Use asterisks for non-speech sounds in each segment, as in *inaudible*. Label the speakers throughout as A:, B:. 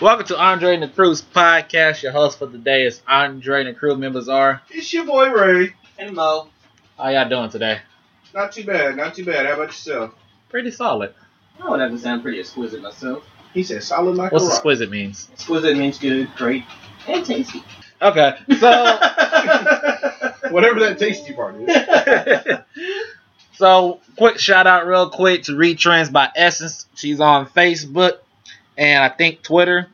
A: Welcome to Andre and the Crew's podcast. Your host for today is Andre and the crew members are.
B: It's your boy Ray.
C: and Mo.
A: How y'all doing today?
B: Not too bad, not too bad. How about yourself?
A: Pretty solid.
C: I would have to sound pretty exquisite myself.
B: He said solid like
A: What's
B: a rock.
A: exquisite means?
C: Exquisite means good, great, and tasty.
A: Okay,
B: *laughs*
A: so *laughs*
B: Whatever that tasty part is.
A: so quick shout out, real quick, to Retrends by Essence. She's on Facebook and I think Twitter.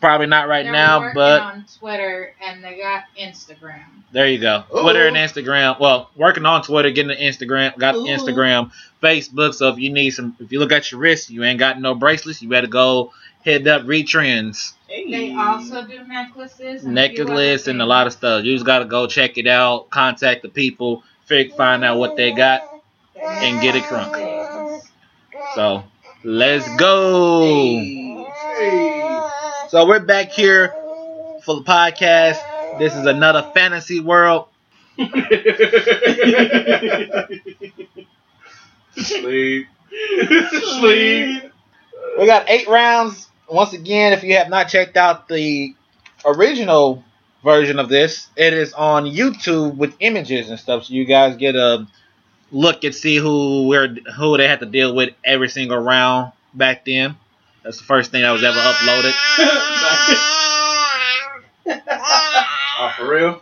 A: Probably not right
D: They're
A: now,
D: working
A: but
D: on Twitter and they got Instagram.
A: There you go.
B: Ooh.
A: Twitter and Instagram. Well, working on Twitter, getting to Instagram. Got
C: Ooh.
A: Instagram, Facebook. So if you need some, if you look at your wrist, you ain't got no bracelets. You better go hit up Retrends,
C: Hey.
D: They also do necklaces, and
A: necklace, and a lot of stuff. You just gotta go check it out. Contact the people, fig- find out what they got, and get it crunk. So let's go.
C: Hey.
B: Hey.
A: So we're back here for the podcast. This is another fantasy world.
B: *laughs* Sleep. *laughs* Sleep.
A: We got eight rounds. Once again, if you have not checked out the original version of this, it is on YouTube with images and stuff, so you guys get a look and see who we're who they had to deal with every single round back then. That's the first thing that was ever uploaded.
B: Oh, for real?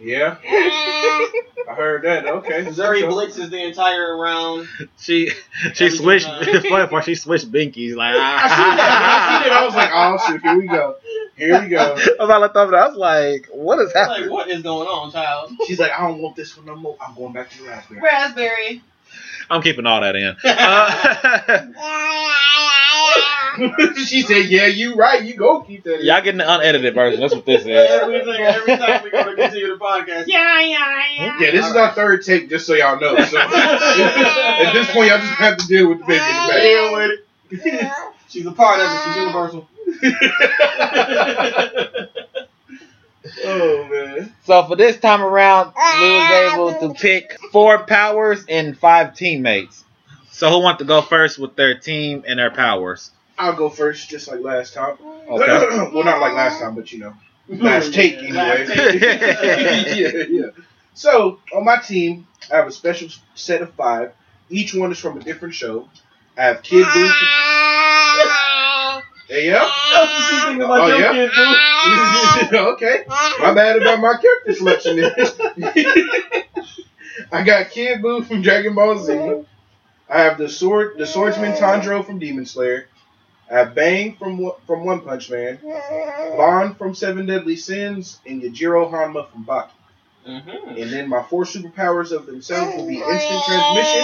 B: Yeah, I heard that. Okay.
C: *laughs* Missouri blitzes the entire round.
A: She she switched. *laughs* The funny part, she switched binkies. Like
B: I seen that. When I seen it. I was like, oh shit, here we go. Here we go.
A: I'm *laughs* about to throw it. I was like, what is
C: Like,
A: happening?
C: what is going on, child?
B: She's like, I don't want this one no more. I'm going back to the raspberry.
D: *laughs* Raspberry.
A: I'm keeping all that in. *laughs* Uh,
B: *laughs*
A: *laughs*
B: she said, "Yeah, you right. You go keep that." in."
A: Y'all getting the unedited version. That's what this is.
C: Everything, every time we're going to continue the podcast.
D: Yeah, yeah, yeah.
B: Yeah, this is our third take, just so y'all know. So *laughs* at this point, y'all just have to deal with the baby in
C: Deal with it.
D: *laughs*
C: *laughs* She's a part of it. She's universal.
B: *laughs*
C: *laughs*
B: the back. oh man.
A: So for this time around, we was able to pick four powers and five teammates. So who want to go first with their team and their powers?
B: I'll go first, just like last time.
A: Okay.
B: *clears throat* well, not like last time, but you know, last take anyway.
C: Hmm. Last
B: *laughs*
C: *laughs*
A: take.
B: yeah, yeah. So on my team, I have a special set of five. Each one is from a different show. I have Kid Boo.
C: *laughs*
B: Hey, yeah.
C: She's thinking about
B: Oh,
C: your
B: yeah?
C: kid, boo.
B: *laughs* okay. My bad about my character selection. then. I got Kid Buu from Dragon Ball Z. I have the sword, the swordsman Tanjiro from Demon Slayer. I have Bang from One- from One Punch Man, Bond from Seven Deadly Sins, and Yajiro Hanma from Baki.
C: Mhm.
B: And then my four superpowers of themselves will be instant transmission.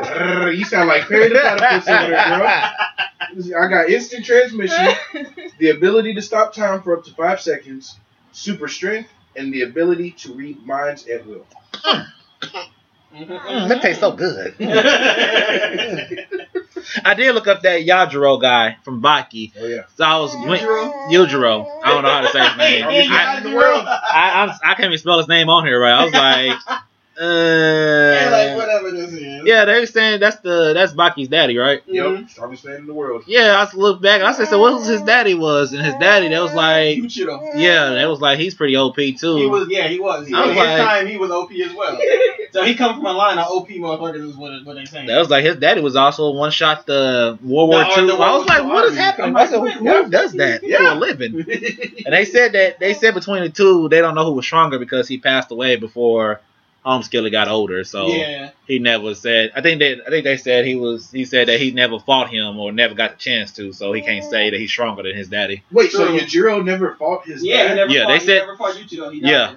B: Brrr, you sound like Perry the Platypus over there, girl. I got instant transmission, the ability to stop time for up to five seconds, super strength, and the ability to read minds at will.
C: Mhm.
A: Mm, that tastes so good. Mm.
C: Mhm.
A: I did look up that Yajiro guy from Baki.
B: Oh yeah.
A: So I was went, Yujiro. I don't know how to say his name. I,
C: Hey,
B: out
C: yeah,
B: of the world.
C: Yajiro.
A: I, I'm- I can't even spell his name on here right. I was
C: *laughs*
A: like,
C: Hey,
A: uh,
C: like, whatever this is.
A: yeah, they were saying that's the that's Baki's daddy, right?
C: Mhm.
B: Yep. Strongest man in the world.
A: Yeah, I just looked back and I said, so what was his daddy was? And his daddy, that was like,
C: Yuchiro.
A: yeah, that was like, he's pretty OP too.
C: He was, yeah, he was. He
A: I was
C: his
A: like-
C: time, he was OP as *laughs* well. so he come from a line of OP motherfuckers is what, what they saying.
A: that was like, his daddy was also one shot the World War
C: The- or
A: II.
C: the
A: I was
C: World
A: like,
C: War
A: what is
C: Army.
A: happening?
C: I'm
A: I said,
C: like,
A: who
C: wait, what?
A: does that
B: Yeah.
A: for a
C: *laughs*
A: living? And they said that, they said between the two, they don't know who was stronger because he passed away before Homeskillet got older. So
C: yeah.
A: he never said, I think that, I think they said he was, he said that he never fought him or never got the chance to. So he can't say that he's stronger than his daddy.
B: Wait, so
C: True.
B: Yajiro never fought his
C: Yeah, he
B: dad?
C: never
A: Yeah,
C: fought,
A: they
C: he
A: said-
C: never fought Yuchiro. He
A: Yeah.
C: died.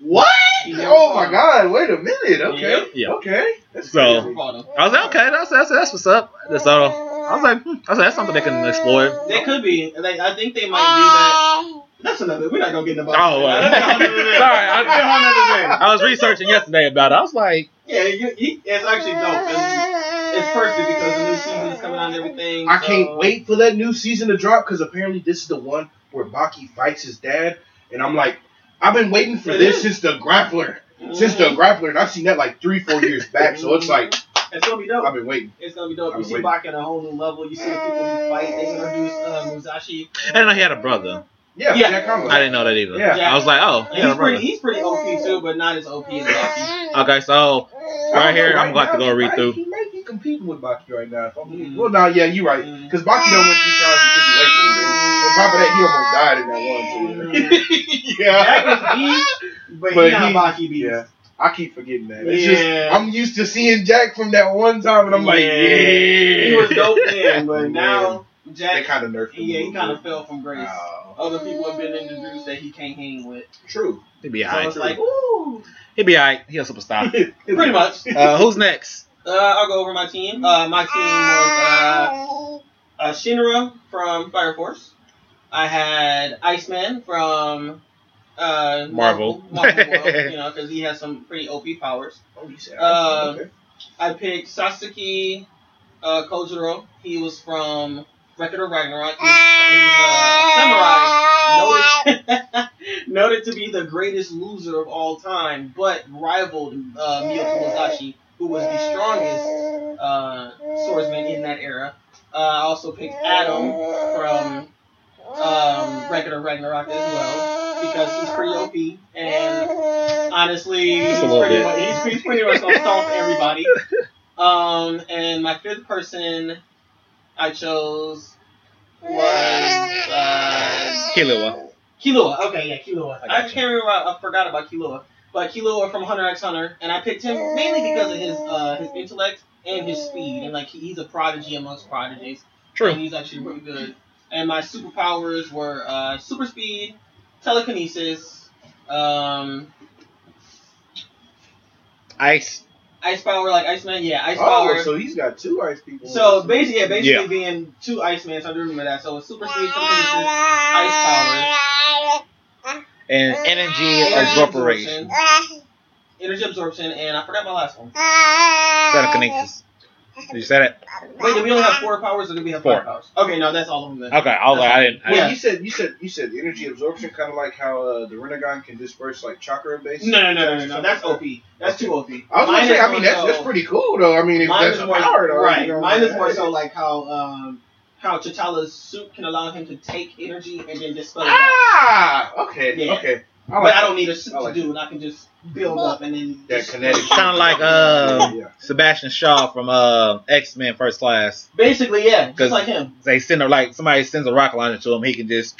B: What?
C: He never
B: Oh
C: fought
B: my
C: him.
B: god, wait a minute. Okay.
A: Yeah.
B: Okay. That's
A: So-
C: He never fought him.
A: I was like, okay, that's, that's, that's what's up. So I was like, hmm. I was like, that's something they can explore.
C: That could be. Like, I think they might do that. That's another. We're not gonna get into about
A: Ah. Oh,
C: *laughs*
A: well.
C: That's a
A: *laughs*
C: whole nother day.
A: Sorry, I-
C: That's a whole nother day.
A: I was researching yesterday about it. I was like,
C: Yeah, you, he, it's actually dope. It's, it's perfect because the new season's coming out and everything.
B: I
C: so-
B: can't wait for that new season to drop because apparently this is the one where Baki fights his dad, and I'm like, I've been waiting for
C: It
B: this
C: is. Mm-hmm. *laughs*
B: since the grappler, since the grappler, and I've seen that like three, four years back. So it's like,
C: It's gonna be dope.
B: I've been waiting.
C: It's gonna be dope.
B: I'm
C: You see
B: waiting.
C: Bach at a whole new level. You see the people who fight. They introduce uh, Musashi.
A: I didn't know he had a brother.
B: Yeah,
C: Yeah.
B: yeah. Jack Hamlin.
A: I didn't know that either.
B: Yeah.
A: I was like, oh, he
C: And
A: had a
C: he's pretty.
A: brother.
C: He's pretty OP too, but not as OP
B: *laughs*
C: as Baki.
A: Okay, so Right here, I'm gonna have to
B: now,
A: go
B: he
A: read
B: might-
A: through.
B: He might be competing with Baki right now. if I'm-
C: Mm.
B: Well, nah, yeah, you're right.
C: Mm.
B: Because Baki done went through trials and tribulations. and On top of that, he almost died in that one, too. *laughs* yeah.
C: Mm. Jack is beast, but,
B: But
C: he's not
B: he-
C: Baki beast.
B: Yeah. I keep forgetting that. It's just,
C: Yeah.
B: I'm used to seeing Jack from that one time, and I'm like,
C: Yeah.
B: yeah.
C: He
A: *laughs*
C: was dope
B: *laughs*
C: then, but now
B: They
C: Jack,
B: kind of nerfed him.
C: yeah, he kind
B: of
C: of fell from grace. Other people have been introduced that he can't hang with.
B: True.
A: he'd be
C: so
A: alright.
C: it's like, ooh,
A: He'd be alright. He a
C: *laughs*
A: superstar.
C: *laughs* pretty
B: *laughs*
C: much.
B: Oh,
A: Uh, who's
C: *laughs*
A: next?
C: Uh, I'll go over my team. Uh, my team was uh, uh, Shinra from Fire Force. I had Iceman from uh,
A: Marvel.
C: Marvel World, you know, because he has some pretty OP powers.
B: Oh, you said
C: Um,
B: okay.
C: I picked Sasuke uh, Kojiro. He was from Record of Ragnarok. He was, he was a samurai, *laughs* noted, noted to be the greatest loser of all time, but rivaled uh, Miyoku Musashi, who was the strongest uh, swordsman in that era. Uh, I also picked Adam from um, Record of Ragnarok as well because he's pretty OP and honestly he's
A: Just a little
C: pretty,
A: bit.
C: much, he's, he's pretty much gonna stomp everybody. Um, and my fifth person I chose was uh,
A: Killua.
C: Kilua. Okay, yeah, Kilua.
A: I
C: I,
A: gotcha.
C: can't remember. I forgot about Kilua, but Kilua from Hunter x Hunter, and I picked him mainly because of his uh, his intellect and his speed, and like he- he's a prodigy amongst prodigies. And
A: True.
C: he's actually really good. And my superpowers were uh, super speed, telekinesis, um,
A: Ice.
C: ice power like Iceman. Yeah, ice
B: Oh,
C: power. So,
B: so he's got two ice people.
C: basically, yeah, basically
A: Yeah.
C: being two Icemen. So I do remember that. So it's super speed, telekinesis, ice
A: And energy
C: energy
A: absorption.
C: absorption, energy absorption, and I forgot my last one.
A: Telekinesis. Did you say that?
C: Wait, do we only have four powers, or do we have
A: Four.
C: five powers? Okay, no, that's all of them. Then.
A: Okay, I was like, I didn't. I
B: Well,
A: didn't.
C: Yeah.
B: you said you said you said energy absorption, kind of like how uh, the Renegon can disperse like chakra based.
C: No, no, no, no, no, no. That's OP. That's too OP.
B: I was
C: Mine
B: gonna say,
C: is
B: I mean,
C: more
B: that's, that's
C: so-
B: pretty cool though. I mean, if
C: Mine
B: that's
C: is
B: a
C: more
B: power though,
C: right.
B: you know,
C: Mine is more
B: that-
C: so like how um how Chitala's suit can allow him to take energy and then dispel it. back.
B: Ah, okay,
C: Yeah.
B: okay. I
C: but
B: like
C: I don't need a suit
B: I like
C: to do, it. I can just build up and then
B: that
C: just-
B: kinetic.
A: Sound like uh, Sebastian Shaw from uh, X Men First Class.
C: basically yeah, just
A: 'Cause-
C: like him.
A: They send a like somebody sends a rocket launcher to him. He can just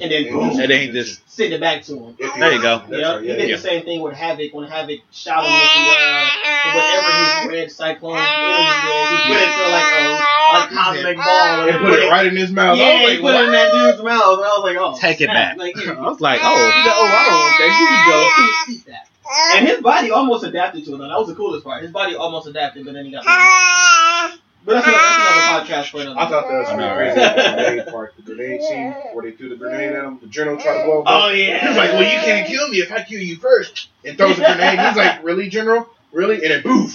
C: And then boom,
A: and then he just
C: send it back to him.
B: If
A: There you go.
B: That's
C: Yeah,
B: right,
C: he
B: yeah,
C: did
A: yeah.
C: the same thing with Havoc when Havoc shot him with the uh, whatever his red cyclone energy is. He put it through like a, a cosmic ball.
B: And put it right in his mouth. I was
C: Yeah,
B: like,
C: he put it in that dude's mouth. And I was like, oh,
A: take it
C: snap.
A: back.
C: Like,
A: I
C: here,
A: was like, oh, *laughs*
B: He's like, oh, I don't want that. Here you go.
C: eat that. *laughs* And his body almost adapted to it. Though. That was the coolest part. His body almost adapted, but then he got. murdered. But that's another, that's another podcast for another.
B: I thought that was
A: I
B: pretty
A: know,
B: crazy.
C: right?
B: The
C: *laughs*
B: grenade part, the grenade scene where they threw the grenade at him, the general tried to blow him up.
C: Oh, yeah.
B: He's like, well, you can't kill me if I kill you first. And throws a grenade. He's like,
C: *laughs*
B: really, general? Really? And it poof.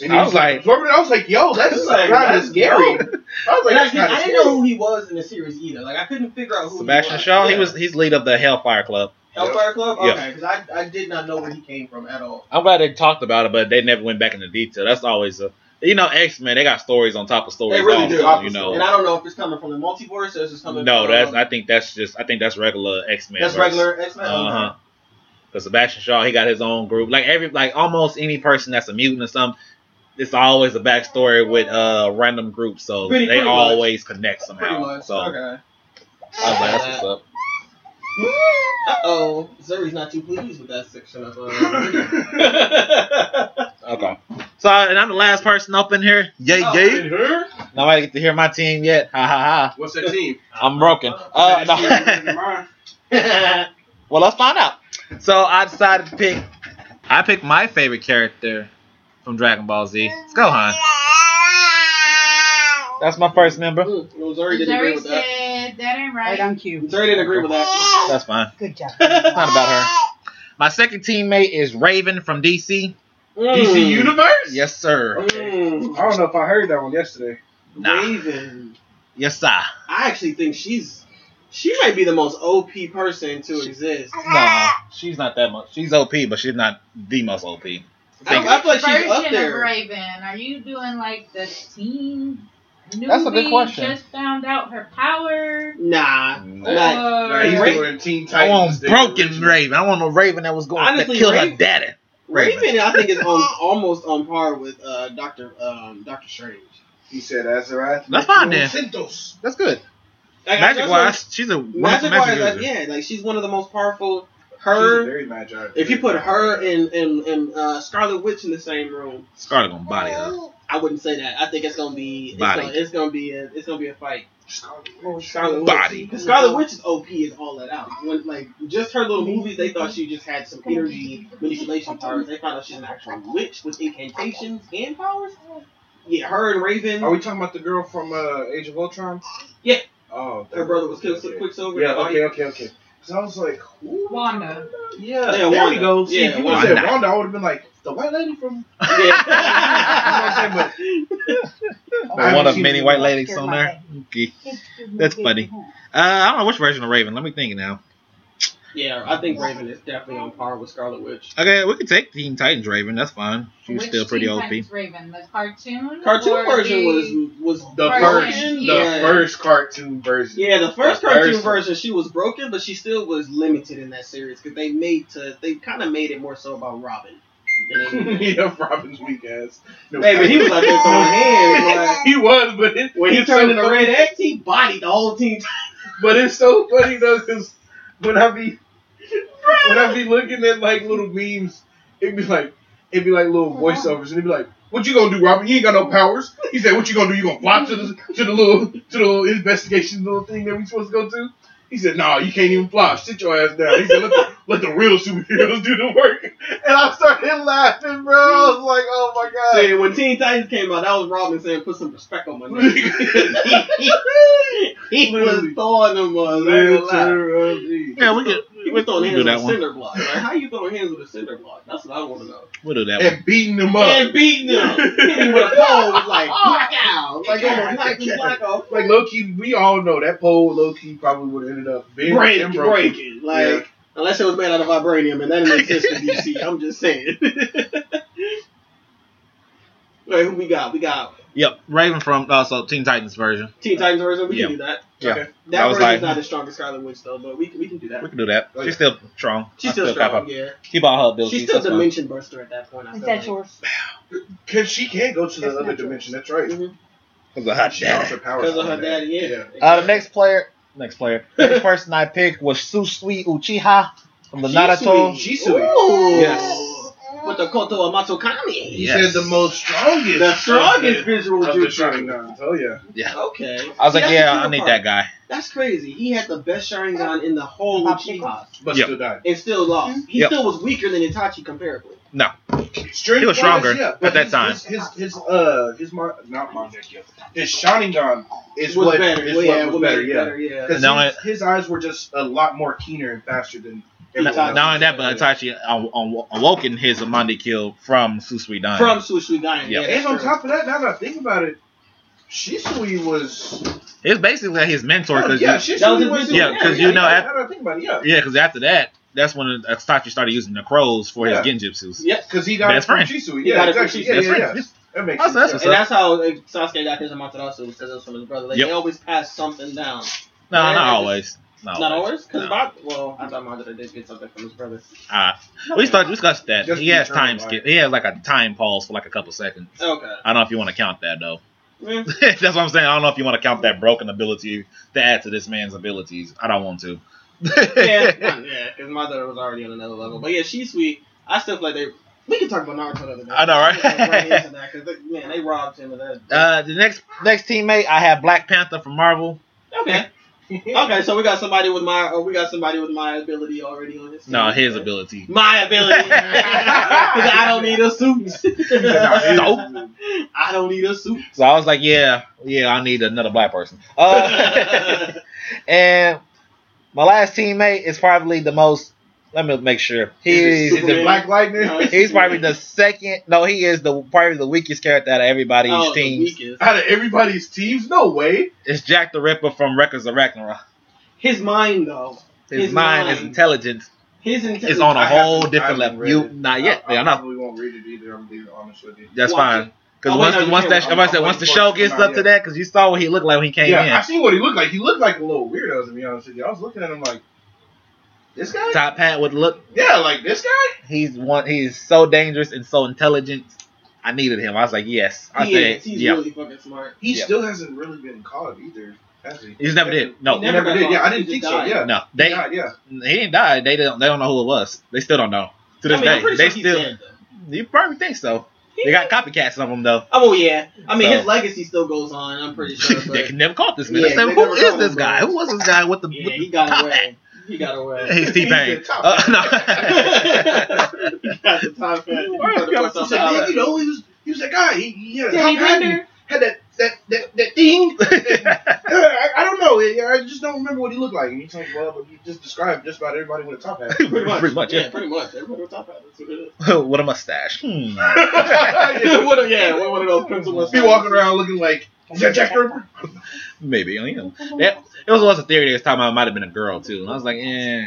B: And he
A: I was like-
B: absorbing it. I was like, yo, that's
C: It's like,
B: kind of
C: that's
B: scary. I
C: dope.
B: was like,
C: And I,
B: that's
C: didn't,
B: kind of
C: I
B: scary.
C: didn't know who he was in the series either. Like I couldn't figure out who he
A: Sebastian
C: was.
A: Shaw. He
C: Yeah.
A: was he's lead of the Hellfire Club.
C: Hellfire Club.
A: Yeah.
C: Okay, because I, I did not know where he came from at all.
A: I'm glad they talked about it, but they never went back into detail. That's always a you know X Men. They got stories on top of stories.
C: They really
A: also,
C: do.
A: You
C: And
A: know,
C: I don't know if it's coming from the multiverse or if it's coming.
A: no,
C: from, um,
A: that's I think that's just I think that's regular X Men.
C: that's regular X Men.
A: Uh huh. Because Sebastian Shaw, he got his own group. Like every, like almost any person that's a mutant or something, it's always a backstory with uh random groups. So
C: Pretty-
A: they
C: pretty much.
A: always connect somehow.
C: Pretty much.
A: So
C: Okay.
A: I was like, that's what's up.
C: Uh oh, Zuri's not too pleased with that section of. Uh, *laughs*
B: *laughs*
A: Okay. So and I'm the last person up in here. Yay,
C: Oh,
A: yay.
C: and her?
A: Nobody get to hear my team yet. Ha ha ha.
B: What's that team?
A: I'm broken. Uh, no. *laughs* Well, let's find out. So I decided to pick. I picked my favorite character from Dragon Ball Z. It's Gohan. That's my first member.
C: Mm, well, Zuri didn't agree
D: Jerry
C: with that.
D: said that ain't
E: Right
D: right.
E: on cue.
C: Zuri didn't agree with *laughs* that.
A: That's fine.
C: *laughs*
E: Good job.
A: It's not about her. My second teammate is Raven from DC.
C: Mm.
A: Hmm.
B: DC Universe?
A: Yes, sir.
B: I don't know if I heard that one yesterday.
A: Nah.
C: Raven.
A: Yes, sir.
C: I actually think she's she might be the most OP person to exist.
A: Nah, she's not that much. She's OP, but she's not the most OP.
C: I don't-
A: Think-
C: I feel like she's
D: version
C: up there.
D: of Raven? Are you doing like the teen? Newbie
A: That's a good question.
D: Just found out her power.
C: Nah.
A: I
C: Nah.
B: Nah,
D: Or
B: he's
C: Ra-
B: doing Teen Titans.
A: want
B: They
A: broken
B: original.
A: Raven. I want a Raven that was going
C: Honestly,
A: to kill her
C: Raven-
A: daddy.
C: Raven, I think,
A: *laughs*
C: is on almost on par with uh, Doctor um, Doctor Strange.
B: He said Azarath.
A: That's fine then.
B: Sentos.
A: That's good.
C: Like,
A: Magic
C: that's what-
A: wise, she's a
C: magic
A: magic,
C: wise,
A: magic
C: like,
A: user.
C: yeah, like she's one of the most powerful.
B: She's a
C: Her,
B: very magi-
C: if you put her and and, and uh, Scarlet Witch in the same room,
A: Scarlet gonna body her. *laughs*
C: I wouldn't say that. I think it's gonna be it's
A: Body.
C: gonna, it's gonna be a, it's gonna be a fight.
D: Oh,
C: Scarlet Witch.
A: Body.
C: The Scarlet Witch is OP is all that out. When like just her little movies, they thought she just had some energy manipulation powers. They found out she's an actual witch with incantations and powers. Yeah, her and Raven.
B: Are we talking about the girl from uh, Age of Ultron?
C: Yeah.
B: Oh,
C: her brother was killed
B: okay.
C: Quicksilver.
B: Yeah. Okay. Okay. Okay. So I was like, who?
D: Wanda.
B: Yeah.
C: Yeah,
B: there
C: Wanda.
B: we go. See,
C: Yeah,
B: if you would
A: Wanda.
B: said Wanda, I would have been like the white lady from.
C: Yeah.
B: You know what I'm saying? But- *laughs* I
A: But one
B: haven't
A: of
B: seen
A: many
B: it.
A: white ladies on there. Okay. That's funny. Uh, I don't know which version of Raven. Let me think now.
C: yeah, I think Raven is definitely on par with Scarlet Witch.
A: Okay, we can take Teen Titans Raven. That's fine. She's
D: Which
A: still pretty
D: Teen
A: OP.
D: Titans Raven, the cartoon.
C: Cartoon
D: or
C: version
D: the-
C: was was
B: The
D: Right.
B: first, the
C: Yeah.
B: first cartoon version.
C: Yeah, the first
B: The
C: cartoon
B: first one.
C: version, she was broken, but she still was limited in that series because they made to they kind of made it more so about Robin.
B: *laughs* yeah, Robin's weak ass. No,
C: Hey, but he was out there
B: *laughs*
C: throwing hands. Like,
B: he was, but it,
C: when he
B: it's
C: turned
B: so
C: into
B: funny-
C: Red X, he bodied the whole team.
B: But it's so funny though, because when I be when I be looking at like little memes, it'd be like it'd be like little voiceovers, and it'd be like, "What you gonna do, Robin? You ain't got no powers." He said, "What you gonna do? You gonna fly to the to the little to the little investigation little thing that we supposed to go to?" He said, "Nah, you can't even fly. Sit your ass down." He said, "Let
C: *laughs*
B: the, let the real superheroes do the work." *laughs* And I started laughing, bro. I was like, "Oh my god."
C: See, when Teen Titans came out, that was Robin saying, "Put some respect on my name."
B: *laughs*
C: he was
B: Literally.
C: throwing them. Uh, like,
B: Literally.
A: Yeah, we could.
C: he was throwing
A: We'll
C: hands
A: do that
C: with a
A: one.
C: cinder block. Like, how you throwing hands with a cinder block? That's what I want to know.
A: We'll do that one.
B: And beating them up.
C: and beating him. Hitting him with a pole was like black out. Like it was knock his block off.
B: *laughs* Like low key, we all know that pole low key probably would have ended up being
C: Break,
B: and broken.
C: breaking. Like unless it was made out of vibranium and that didn't exist in DC. I'm just saying. *laughs* Wait, who we got? We got
A: Yep, Raven from also Teen Titans version.
C: Teen Titans version. We
A: Uh, Yeah.
C: can do that.
A: Yeah.
C: Okay.
A: I
C: That
A: was
C: version's
A: like-
C: not as strong as Scarlet Witch though, but we can, we can do
A: We
C: that.
A: can do that.
B: Oh, yeah.
A: She's still strong.
C: She's
A: I
C: still
A: got
C: strong.
A: her-
C: Yeah.
A: Keep all her abilities.
C: She's still
A: that's fine.
C: Dimension Burster at that point. I feel like.
D: yours?
B: Cause she can go to the
D: That's
B: other
D: not true.
B: dimension. That's right.
C: Mhm.
A: Cause of her
B: She
A: daddy.
B: lost her powers
C: Because of her
B: from that.
C: daddy, yeah.
A: Uh, the next player, next
C: *laughs*
A: player, next person I picked was Susui Uchiha from the Naruto.
B: She sweet.
C: Ooh.
A: Yes.
C: With the Koto Amatokami.
B: He
A: Yes.
B: said the most strongest.
C: The strongest visual
B: of the
C: jutsu.
B: Sharingan. Oh yeah.
C: Okay.
A: I was like,
C: That's
A: yeah,
C: the
A: I
C: cool
A: need
C: part.
A: that guy.
C: That's crazy. He had the best Sharingan in the whole Uchiha
B: But
A: Yep.
B: still died.
C: and still lost. He
A: Yep.
C: still was weaker than Itachi comparably.
B: Strength
A: He was stronger
B: yeah,
A: at
B: but
A: that
B: his,
A: time.
B: His, his his uh his mon- not Mangekyo. His Sharingan is
C: was
B: what
C: better.
B: is
C: Well,
B: what
C: yeah,
B: was
C: what
B: better.
C: made it
B: Yeah.
C: better, yeah.
B: Because
A: Now
B: his, his eyes were just a lot more keener and faster than
A: Not
B: everyone
C: Itachi.
B: else.
A: only that, but Itachi aw- aw- awoken his Amandi kill from Susui Dine.
C: From Sushigain.
A: Yeah.
C: Yeah.
B: and
C: that's
B: on
C: true.
B: top of that, now that I think about it, Shisui was
A: it's basically like his mentor.
B: Oh,
A: Cause
B: yeah,
A: you-
B: Shisui
C: That was his
B: was
C: mentor. Yeah, 'cause
A: you know,
B: yeah,
A: at-
B: now that I think about it, yeah,
A: yeah, because after that, that's when Itachi started using the crows for
B: Yeah.
A: his genjutsus.
C: Yep.
B: because he got
A: Best
B: it from
A: friend.
B: Shisui.
C: He
B: Yeah,
C: got it from
B: exactly.
C: Shisui.
B: Yeah,
A: That's
B: yeah,
A: right.
B: yeah. That makes
A: Oh, so that's what's
B: sense. *laughs* yeah.
C: And that's how uh, Sasuke got his Amaterasu because it was from his brother. Like,
A: Yep.
C: They always pass something down.
A: No, not
C: Yeah, it's-
A: always. Not
C: Not
A: always.
C: always? Because
A: No.
C: Bob, well, I thought Madara did get something from his brother.
A: Uh, we started we discussed that.
B: Just
A: he has
B: determine
A: time
B: why.
A: skip. He has like a time pause for like a couple seconds.
C: Okay. *laughs*
A: I don't know if you want to count that though.
C: Mm.
A: *laughs* That's what I'm saying. I don't know if you want to count that broken ability to add to this man's abilities. I don't want to. *laughs*
C: yeah, yeah, because my daughter was already on another level. But yeah, she's sweet. I still feel like they. We can talk about Naruto the other day.
A: I know, right?
C: We can go into that, 'cause they- man, they robbed him of that.
A: Uh, the next next teammate I have Black Panther from Marvel.
C: okay. okay, so we got somebody with my, or we got somebody with my ability already on this.
A: No,
C: team,
A: his
C: right?
A: ability.
C: My
A: *laughs*
C: ability. *laughs* 'Cause I don't need a suit. *laughs* I don't need
A: *laughs*
C: a suit.
A: So I was like, yeah, yeah, I need another black person. Uh, *laughs*
C: *laughs*
A: and my last teammate is probably the most. Let me make sure. He's
B: Is it
C: Superman?
B: Black Lightning?
C: No,
A: *laughs*
C: it's-
A: he's probably the second. No, he is the probably the weakest character out of everybody's
C: Oh, the
A: team.
B: *laughs*
C: weakest.
B: Out of everybody's teams, no way.
A: It's Jack the Ripper from Records of Ragnarok.
C: His mind, though.
A: His,
C: His
A: mind,
C: mind.
A: his intelligence,
C: His intent
A: It's on a
B: I
A: whole
B: haven't- I
A: different
B: haven't
A: level.
B: read
A: You
B: it.
A: not yet.
B: I, I
A: I'm not.
B: probably won't read it either. I'm being honest with you.
A: That's fine. Because
C: Oh, wait,
A: once,
C: no,
A: the-
C: you
A: once
C: can't.
A: that,
C: I'm-
A: I said,
C: I'm
A: once the
C: waiting
A: show
B: for it to
A: gets
B: come
A: up
B: out,
A: to
B: yeah.
A: that, because you saw what he looked like when he came
B: yeah, I seen what he looked like. He looked like a little weirdo, to be honest with you. I was looking at him like, this guy?
A: in. Top hat would look.
B: Yeah, like this guy?
A: He's one. He's so dangerous and so intelligent. I needed him. I was like, yes. I
C: he
A: said,
C: is. He's
A: yeah.
C: really fucking smart.
B: He
A: Yeah.
B: still hasn't really been caught either, has he?
A: He just never did. No,
B: He never
C: got
B: did.
C: caught.
B: Yeah, I
C: He
B: didn't
C: just
B: think so.
C: died.
B: Yeah.
A: no. They
B: yeah, yeah.
A: he didn't die. They don't. They don't know who it was. They still don't know to this
C: I mean, I'm
A: day.
C: pretty
A: they
C: sure he's
A: still.
C: dead, though.
A: You probably think so. They got copycats of them though.
C: Oh yeah, I mean
A: So-
C: his legacy still goes on. I'm pretty sure.
A: *laughs*
C: But,
A: they can never caught this man.
C: Yeah,
A: they said,
C: they
A: who
C: never
A: is
C: caught
A: this
C: him,
A: guy?
C: bro.
A: Who was this guy with the?
C: yeah,
A: with
C: he
A: the
C: got
A: top
C: away. He
A: *laughs*
C: got *laughs* away.
A: He's T Pain.
B: He's the top
A: Uh, *laughs*
C: *laughs*
A: no.
C: he got the top hat. He
B: Why
C: put
B: you gotta
C: himself
B: put
C: out.
B: that- You know, he was he was that guy. He, he had a
C: Danny
B: top hat.
C: Bender?
B: and Had that that that, that thing. *laughs* Uh, I, I don't know. I I just don't remember what he looked like. And you think, well, but you just described just about everybody with a top *laughs* hat.
A: Pretty much.
C: yeah,
A: yeah.
C: pretty much. Everybody with top hat. That's what it
A: *laughs*
C: is.
A: what a mustache. Hmm. *laughs*
B: yeah.
C: What a- yeah, one of those pencil
B: Be
C: mustaches.
B: walking around looking like is that Jack Ripper?
A: Maybe. I don't know. That, it was also a theory they was talking about it might have been a girl too. And I was like, eh,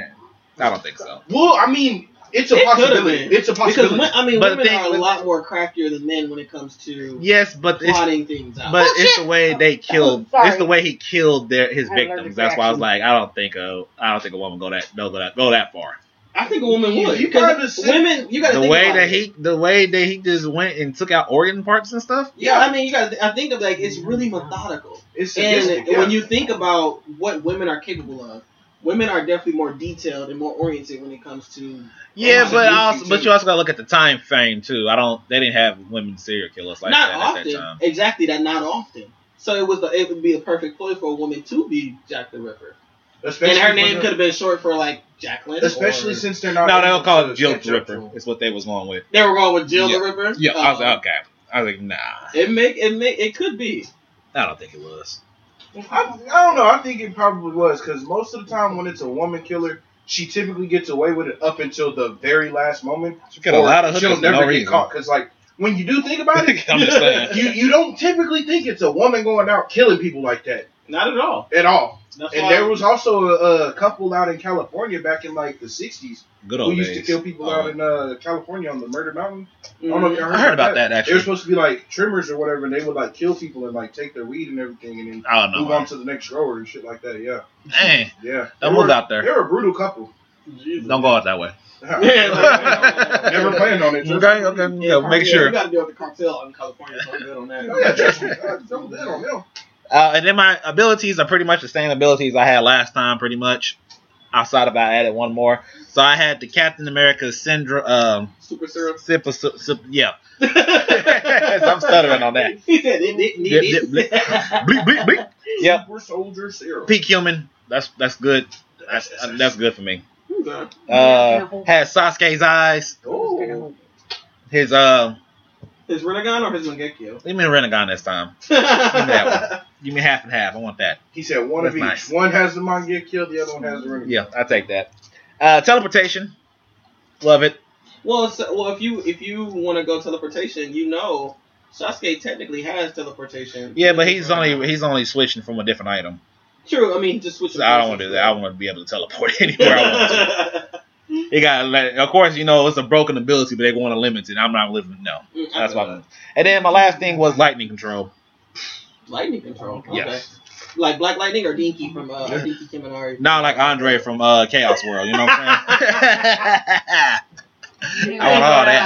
A: I don't think so.
B: Well, I mean, it's a
C: It could've
B: possibility.
C: been.
B: It's a
C: Because
B: possibility.
C: wo- I mean,
A: But the
C: women
A: thing
C: are a
A: with-
C: lot more craftier than men when it comes to
A: Yes, but it's
C: plotting things out.
A: but it's the way they killed.
E: Oh, Sorry.
A: It's the way he killed their his
E: I had an allergic
A: victims. That's why I was
E: reaction.
A: like, I don't think a I don't think a woman go that no go that go that far.
C: I think a woman
B: You-
C: would.
B: you kinda
C: Because
B: said-
C: women, you got to
A: The
C: think
A: way
C: about
A: that
C: it.
A: he the way that he just went and took out organ parts and stuff.
C: Yeah, I mean, you got. to I think of like it's really methodical.
B: it's
C: And
B: sadistic, yeah.
C: when you think about what women are capable of, women are definitely more detailed and more oriented when it comes to.
A: Yeah,
C: Oh,
A: but
C: it's
A: also
C: easy,
A: but
C: too.
A: you also gotta look at the time frame too. I don't they didn't have women serial killers like
C: not
A: that at that
C: often,
A: time.
C: exactly that. Not often. So it was. The, it would be a perfect ploy for a woman to be Jack the Ripper,
B: especially
C: and her
B: when
C: name
B: they're-
C: could have been short for like Jacqueline.
B: especially
C: or-
B: since they're not.
A: No, they don't call
B: able
A: it
B: to
A: Jill
B: catch
A: the
B: up
A: Ripper.
B: to him.
A: Is what they was going with.
C: they were going with Jill
A: Yeah.
C: the Ripper.
A: Yeah, I was
C: Uh,
A: like, okay. I was like, nah,
C: It make it make it could be.
A: I don't think it was. *laughs*
B: I, I don't know. I think it probably was because most of the time when it's a woman killer, she typically gets away with it up until the very last moment.
A: She killed a
B: Or
A: lot of hookers
B: she'll
A: for
B: never
A: no
B: get
A: reason.
B: caught because, like, when you do think about
A: *laughs*
B: it,
A: I'm just saying.
B: *laughs* you you don't typically think it's a woman going out killing people like that
C: Not at all.
B: at all.
C: That's
B: And
C: why-
B: there was also a, a couple out in California back in like the '60s
A: Good
B: who
A: old
B: used to
A: days.
B: kill people
A: Oh.
B: out in uh, California on the Murder Mountain. I don't know if
C: Mhm.
B: y'all
A: I heard about that
B: They were
A: actually.
B: supposed to be like trimmers or whatever, and they would like kill people and like take their weed and everything, and then
A: I don't know.
B: move on to the next grower and shit like that. Yeah,
A: Hey,
B: yeah.
A: that
B: They were-
A: was out there.
B: They're a
A: *laughs*
B: brutal couple.
C: mm-hmm. Jesus.
A: Don't go out that way.
C: Yeah,
B: *laughs*
C: like-
B: Never planned on it.
A: Okay, okay. Yeah, make
C: yeah,
A: sure.
C: You got to deal with the cartel in California. So I'm good on
B: Oh, yeah,
C: that.
A: *laughs*
B: trust me. I don't bet on them.
A: Uh, and then my abilities are pretty much the same abilities I had last time, pretty much. Outside of I added one more, so I had the Captain America syndrome. Um,
C: Super *laughs* syrup.
A: sip, sip, sip, yeah. *laughs* I'm stuttering on
C: *laughs*
A: that.
C: He said it didn't need
A: Dip,
C: it.
A: dip, blip.
C: *laughs*
A: Bleep, bleep, bleep. Yep.
B: Super soldier serum.
A: Peak human. That's that's good. That's that's good for me.
C: Who's that?
A: Uh, had Sasuke's eyes.
B: Ooh.
A: His um,
C: His Renegon or his Mangekyo?
A: give me a Renegon this time. That
C: yeah,
A: Give me half and half. I want that.
B: He said one
A: That's
B: of each.
A: nice.
B: One has the man get killed. The other one has the renegade.
A: Yeah, I take that. Uh, teleportation. Love it.
C: *laughs* well, so, well, if you if you want to go teleportation, you know Sasuke technically has teleportation.
A: Yeah, but he's only he's only switching from a different item.
C: true. I mean, he just switches.
A: So I don't want to do that. I want to be able to teleport *laughs* anywhere I
C: *laughs*
A: want to. It got like, of course you know it's a broken ability, but they want to limit it. I'm not living. No,
C: Mm, I
A: that's
C: feel
A: why. I'm- And then my last thing was lightning control.
C: that. lightning control. Okay.
A: Yes.
C: Like Black Lightning or Dinky from uh, Dinky Kiminari.
A: Not like Andre from uh, Chaos World. You know what I'm saying? *laughs* I want all that.
C: *laughs*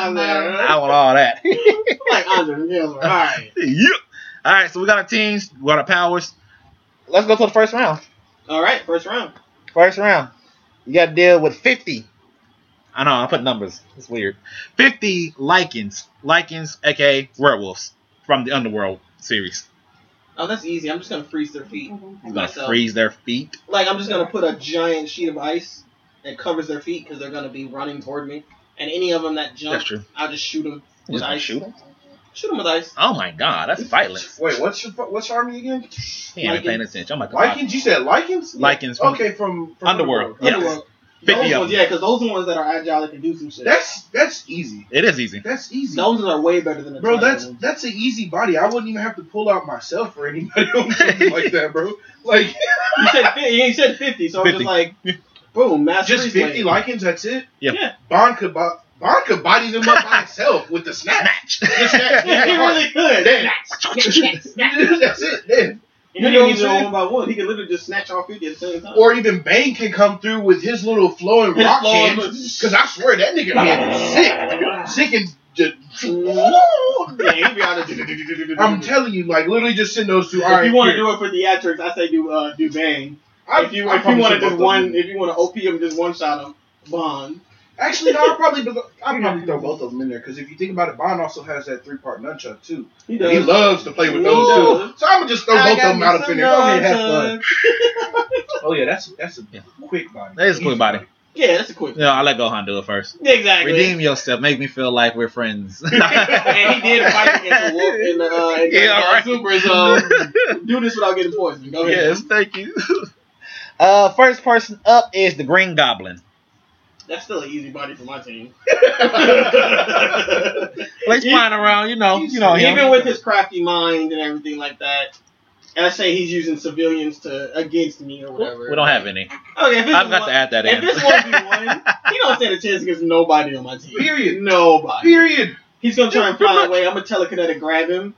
A: I want all that. *laughs*
C: like Andre. Yeah, all right.
A: Yep. All right, so we got our teams, we got our powers. Let's go to the first round.
C: All right. First round.
A: First round, you got to deal with 50. I know, I put numbers. It's weird. 50 lichens, lichens, aka werewolves from the Underworld series.
C: Oh, that's easy. I'm just gonna freeze their feet.
A: You're going to
C: Myself.
A: freeze their feet.
C: Like I'm just gonna put a giant sheet of ice that covers their feet because they're gonna be running toward me. And any of them that jump,
A: That's true.
C: I'll just shoot them.
A: Just
C: Nice.
A: shoot 'em.
C: Shoot them with ice.
A: Oh my god, that's violence.
B: Wait, what's your what's your army again?
A: He ain't been paying attention. I'm like, "Ah, lichens,
B: Lycans? You said Lycans?
A: lichens from
B: Okay, from, from
A: Underworld. Yes.
C: Underworld.
A: Pick me
C: Those
A: up.
C: ones, yeah, because those are the ones that are agile that can do some shit.
B: That's that's easy.
A: It is easy.
B: That's easy.
C: those ones are way better than the
B: Bro,
C: giant
B: that's
C: ones.
B: that's an easy body. I wouldn't even have to pull out myself or *laughs* anybody on something like that, bro. Like,
C: you said 50, you said fifty, so I'm
A: 50.
C: just like Boom, Mass
B: Just
C: Freeze
B: 50
C: lane. *laughs*
B: lichens, that's it?
A: Yeah.
C: Yeah.
B: Bond could, bo- Bond could body them up
C: *laughs*
B: by himself with the snap.
A: Match.
B: Just that,
C: Yeah, he really could.
B: Then, *laughs* that's it. Then.
C: And he
B: You know
C: didn't even
B: what I'm
C: go one by one. He could literally just snatch all fifty at the same time.
B: Or even Bane can come through with his little flowing
C: His
B: rock
C: long-
B: hands. Because I swear that nigga man is sick. Sick and just.
C: *laughs* Yeah, he'd be out
B: *laughs*
C: of-
B: I'm telling you, like, literally just send those two. All right.
C: if you want to
B: here.
C: do it for theatrics, I say do uh, do bang.
B: I-
C: if you
B: I
C: if you
B: promise
C: want to
B: you
C: just
B: both of
C: one,
B: them.
C: if you want to OP him, just one shot him. Bond.
B: Actually, no, I'll
C: *laughs*
B: probably, I'll probably throw both of them in there. Because if you think about it, Bond also has that three part nunchuck, too.
C: He
B: And he loves to play with those
C: Woo!
B: two. So I'm gonna just throw
C: I
B: both of
C: got
B: them
C: me
B: out up
C: some
B: in there. Go ahead, have fun.
C: nunchucks.
B: Oh uh, yeah, that's that's a quick body.
A: That is a quick body.
C: Yeah, that's a
A: *laughs*
C: quick.
A: No, I let Gohan do it first.
C: Exactly.
A: Redeem yourself. Make me feel like we're friends. *laughs*
C: *laughs* and he did fight against a wolf in the
B: *laughs*
C: uh, in
A: Yeah,
C: the, uh,
A: right.
C: Super. So do this without getting poisoned. Go ahead.
A: yes, thank
C: *laughs*
A: you. Uh, first person up is the Green Goblin.
C: That's still an easy body for my team.
A: Let's
C: He-
A: flying around, you know, you know him.
C: Even with his crafty mind and everything like that. And I say he's using civilians to against me or whatever.
A: We don't have any.
C: Okay, if it's
A: I've got to
C: one,
A: add that
C: If
A: in.
C: this one v one, he don't stand a chance against nobody on my team.
B: *laughs* Period.
C: Nobody.
B: Period.
C: He's gonna try and
A: Pretty
C: fly
A: much.
C: away. I'm gonna telekinetic grab him,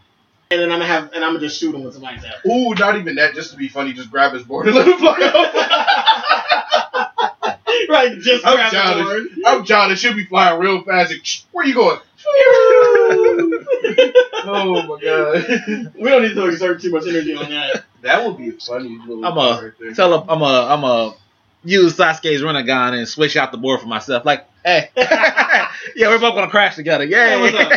C: and then I'm gonna have and I'm gonna just shoot him with somebody's ass.
B: Ooh, not even that. Just to be funny, just grab his board and let him fly off.
C: *laughs* right, just
B: I'm
C: grab the
B: childish.
C: board.
B: I'm John. It should be flying real fast. Like, "Shh, Where you going? *laughs* oh my god,
C: We don't need to exert too much energy on that.
B: that would be a funny little.
A: I'm
B: part
A: a-
B: right there.
A: *laughs* Tell him I'm a I'm a use Sasuke's Renegon and switch out the board for myself. Like, hey, *laughs* yeah, we're both gonna crash together.
C: Yeah,
A: Yay!
C: what's up?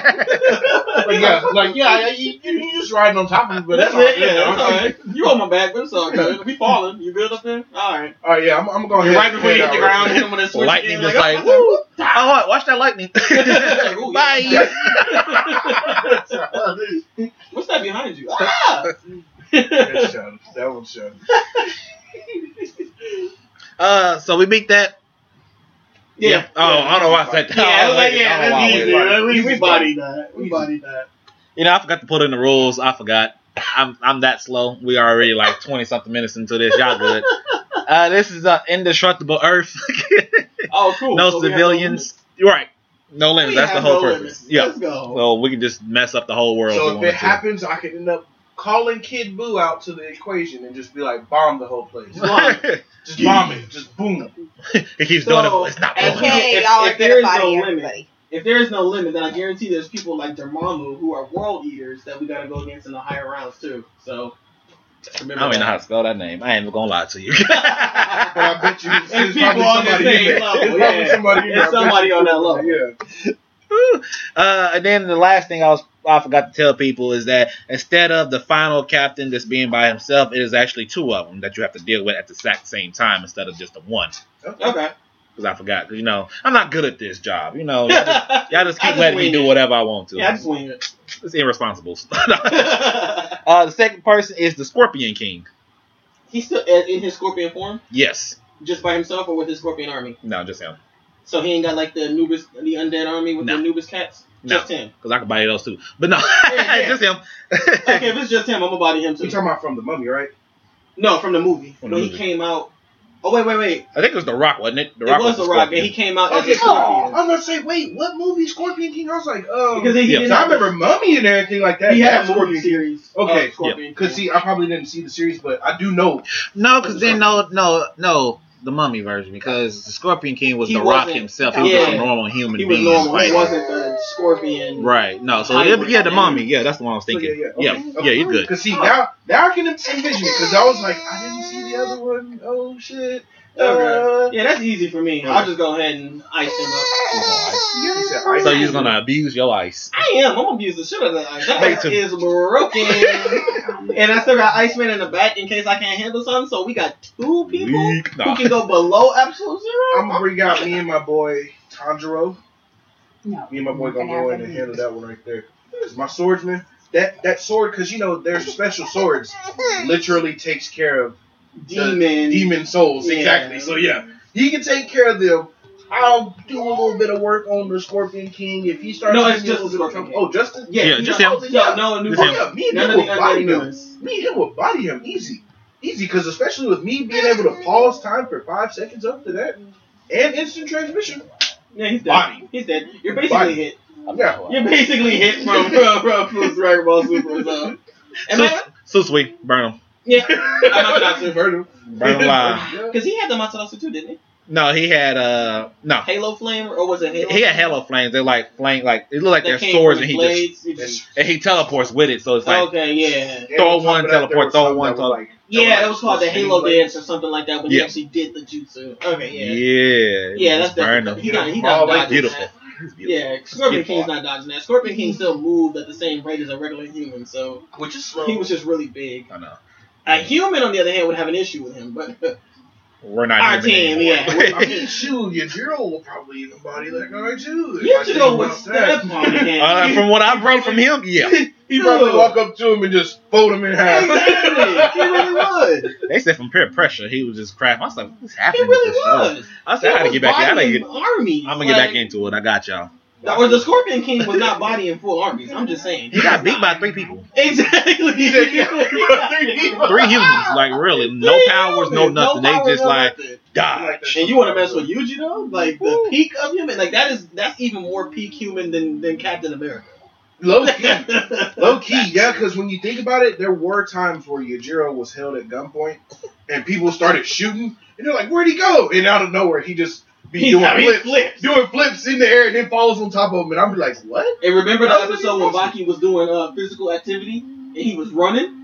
B: Like, yeah, like yeah, you, you, you just riding on top of me, but
C: But that's
B: all
C: it.
B: good.
C: Yeah, that's all right. You on my back, but it's all good. We falling. You good up there? All right.
B: All right, yeah, I'm, I'm going.
C: You're right before you hit the ground, hit him with a switch.
A: lightning
C: again,
A: was
C: like,
A: like, "Woo." *laughs* oh, watch that
C: *laughs*
A: lightning. *laughs*
C: Ooh, yeah.
A: Bye.
C: *laughs* What's that behind you? Ah!
B: That's childish. *laughs* That one's childish.
A: Uh, so we beat that.
C: yeah.
A: Oh, I don't know why I said that.
C: Yeah, I
A: I
C: was like,
A: waited. I
C: yeah,
A: don't know why I
C: that's
A: waited.
B: waited.
C: easy. That- We, we
B: Easy.
C: bodied that. We bodied that.
A: You know, I forgot to put in the rules. I forgot. I'm I'm that slow. We are already like twenty something minutes into this. Y'all good. Uh, this is uh, indestructible Earth. *laughs*
C: Oh, cool.
A: no
C: So we have
A: civilians. You're right. No limits.
C: limits. We
A: That's the
C: have
A: whole
C: no
A: purpose.
C: limits.
A: Yeah.
C: Let's go.
A: So we can just mess up the whole world.
B: So
A: if we
B: if it
A: wanted to.
B: happens, I could end up calling Kid Boo out to the equation and just be like, bomb the whole place. Just bomb it. Just
C: *laughs*
B: boom.
A: *laughs* he keeps
C: So,
A: doing it. but It's not
C: as
A: going.
C: he-
E: Okay,
C: If-
E: y'all
C: if
E: are
C: there is
E: good
C: no
E: body,
C: limit.
E: everybody.
C: If there is no limit, then I guarantee there's people like Dormammu who are world eaters that we gotta go against in the higher rounds too. So
A: I
C: remember
A: don't even know
C: that.
A: how to spell that name. I ain't even gonna lie to you.
B: But I bet you it's,
C: There's
B: it's
C: people
B: probably
C: on the
B: somebody
C: same
B: in there.
C: level,
B: It's probably
C: yeah.
B: somebody in there. I bet
C: There's somebody
B: you-
C: on that level.
B: Yeah.
A: uh, and then the last thing I was I forgot to tell people is that instead of the final captain just being by himself, it is actually two of them that you have to deal with at the exact same time instead of just the one.
C: *laughs* Okay.
A: *laughs* Because I forgot. 'Cause, you know, I'm not good at this job. You know, y'all Oh, just,
C: yeah,
A: *laughs* y'all just
C: I
A: keep
C: just
A: letting me
C: wing
A: do
C: it.
A: whatever I want to.
C: I just wing it.
A: it's irresponsible. *laughs* uh, the second person is the Scorpion King.
C: *laughs* He's still uh, in in his scorpion form,
A: Yes.
C: just by himself or with his scorpion army.
A: No, just him.
C: So he ain't got like the Anubis, the undead army with
A: No.
C: the Anubis cats.
A: No.
C: Just him.
A: Because I could buy those too. But no, *laughs*
C: Yeah, yeah.
A: just him.
C: Okay, if it's just him, I'm gonna body him
B: You're
C: too.
B: talking about from the mummy, right?
C: No, from the movie
A: From the
C: when he
A: movie.
C: came out. Oh wait, wait, wait!
A: I think it was The Rock, wasn't it? The
C: it was the Rock, and
A: Scorpion.
C: he came out as
B: Okay,
C: a
B: cool. I
C: scorpion
B: was gonna say, wait, what movie Scorpion King? I was like, um,
C: because he,
A: Yeah.
C: didn't
B: so I remember Mummy and everything like that.
C: he
B: Yeah,
C: had a
B: Scorpion
C: movie
B: King.
C: series. of
B: Okay,
C: scorpion.
B: Cause see, I probably didn't see the series, but I do know.
A: No, because then no, no, no, the mummy version because the Scorpion King was
C: He
A: the Rock
C: wasn't-
A: himself. He was just a
C: Yeah.
A: normal human
C: he was
A: being.
C: normal. He
A: Right.
C: wasn't the scorpion.
A: Right. No. So
C: I
A: yeah,
C: was-
A: yeah, the mummy. Yeah, that's the one I was
B: So,
A: thinking.
B: yeah,
A: yeah,
B: yeah. Okay,
A: yeah,
B: okay.
A: you're good.
B: Cause see, now, now I can envision it. Cause I was like, I didn't see the other one. Oh shit.
C: Okay.
B: Uh,
C: Yeah, that's easy for me. I'll just go ahead and ice him up.
B: He said,
A: So
B: "Ice
A: you're
B: *laughs*
A: just gonna abuse your ice.
C: I am. I'm gonna abuse the shit out of that ice. That
A: Me
C: ice
A: too.
C: is broken. *laughs* and I still got Iceman in the back in case I can't handle something. So we got two people
A: Weak.
C: who
A: Nah.
C: can go below absolute zero.
B: I'm gonna bring out me and my boy Tanjiro.
D: No.
B: Me and my boy gonna go in and handle that one right there. 'Cause my swordsman, that that sword, cause you know there's special swords, literally takes care of
C: Demon.
B: demon souls.
C: Yeah.
B: Exactly. So yeah, he can take care of them. I'll do a little bit of work on the Scorpion King if he starts.
C: No,
B: to
C: it's
B: get a
C: just
B: little
C: the
B: bit of
C: Scorpion
B: trouble- Oh, Justin.
A: Yeah, just
C: no,
A: him.
C: Yeah, no,
B: Oh
C: new
A: Just him.
B: yeah, me and
C: None
B: him
C: of the
B: will body
C: undead
B: him.
C: humans.
B: Me and him will body him easy. easy because especially with me being able to pause time for five seconds after that and instant transmission,
C: Yeah, he's dead.
B: Body.
C: He's dead. You're basically
B: Body.
C: hit.
B: I'm not
C: You're basically hit
A: *laughs*
C: from from, from, from Dragon Ball Super.
B: *laughs*
C: So. And
A: So,
C: I,
A: so sweet. Burn him.
C: yeah,
B: lying. Burn him. *laughs*
A: Burn him
C: *laughs*
A: live.
C: because he had the Matsunasu too, didn't he?
A: No, he had uh no.
C: Halo Flame or was it Halo?
A: He had halo flames. They're like flame like it look like
C: That
A: they're
C: came
A: swords
C: from
A: and he just
C: blades. It
B: It's-
A: and he teleports with it, so it's like
C: okay, yeah.
B: and
A: Throw
B: on top
A: one,
B: of that, there
A: teleport,
B: was
A: throw
B: something
A: one,
B: that was
A: teleport.
B: like-
C: Yeah,
B: like
C: it was called the
B: thing,
C: Halo
B: like,
C: dance or something like that when he
A: Yeah.
C: actually did the jutsu. Okay,
A: yeah.
C: yeah.
A: Yeah,
C: Yeah, that's
A: just burn
C: definitely
A: them.
C: he not he
B: Oh,
C: not
B: like
C: dodging
A: beautiful.
C: that.
A: It's beautiful.
C: Yeah, Scorpion
A: Beautiful.
C: King's not dodging that. Scorpion King still moved at the same rate as a regular human, so
B: Which is slow.
C: he was just really big.
A: I know.
C: A human, on the other hand, would have an issue with him, but
A: We're not
C: Our
A: human
C: team,
A: anymore.
B: *laughs*
C: yeah.
B: I mean, shoot, your drill will probably even body that guy too. if I
C: you should
B: think
C: go
B: about
C: with Step on
B: *laughs*
C: him.
A: *laughs* Uh,
C: *laughs*
A: from what I've read from him, yeah, *laughs*
B: He'd probably walk up to him and just fold him in half.
C: Exactly. He
B: *laughs*
C: really would.
A: they said from peer pressure he was just crap. I was like, what's
C: He
A: happening?
C: really
A: with this show?
C: was.
A: I said, I gotta get back. in. I gotta get.
C: Armies.
A: I'm gonna get back into it. I got y'all.
C: Or the Scorpion King was not bodying full armies. I'm just saying.
A: He got beat by three people,
C: *laughs* Exactly. *laughs*
B: He said *laughs* he got beat by three people.
A: three humans. Like really, no
C: Three
A: powers, no
C: humans.
A: nothing.
C: powers,
A: they just
C: no
A: like
C: nothing. *laughs*
A: die.
C: And you want to
B: *laughs*
C: mess with Yuji though? Like the
A: Woo.
C: peak of human, like that is that's even more peak human than than Captain *laughs* America.
B: Low *laughs* key, low key, yeah. Because when you think about it, there were times where Yajiro was held at gunpoint, and people started shooting, and they're like, "Where'd he go?" And out of nowhere, he just be
C: He's
B: doing
C: I mean,
B: flips,
C: flips.
B: doing flips in the air, and then falls on top of him, and I'm like, "What?"
C: And remember the
B: That's what
C: episode
B: he
C: when
B: does.
C: Baki was doing uh, physical activity and he was running?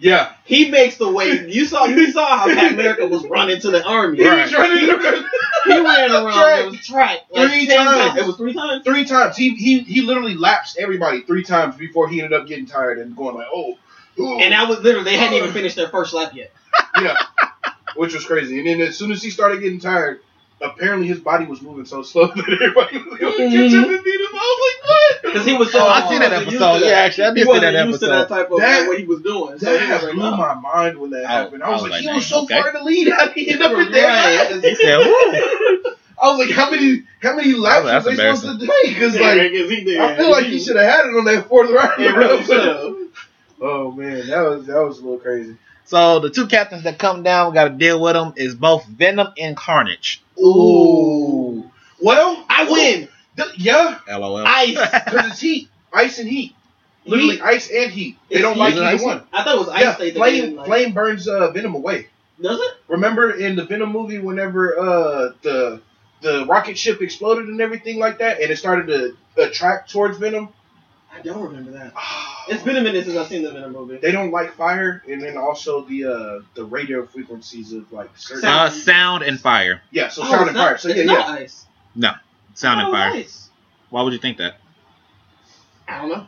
B: Yeah,
C: He makes the way. You saw you saw how
B: *laughs*
C: Captain America was running to the army.
B: he
A: Right.
B: was running
C: *laughs*
B: *laughs*
C: He ran around.
B: Track.
C: It was track. Like
B: Three
C: 10
B: times.
C: It was three times.
B: three times. He he he literally laps everybody three times before he ended up getting tired and going like, "Oh." ooh."
C: And that was literally they hadn't even finished their first lap yet.
B: yeah, which was crazy. And then as soon as he started getting tired, apparently his body was moving so slow *laughs* that everybody was able to catch up and beat him. I was like, what?
C: Mm-hmm. Because he was so.
A: Oh, I
C: he
A: see that
C: wasn't used
A: episode.
C: to
A: Yeah,
C: that.
A: actually, I
C: He
A: did see
C: wasn't
A: that
C: used to
A: episode.
C: that type of
B: That-
C: what he was doing. So he was
B: That
C: like,
B: blew
C: oh. *laughs*
B: my mind when that
A: uh, I-
B: happened. I
A: I
B: was,
A: was
B: like,
A: like,
B: he was so
A: dang, okay.
B: far in the lead. How did he end up
C: Right.
A: *laughs*
B: in there?
A: He said, "Woo!"
B: I was like, how many how many laps
A: that's
B: was they supposed to take? Because
C: Yeah,
B: like,
C: 'cause he did.
B: I feel like
C: *laughs*
B: he should have had it on that fourth round.
C: It really should've.
B: *laughs* oh man, that was that was a little crazy.
A: So the two captains that come down, we got to deal with them. Is both Venom and Carnage.
B: Ooh. Well,
C: I win.
B: th- yeah,
A: LOL.
C: Ice.
B: because it's heat, ice and heat. Literally,
C: Heat.
B: ice and heat. They
C: It's
B: don't
C: heat.
B: like
A: Is it ice?
B: either one.
C: I thought it was ice
B: Yeah,
C: state. that they
B: flame,
C: didn't like.
B: flame burns uh, venom away.
C: Does it?
B: Remember in the Venom movie, whenever uh, the the rocket ship exploded and everything like that, and it started to attract towards Venom.
C: I don't remember that.
B: Ah,
C: It's been a minute since I've seen them in a movie.
B: they don't like fire, and then also the uh, the radio frequencies of like certain,
C: Sound.
A: *laughs* Uh, sound and fire.
B: yeah, so
C: Oh,
B: sound
C: it's
B: and
C: not-
B: fire. So
C: it's
B: yeah,
C: not
B: yeah,
C: ice.
A: Sound
C: Oh,
A: and fire.
C: Ice.
A: Why would you think that?
C: I don't know.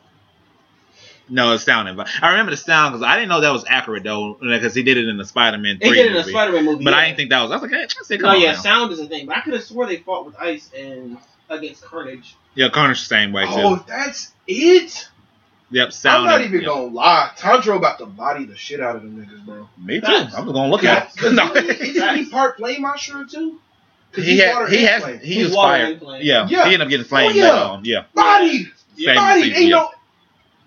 A: No, it's sound and fire. I remember the sound because I didn't know that was accurate though, because he did it in the Spider-Man
C: They
A: three
C: did it in a
A: movie.
C: Spider-Man movie,
A: but
C: yeah.
A: I didn't think that was. I was like, hey, I said, come
C: No,
A: on
C: yeah,
A: now.
C: sound is a thing. But I could have swore they fought with ice and against Carnage.
A: yeah, Carnage the same way too.
B: oh, that's it.
A: yep, sound.
B: I'm not
A: and-
B: even
A: yep.
B: gonna lie. Tandro about to body the shit out of them niggas, bro.
A: Me too.
C: Facts.
A: I'm just gonna look
B: Yeah,
A: at it.
B: *laughs*
A: *laughs*
B: 'cause
A: No.
B: isn't he- isn't he part flame monster too? 'Cause
A: he
B: water
A: had, he
B: and
A: has,
B: flame.
A: he
C: He's
A: was
C: water
A: fired.
C: and flame.
A: Yeah,
B: Yeah.
A: he ended up getting flamed.
B: yeah.
A: later on. yeah.
B: body,
A: Same
B: body.
A: season,
B: Ain't
A: yeah.
B: no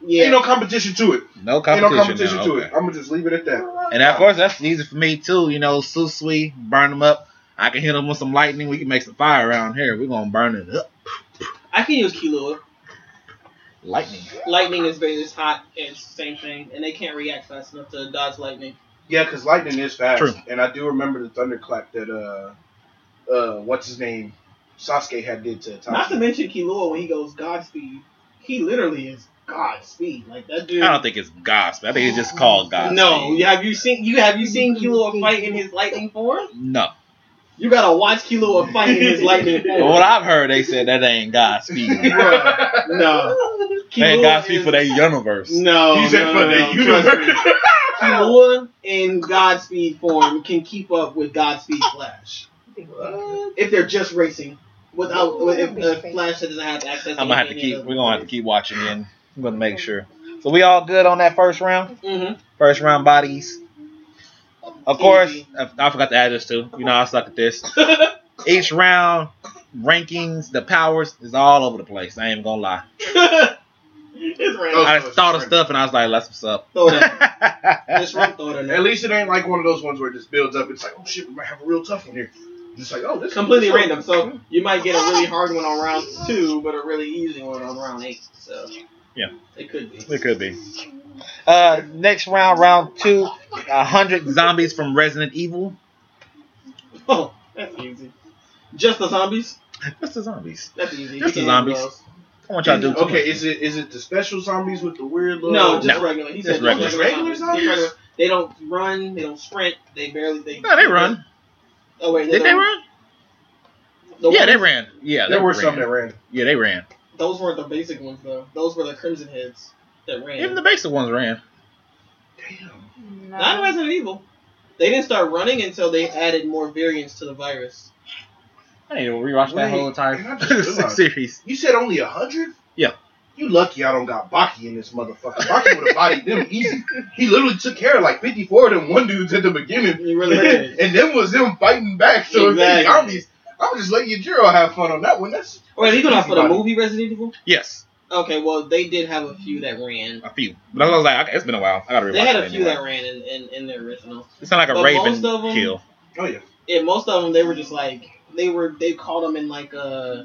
C: Yeah.
B: ain't no competition to it.
A: no
B: Ain't
A: competition.
B: no competition
A: now,
B: to
A: okay.
B: it. I'm gonna just leave it at that.
A: And of course, that's easy for me too. You know, Susui, burn them up. I can hit them with some lightning. We can make some fire around here. We're gonna burn it up.
C: I can use Killua.
A: Lightning.
C: Lightning is very it's hot. It's the same thing, and they can't react fast enough to dodge lightning.
B: Yeah, because lightning is fast,
A: True.
B: and I do remember the thunderclap that uh, uh, what's his name, Sasuke had did to *laughs*
C: Not to
B: Itachi.
C: mention Killua when he goes Godspeed. He literally is Godspeed. Like that
A: I
C: dude.
A: don't think it's gospel. I think it's just called gospel.
C: No, have you seen you have you seen Killua fight in his lightning form?
A: No.
C: You gotta watch Killua fight in his
A: *laughs*
C: lightning
A: From
C: form.
A: what I've heard, they said that ain't
B: *laughs*
A: Godspeed.
C: no,
A: they ain't
C: Killua
A: Godspeed
C: is-
A: for their universe.
C: No,
B: You said
C: no,
B: for
C: no,
B: the
C: no,
B: universe. *laughs*
C: trust me. Killua in Godspeed form can keep up with Godspeed Flash if they're just racing without if uh, Flash doesn't have access.
A: I'm gonna have to keep. We're gonna have to keep watching in. I'm gonna make sure. So we all good on that first round.
C: Mm-hmm. *laughs*
A: First round bodies. Of course, I, I forgot to add this too. You know I suck at this. Each round rankings, the powers is all over the place. I ain't gonna lie.
C: it's
A: *laughs*
C: random.
A: I just thought of stuff and I was like, "That's what's up."
C: Throw it out. This one thought in
B: At
C: there.
B: least it ain't like one of those ones where it just builds up. It's like, oh shit, we might have a real tough one here. Just like, oh, this is-
C: Completely
B: this
C: random. So you might get a really hard one on round two, but a really easy one on round eight. So
A: Yeah.
C: it could be.
A: It could be. Uh, next round, round two, a hundred zombies from Resident Evil.
C: *laughs* Oh, that's easy. Just the zombies.
A: Just the zombies.
C: That's easy.
A: Just
C: You
A: the
C: can handle
A: zombies.
C: those.
A: I want y'all to do too
B: okay,
A: much.
B: is it is it the special zombies with the weird little?
C: No, just
A: No.
C: regular. He
A: Just
C: said
A: regular.
C: Just
B: Regular
C: Just
B: zombies?
C: regular. They don't run. They don't sprint. They barely. They
A: No, they run.
C: Oh wait,
A: Did they
C: don't-
A: run?
C: the
A: yeah,
C: ones-
A: they ran. Yeah,
B: there
A: they
B: were
A: ran.
B: some that ran.
A: Yeah, they ran.
C: Those weren't the basic ones though. Those were the Crimson Heads that ran.
A: Even the basic ones ran.
B: Damn.
D: No.
C: Not Resident Evil. They didn't start running until they added more variants to the virus.
A: I need to rewatch that
B: Wait,
A: whole
B: can
A: entire *laughs*
B: I just realize-
A: series.
B: You said only a hundred?
A: Yeah.
B: You lucky I don't got Baki in this motherfucker. Baki would have bodied
C: *laughs*
B: them easy. He literally took care of like fifty four of them one dudes at the beginning,
C: You really did.
B: and then was them fighting back. So if they
C: Exactly.
B: zombies, I'm just letting Jiro have fun on that one. That's
C: *laughs* Wait, are you going off for the
B: Everybody.
C: movie Resident Evil?
A: Yes,
C: Okay, well they did have a few that ran.
A: a few. But I was like, okay, it's been a while. I gotta rewatch
C: They had a
A: it
C: few
A: anyway.
C: that ran in, in, in the original.
A: It sounded like a
C: but
A: raven
C: most of 'em-
A: kill.
B: oh yeah.
C: Yeah, most of them they were just like they were they caught them in like uh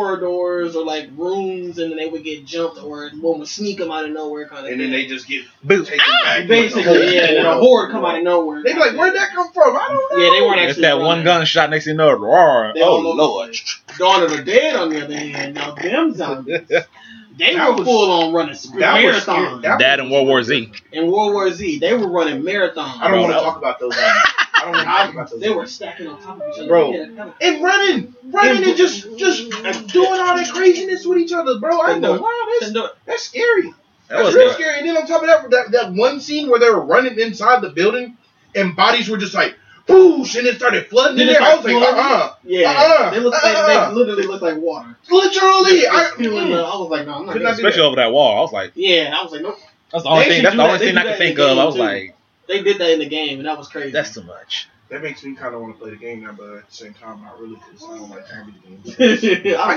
C: corridors or like rooms, and then they would get jumped or one would sneak them out of nowhere kind of.
B: And then they just get
A: Boot.
B: taken back.
C: basically yeah, and a
B: *laughs*
C: horde come out of nowhere.
B: Ah, Oh, They be like, where'd that come from? I don't know.
C: Yeah, they weren't
A: It's
C: actually.
A: that
C: running.
A: one gunshot next to another. Roar.
C: They
A: Oh
C: all over the
A: lord.
C: place. Dawn of the Dead, on the other hand, now them zombies, they
B: That
C: were
B: was-
C: full on running
B: That was
C: marathons.
B: scary.
A: That and World War Z.
C: In World War Z, they were running marathons.
B: I don't want to
A: Bro.
B: talk about those. Zombies. I don't want to talk about those.
C: They were stacking on top of each other.
B: Bro.
C: They had a couple-
B: and running, running, and just just doing all that craziness with each other, bro. I know. Wow, that's
C: And the-
B: that's scary.
A: That was
B: That's real
A: good.
B: scary. And then on top of that, that, that one scene where they were running inside the building and bodies were just like boosh and it started flooding
C: Then
B: in
C: it
B: there. I was like,
C: started
B: uh
C: flooding.
B: uh
C: Yeah,
B: Uh-uh.
C: they, look, they,
B: Uh-uh.
C: they literally look like water.
B: Literally.
C: It's-
B: Oh, I, mm.
C: it's pure love. I was like, no, I'm not.
B: Could not
C: doing
B: do
A: Especially
B: that.
A: over that wall. I was like,
C: it. Yeah, I was like, nope.
A: that's the only
B: They
A: thing.
B: should
A: That's
B: do
A: the
B: that.
A: only
C: They
A: thing
C: do
A: I could
C: that in
A: think
C: the
A: of. I
C: game,
A: was
C: too.
A: like,
C: They did that in the game, and that was crazy.
A: that's too much.
B: That makes me kind of want to play the game now, but at the same time, not really because I don't like zombie games.
C: I,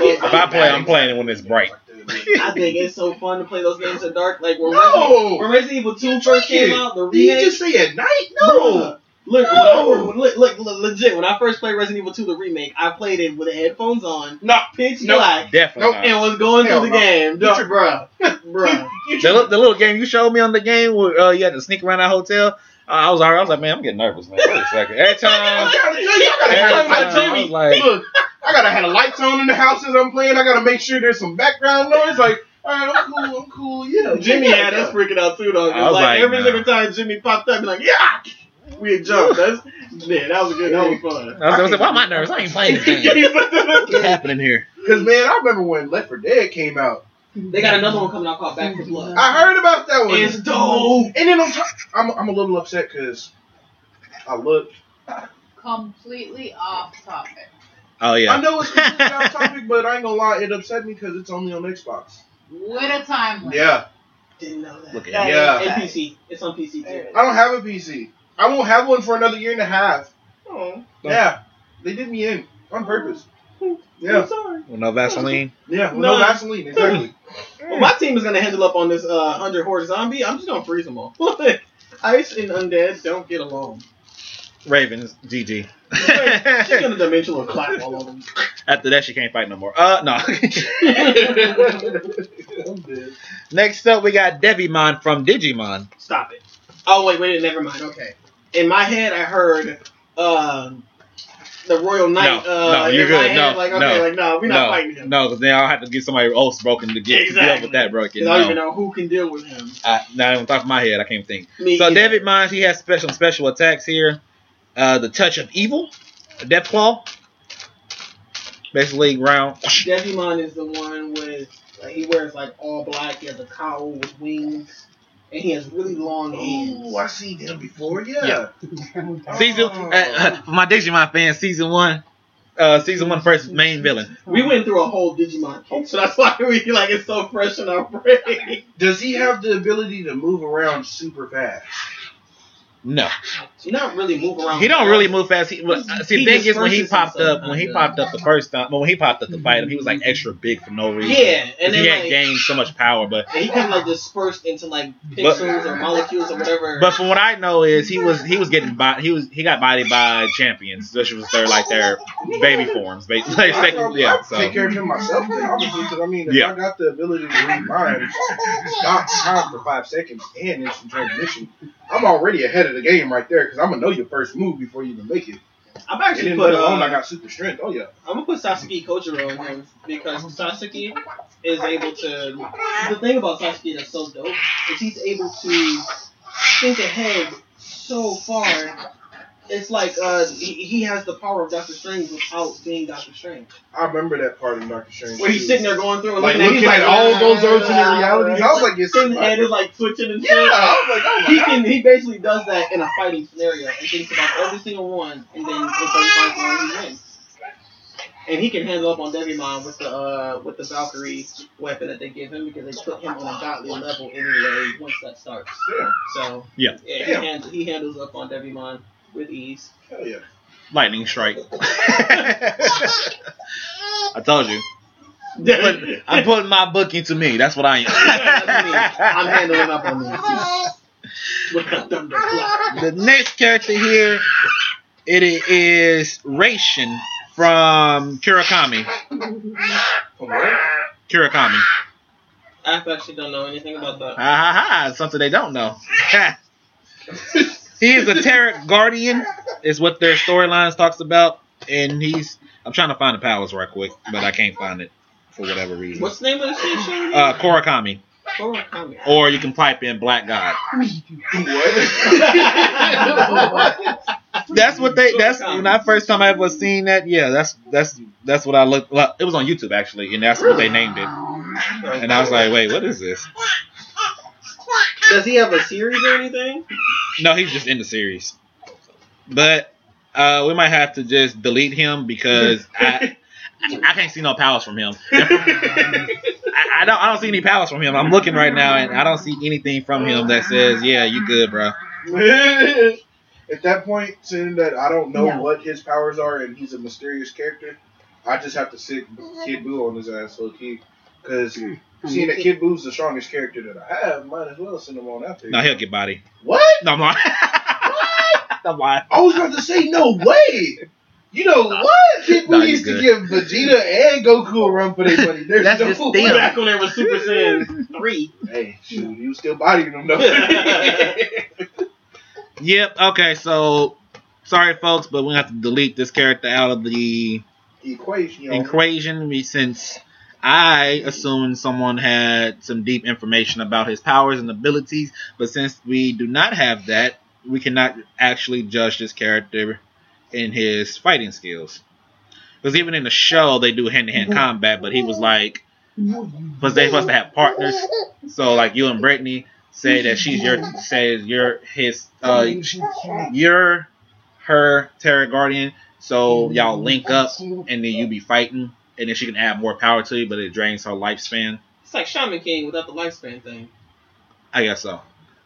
A: *laughs*
B: get-
A: If
C: love,
A: I
C: I,
B: I'm
A: play,
B: bad.
A: I'm playing it when it's bright.
B: *laughs*
C: I think it's so fun to play those games in the dark. Like when, Resident,
A: *laughs*
C: when
B: no.
C: Resident Evil Two first came
B: Yeah.
C: out, the
B: Did you
C: remake.
B: just say at night? No.
C: Bruh, Look,
B: No.
C: when I- when- look, look, le- legit. When I first played Resident Evil 2, the remake, I played it with the headphones on,
B: No.
C: pitch
B: No.
C: black,
A: Definitely.
B: Nope.
A: not.
C: and was going
B: Hell
C: through the
B: no.
C: game.
B: You
C: Duh,
B: tri-
C: bruh,
B: *laughs*
C: bruh.
B: You
A: The, li-
B: just,
A: the little game you showed me on the game where uh, you had to sneak around that hotel, uh, I was alright. I was like, man, I'm getting nervous, man. Wait a second. Every
B: I'm
A: time,
B: trying to tell you, I
A: every
B: gotta have
A: time
B: a light
A: I was like,
B: Look, I gotta have the lights on in the house as I'm playing. I gotta make sure there's some background noise. Like, all right, I'm cool, I'm cool. Yeah,
C: Jimmy
B: yeah,
C: had
B: yeah.
C: us freaking out too, though. 'cause,
A: I was
C: like,
A: like,
C: every
A: nah.
C: single time Jimmy popped up, be like, yeah, we had jumped. That's yeah, that was good. That
A: *laughs*
C: was fun.
A: I was, I was like, why am I nervous? I ain't playing this
C: *laughs*
A: game. What's happening here?
B: *laughs* Cause man, I remember when Left 4 Dead came out.
C: they got another one coming out called Back for Blood.
B: I heard about that one.
C: It's dope.
B: and then on top, I'm, I'm a little upset because I looked.
D: Completely off topic.
A: Oh
B: I
A: yeah,
B: know it's completely off topic, but I ain't gonna lie, it upset me because it's only on Xbox.
D: What a time. limit.
B: Yeah,
C: Didn't know that.
A: Look at
C: That
B: Yeah.
C: is- and PC. It's on PC too.
B: I don't have a PC. I won't have one for another year and a half.
C: Oh,
B: Yeah, they did me in on purpose. Yeah.
C: I'm sorry.
A: well, no Vaseline.
B: Yeah, well, no
C: No.
B: Vaseline, exactly.
C: *laughs* Well, my team is gonna handle up on this uh, hundred horde zombie. I'm just gonna freeze them all. *laughs* Ice and undead don't get along.
A: *laughs* Ravens, GG.
C: She's gonna dimensional clap all of them.
A: *laughs* After that, she can't fight no more. Uh, no. *laughs* Next up, we got Devimon from Digimon.
C: Stop it. Oh wait, wait, never mind. Okay. In my head, I heard um, the royal knight.
A: No,
C: uh,
A: no, you're
C: in my
A: good.
C: Head,
A: No,
C: like okay,
A: no,
C: like no, we're not
A: No,
C: fighting him.
A: no, because then I'll have to get somebody else broken to get to deal
C: Exactly.
A: with that broken.
C: Because I don't even
A: No,
C: know who can deal with him.
A: I, now on top of my head, I can't think.
C: Me
A: So
C: either.
A: David Mines, he has special special attacks here. Uh, the touch of evil, death claw. Basically, round.
C: Devimon is the one with like, he wears like all black. He has a cowl with wings, and he has really long hands.
B: Oh, I seen him before. Yeah.
A: Yeah. Season.
C: Oh.
A: Uh, uh, for my Digimon fans, season one. Uh, season one first main villain.
C: We went through a whole Digimon kick, so that's why we like it's so fresh in our brain.
B: Does he have the ability to move around super fast?
A: No,
C: *laughs* not really move around.
A: he don't really move fast. He, well, uh, see,
C: He
A: the thing is when he
C: disperses
A: popped
C: himself
A: up, when he
C: kinda.
A: popped up the first time, well, when he popped up to fight him, he was like extra big for no reason.
C: Mm-hmm. Yeah, and
A: 'Cause he
C: then
A: had
C: like,
A: gained so much power, but
C: and he kind of like dispersed into like
A: But-
C: pixels or molecules or whatever.
A: but from what I know is he was he was getting by he was he got bodied by champions, which was their like their baby forms, ba-
B: *laughs*
A: like second, yeah.
B: I take
A: So
B: care of him myself, then, obviously, because I mean, if
A: Yeah.
B: I got the ability to read minds, stop time for five seconds, and instant transmission, I'm already ahead of the game right there because I'm gonna know your first move before you even make it.
C: I'm
B: And
C: actually
B: then
C: put
B: let
C: uh,
B: alone I got super strength. Oh yeah,
C: I'm gonna put Sasuke Kojiro in him because Sasuke is able to. The thing about Sasuke that's so dope is he's able to think ahead so far. It's like uh, he, he has the power of Doctor Strange without being Doctor Strange.
B: I remember that part in Doctor Strange.
C: Where he's
B: too.
C: sitting there going through and
B: like
C: looking,
B: looking
C: at,
B: at
C: he's
B: all
C: like,
B: those
C: "Ah."
B: alternate realities, I was like,
C: He's
B: it's
C: sitting there and is like twitching and
B: yeah,
C: shit.
B: I was like, oh my
C: He
B: God.
C: can. He basically does that in a fighting scenario and thinks about every single one, and then if he finds one, he wins. And he can handle up on Devimon with the uh, with the Valkyrie weapon that they give him because they put him on a godly level anyway once that starts.
B: Yeah.
C: So
A: Yeah.
C: yeah,
B: Yeah.
C: He, handles, he handles up on Devimon with ease.
B: Hell yeah.
A: lightning strike. *laughs* I told you. Put- I'm putting my book into me. That's what I
C: *laughs* I'm
A: am.
C: handling up on these *laughs* with the thunderclap.
A: the next character here, it is Raishin from Kirakami. *laughs*
B: From where?
A: Kirakami.
C: I actually don't know anything about that.
A: Ah, ha, ha, it's something they don't know. *laughs* he is a Tarot Guardian, is what their storylines talks about. And he's I'm trying to find the powers right quick, but I can't find it for whatever reason.
C: What's the name of the station?
A: uh Korakami. Or you can pipe in Black God.
B: What?
A: That's what they that's
C: Korakami.
A: not first time I ever seen that. Yeah, that's that's that's what I looked well, it was on YouTube actually, and that's what they named it. *laughs* And I was like, wait, what is this?
C: Does he have a series or anything?
A: No, he's just in the series. But uh, we might have to just delete him because I I can't see no powers from him. I, I don't I don't see any powers from him. I'm looking right now and I don't see anything from him that says, yeah, you good, bro.
B: *laughs* At that point, seeing that I don't know
D: No.
B: what his powers are and he's a mysterious character, I just have to sit Kid Boo on his ass, low key. Because
A: Hmm.
B: seeing that Kid Boo's the strongest character that I have, might as well send him on out there.
A: No, he'll get body.
B: what?
A: No, I'm lying. *laughs* I'm lying.
B: I was about to say, no way! You know what? Kid
A: Nah,
B: Boo
A: you
B: needs to
A: good.
B: give Vegeta and Goku a run for
A: *laughs*
B: their money. There's
A: That's
B: no
A: just
B: *laughs* way.
A: them.
C: Back when there was Super Saiyan 3.
B: Hey, shoot, you still bodying them
C: *laughs*
B: though.
A: Yep. Okay. So, sorry, folks, but we have to delete this character out of the
B: Equation. y'all.
A: equation we- since I assumed someone had some deep information about his powers and abilities. But since we do not have that, we cannot actually judge this character in his fighting skills. Because even in the show, they do hand to hand combat, but he was like, because they supposed to have partners. So like you and Brittany say that she's your say you're his uh you're her terror guardian. So y'all link up and then you be fighting and then she can add more power to you, but it drains her lifespan.
C: It's like Shaman King without the lifespan thing.
A: I guess so.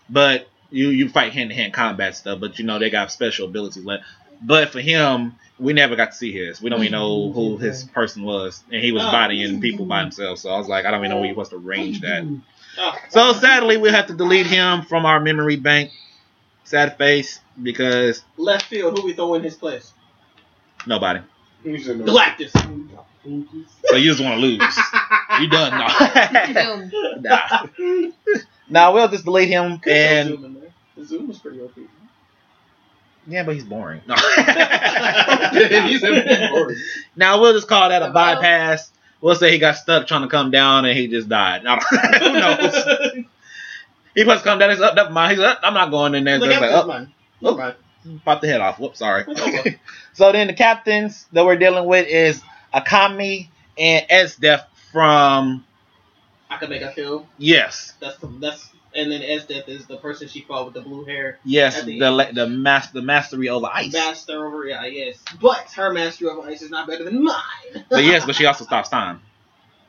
A: But you you fight hand to hand combat stuff, but you know they got special abilities. Like, but for him, we never got to see his. We don't even know who his person was, and he was
C: Oh.
A: bodying people by himself. So I was like, I don't even know where he was to range that.
E: Um,
C: Oh.
A: So sadly, we have to delete him from our memory bank. Sad face because
C: Left field, who we throw in his
A: *laughs*
C: place?
A: nobody.
B: He's in *laughs* the-
C: *laughs* Galactus.
A: So you just want to lose. You done
D: *laughs*
A: now?
D: Zoom.
A: nah. Nah, we'll just delete him
C: Could throw
A: and
C: Zoom in there. The Zoom is pretty OP.
A: yeah, but he's boring. No.
B: He's in the
C: *laughs*
B: board.
A: now we'll just call that a bypass. We'll say he got stuck trying to come down and he just died. No, *laughs* *laughs* who knows? He must come down. He's up, never mind. He's up. I'm not going in there.
C: Look
A: Just
C: at
A: like, oh,
C: this
A: up,
C: man. Look, man.
A: pop the head off. Whoops, sorry.
C: It's over.
A: *laughs* So then the captains that we're dealing with is Akami and S Def from
C: I can make a kill.
A: Yes.
C: That's the that's and then S Death is the person she fought with the blue hair.
A: Yes,
C: At the
A: the la- the mas- the mastery over ice.
C: Master over yeah, yes. But her mastery over ice is not better than mine.
A: But yes, but she also stops time.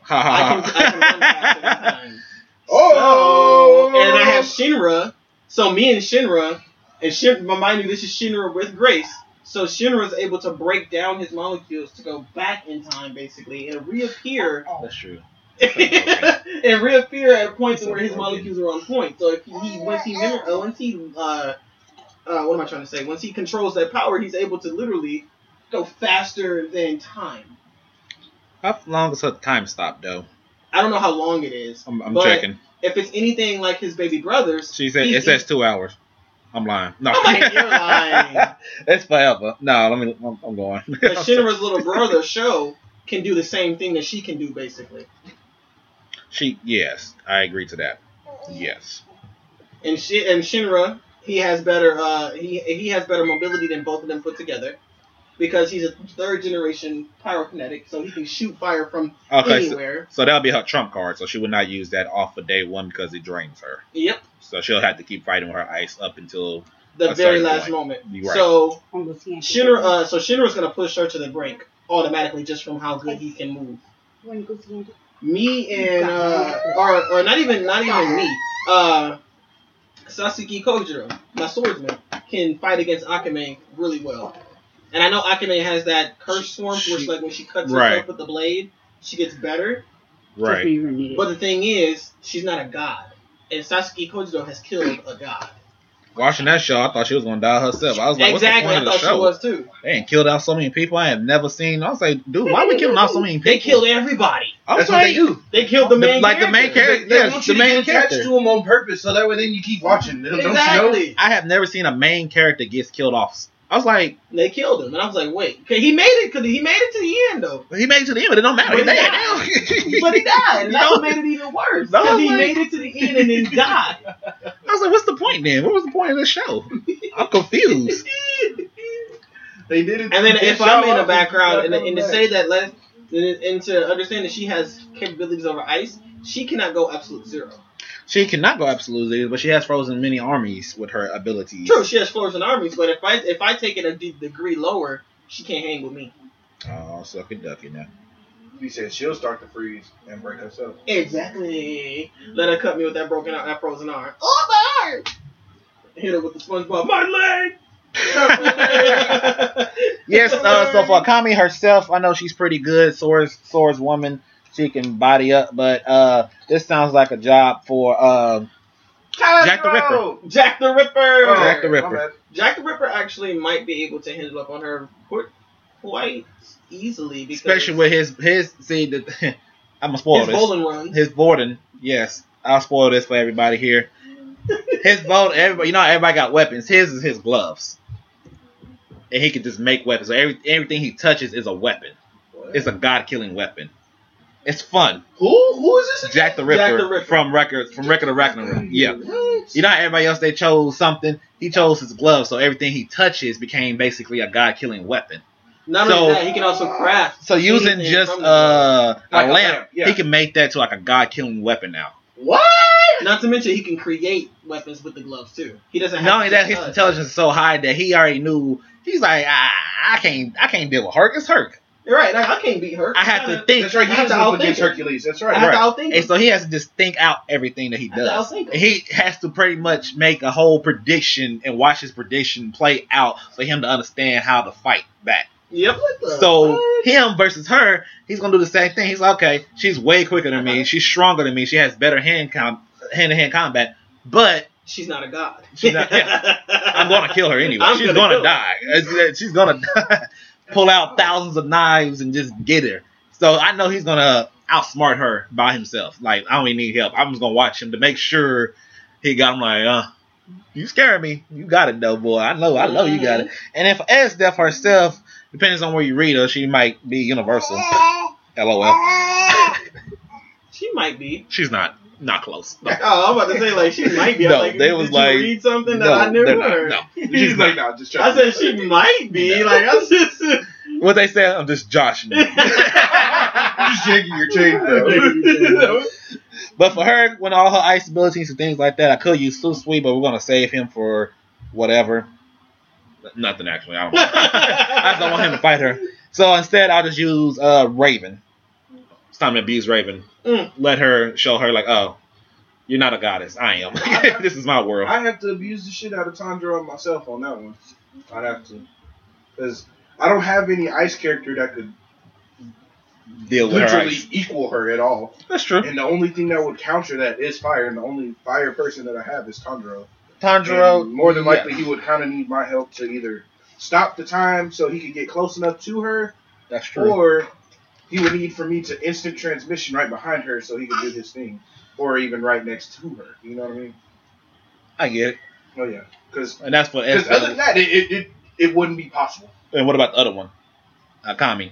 A: Ha
C: I can, I can run faster
A: ha
C: than
A: ha.
C: time.
B: Oh,
C: So- and I have Shinra. So me and Shinra And Shin, but mind you, this is Shinra with Grace. So Shinra's able to break down his molecules to go back in time, basically, and reappear
A: *laughs*
C: *laughs*
E: oh,
A: That's true.
C: and reappear at points where his
A: Okay.
C: molecules are on point. So if he once he mim- uh, once he uh, uh, what am I trying to say? Once he controls that power, he's able to literally go faster than time.
A: How long is her time stop though?
C: I don't know how long it is.
A: I'm, I'm
C: But-
A: checking.
C: If it's anything like his baby brothers,
A: She said
C: he-
A: it says two hours. I'm lying. No,
C: I'm like,
A: *laughs*
C: Oh "You're lying."
A: it's forever. No, let me. I'm, I'm going.
C: that Shinra's little brother Sho can do the same thing that she can do, basically.
A: *laughs* she yes, I agree to that. Yes.
C: And she and Shinra, he has better uh he he has better mobility than both of them put together. Because he's a third generation pyrokinetic, so he can shoot fire from
A: Okay. So,
C: anywhere.
A: so that'll be her trump card. So she would not use that off of day one because it drains her.
C: Yep.
A: So she'll have to keep fighting with her ice up until
C: The
A: A
C: very
A: certain
C: last
A: point.
C: moment.
A: You're right.
C: So
E: On the skin.
C: Shinra uh so Shinra's gonna push her to the brink automatically just from how good he can move.
E: You wanna go see him?
C: me and uh or, or not even not even me uh Sasuke Kojiro, my swordsman, can fight against Akame really well. And I know Akame has that curse form, which
A: she-
C: like when she cuts
A: right.
C: herself with the blade, she gets better.
E: Trust me,
A: right.
E: you're gonna need it.
C: But the thing is, she's not a god, and Sasuke Kojiro has killed a god.
A: Watching that show, I thought she was gonna die herself. I was like,
C: exactly,
A: what's
C: I
A: the point
C: thought
A: of the show?
C: she was too.
A: They ain't killed out so many people I have never seen. I was like, dude, why we killing out so many people?
C: They killed everybody.
A: I was
B: That's what they
A: like,
B: do.
C: They killed the
A: The-
C: main
A: like the main
C: character.
B: They, they
A: Yes,
B: want you
A: the
B: to
A: main
B: get attached
A: character.
B: to them on purpose, so that way then you keep watching them. Don't you know?
C: Exactly.
A: I have never seen a main character gets killed off. I was like,
C: They killed him, and I was like, wait, 'Cause he made it. Cause he made it to the end though.
A: he made it to the end, but it don't matter. He's
C: But he
A: dead now. *laughs*
C: *laughs* but he died, and that
A: No.
C: made it even worse.
A: No,
C: Because he
A: like-
C: made it to the end and then died.
A: I was like, what's the point then? What was the point of this show? I'm confused.
B: They did it.
C: and then
B: they
C: if
B: shot
C: I'm in the
B: off
C: background and,
B: and
C: and to say that, let and and to understand that she has capabilities over ice, she cannot go absolute zero.
A: She cannot go absolute zero, but she has frozen many armies with her abilities.
C: True, she has floors and armies, but if I if I take it a d- degree lower, she can't hang with me.
A: Oh, suck it, ducky now.
B: he said she'll start to freeze and break
C: *laughs*
B: herself.
C: Exactly. Let her cut me with that broken ar- that frozen arm. Oh my arm! Hit her with the SpongeBob. My leg. *laughs*
A: Yes, uh, so for Akami herself, I know she's pretty good. Sora's Sora's woman, she can body up, but uh, this sounds like a job for uh, Jack the Ripper.
C: Jack the Ripper.
B: Oh,
A: Jack the Ripper.
B: my bad.
C: Jack the Ripper actually might be able to handle up on her qu- quite easily because
A: especially with his his see the *laughs* I'm gonna spoil
C: his
A: this.
C: bowling runs.
A: His Borden, yes, I'll spoil this for everybody here. His Borden, everybody, you know, how everybody got weapons. His is his gloves, and he can just make weapons. So every, everything he touches is a weapon.
B: What?
A: It's a god killing weapon. It's fun.
B: who? Who is this?
A: Jack the Ripper,
C: Jack the Ripper.
A: from record from record of Ragnarok. Yeah.
B: What?
A: You know how everybody else they chose something. He chose his gloves, so everything he touches became basically a god killing weapon.
C: Not
A: so-
C: only that, he can also craft.
A: So using
C: anything
A: just
C: from
A: uh, a
B: Like
A: lamp,
B: a lamp, yeah.
A: he can make that to like a god killing weapon now.
B: What?
C: the- Not to mention he can create weapons with the gloves too. He doesn't. Have
A: Not only
C: to
A: that,
C: just
A: his
C: touch.
A: intelligence is so high that he already knew. He's like, I, I can't, I can't deal with Herc. It's Herc.
C: You're right. I, I can't beat her.
A: I have to think,
B: That's right. He
C: I have
B: was
C: to
B: up
C: outthink
B: against
C: her.
B: Hercules. That's
C: I
B: right.
C: have
A: Right.
C: to outthink
A: and
C: her.
A: so he has to just think out everything that he
C: I have to
A: does.
C: outthink her.
A: He has to pretty much make a whole prediction and watch his prediction play out for him to understand how to fight back.
C: Yep.
A: So him versus her, he's gonna do the same thing. He's like, okay, she's way quicker than me. She's stronger than me. She has better hand com- hand to hand combat. But
C: she's not a god.
A: She's not- I'm gonna kill her anyway.
C: I'm
A: she's
C: gonna
A: gonna,
C: kill her.
A: die. It's- She's gonna die. *laughs* pull out thousands of knives and just get her. So I know he's gonna outsmart her by himself. Like I don't even need help. I'm just gonna watch him to make sure he got. I'm like, uh, you scaring me. You got it though, boy. I know. I know you got it. And if S Def herself, depends on where you read her, she might be universal. LOL.
C: *laughs* She might be.
A: She's not. Not close. No.
C: Oh, I'm about to say like she might be. I'm
A: No,
C: like,
A: they
C: did
A: was
C: you
A: like,
C: read something
A: no,
C: that I never
A: they're not.
C: heard.
A: No.
B: He's like, nah, just try.
C: I said she might be.
A: No.
C: Like I was just.
A: What they say? I'm just joshing. you.
B: just shaking your chain,
C: *laughs*
B: bro.
A: *laughs*
C: That's
A: But for her, when all her ice abilities and things like that, I could use Su Sweet, but we're gonna save him for whatever. Nothing actually. I don't. Know. I just don't want him to fight her. So instead, I'll just use uh Raven. It's time to abuse Raven.
C: Mm.
A: Let her show her like, oh, You're not a goddess. I am. *laughs* this is my world.
B: *laughs* I have to abuse the shit out of Tondra myself on that one. I'd have to, because I don't have any ice character that could
A: Deal with her.
B: literally
A: ice.
B: equal her at all.
A: That's true.
B: And the only thing that would counter that is fire, and the only fire person that I have is Tondro.
A: Tanjiro.
B: And more than
A: yeah.
B: likely, he would kind of need my help to either stop the time so he could get close enough to her,
A: That's true.
B: or he would need for me to instant transmission right behind her so he could do his thing, or even right next to her. You know what I mean?
A: I get it.
B: Oh yeah, because
A: And that's for
B: other than that, it, it, it it wouldn't be possible.
A: And what about the other one? Uh, Akami.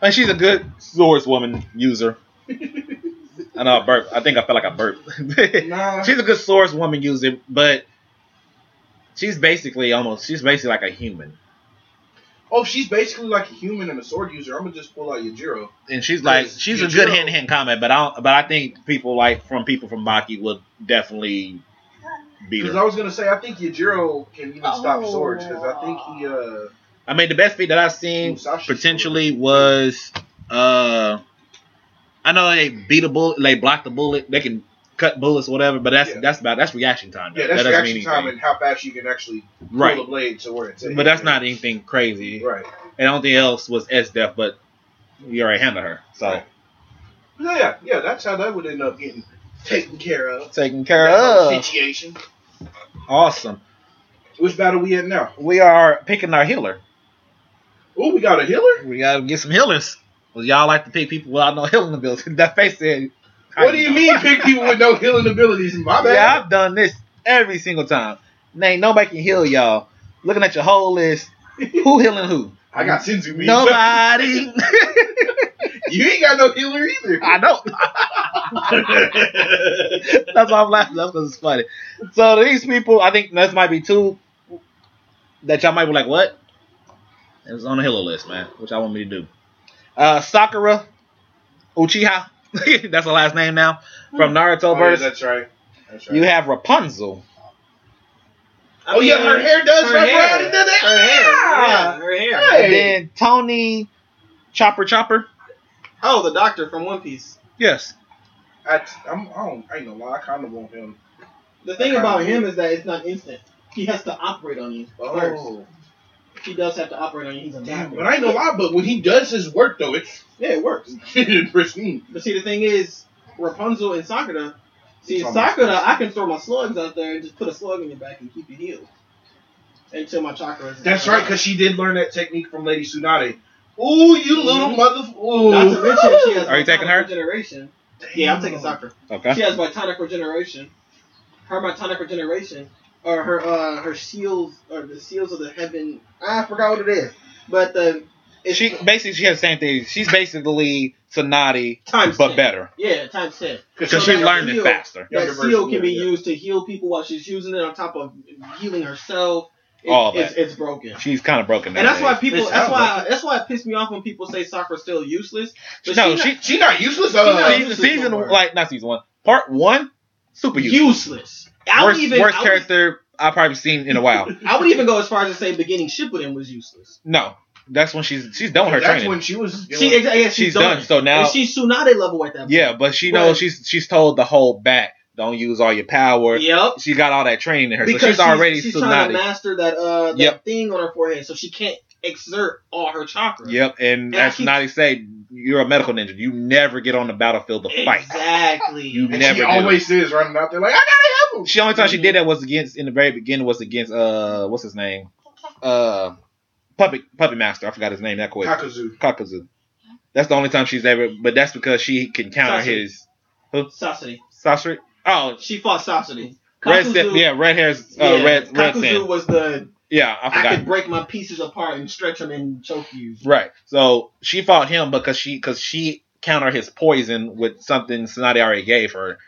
A: And she's a good swordswoman user. I know I burped. I think I felt like I burped. *laughs*
B: Nah,
A: she's a good swordswoman user, but she's basically almost she's basically like a human.
B: oh, she's basically like a human and a sword user. I'm gonna just pull out Yajiro.
A: And she's like
B: Yes,
A: she's a
B: you're
A: good
B: true.
A: hand to hand combat, but I don't, but I think people like from people from Baki would definitely beat
B: Because
A: her.
B: I was gonna say, I think Yajiro can even stop
D: Oh.
B: swords because I think he uh
A: I mean the best feat that I've seen
B: Musashi
A: potentially was uh I know they beat a bullet, they block the bullet, they can cut bullets, whatever. But that's
B: Yeah.
A: that's about that's reaction time.
B: Yeah,
A: though.
B: that's
A: that doesn't
B: reaction
A: mean
B: time
A: anything.
B: and how fast you can actually pull the
A: right?
B: blade to where it's at.
A: But that's not anything crazy.
B: right.
A: And the only thing else was S death, but we already handled her, so
B: Right. Yeah, yeah, yeah, that's how that would end up getting taken care of.
A: taken care
B: That whole
A: of.
B: situation.
A: Awesome.
B: Which battle we at now?
A: We are picking our healer.
B: Oh, we got a healer.
A: We gotta get some healers. Well, y'all like to pick people without no healing ability. *laughs* that face said. "How
B: What do you
A: know?"
B: mean, pick people with no healing abilities? My bad.
A: Yeah, I've done this every single time. And ain't nobody can heal y'all. Looking at your whole list, who healing who?
B: I got Senzu. me. *laughs*
A: Nobody.
B: You ain't got no healer *laughs* either.
A: I know. *laughs*
B: Oh,
A: That's why I'm laughing. That's because it's funny. So these people, I think this might be two that y'all might be like, what? It was on the healer list, man, which I want me to do. Uh, Sakura Uchiha. *laughs* That's her last name now. From Naruto
B: Oh, yeah,
A: verse.
B: that's right. That's right.
A: you have Rapunzel.
C: I
B: oh
C: mean,
B: yeah, her hair does
C: her
B: wrap
C: hair.
B: around into that.
C: Her hair. Yeah,
B: Ah!
C: her hair.
B: Hey.
A: And then Tony Chopper Chopper.
C: Oh, the doctor from One Piece.
A: Yes.
B: I, I'm, I, don't, I ain't gonna lie, I kind of want him.
C: The thing about him is that it's not instant. He has to operate on you
B: Oh.
C: first. He does have to operate on you. He's a
B: Damn,
C: doctor.
B: but I ain't gonna lie, but when he does his work though, it's *laughs*
C: yeah, it works.
B: pristine.
C: But see, the thing is, Rapunzel and Sakura. See,
B: It's almost
C: Sakura,
B: nice.
C: I can throw my slugs out there and just put a slug in your back and keep you healed until my chakras.
B: That's right, because she did learn that technique from Lady Tsunade. Ooh, you little mother. Ooh.
C: not to mention she has.
A: Are you taking her?
C: Matonic Regeneration. Yeah, I'm taking Sakura.
A: Okay.
C: She has Vitonic Regeneration. Her Vitonic Regeneration, or her uh her seals, or the seals of the heaven. I forgot what it is, but the it's
A: She basically she has the same thing. She's basically Sonati,
C: times
A: but
C: ten.
A: better
C: Yeah, times ten.
A: because she
C: So that
A: learned it
C: heal-
A: faster.
B: Younger
C: That
B: version,
C: seal can be
B: yeah, yeah.
C: used to heal people while she's using it on top of healing herself. It-
A: All
C: it's, it's broken.
A: She's kind of broken.
C: And that's why
A: nowadays.
C: people.
B: It's
C: that's
B: how
C: why. That's why it pissed me off when people say Sakura's still useless. But
A: no,
C: she's
A: she,
C: not
B: She not useless.
C: She not
B: Uh,
A: season,
C: useless
A: season
C: no more.
A: like not season one, part one, super useless.
C: useless. I
A: worst
C: would even.
A: worst
C: I would-
A: character I've probably seen in a
C: *laughs*
A: while.
C: I would even go as far as to say beginning Shippuden was useless.
A: no, that's when she's she's done with her
B: that's
A: training.
B: when she was.
C: She, exa- yeah, she's,
A: she's done. So now,
C: and she's Tsunade level at that point.
A: yeah, but she knows
C: Right.
A: she's she's told to hold back. Don't use all your power.
C: Yep.
A: She got all that training in her,
C: Because
A: so she's, already
C: she's trying to
A: Tsunade.
C: master that uh that
A: Yep.
C: thing on her forehead, so she can't exert all her chakra.
A: Yep, and
C: And I
A: as
C: keep-
A: Nadi say, you're a medical ninja. You never get on the battlefield to fight.
C: Exactly.
A: You
B: and
A: never
B: she
A: did.
B: always is running out there like, I gotta help him.
A: She only time she did that was against in the very beginning was against uh what's his name uh puppet puppet master I forgot his name that quick
B: Kakazu.
A: Kakazu. That's the only time she's ever, but that's because she can counter
C: Sasori.
A: his
C: Sasori.
A: Sasori. Oh,
C: She fought Sasori.
A: red
C: Kakuzu-
A: Sen- yeah, red hairs, uh,
C: yeah,
A: red red
C: Kakuzu
A: Sen.
C: was the
A: Yeah, I
C: I,
A: forgot.
C: could break my pieces apart and stretch them and choke you.
A: Right. So she fought him because she because she countered his poison with something Sonata already gave her.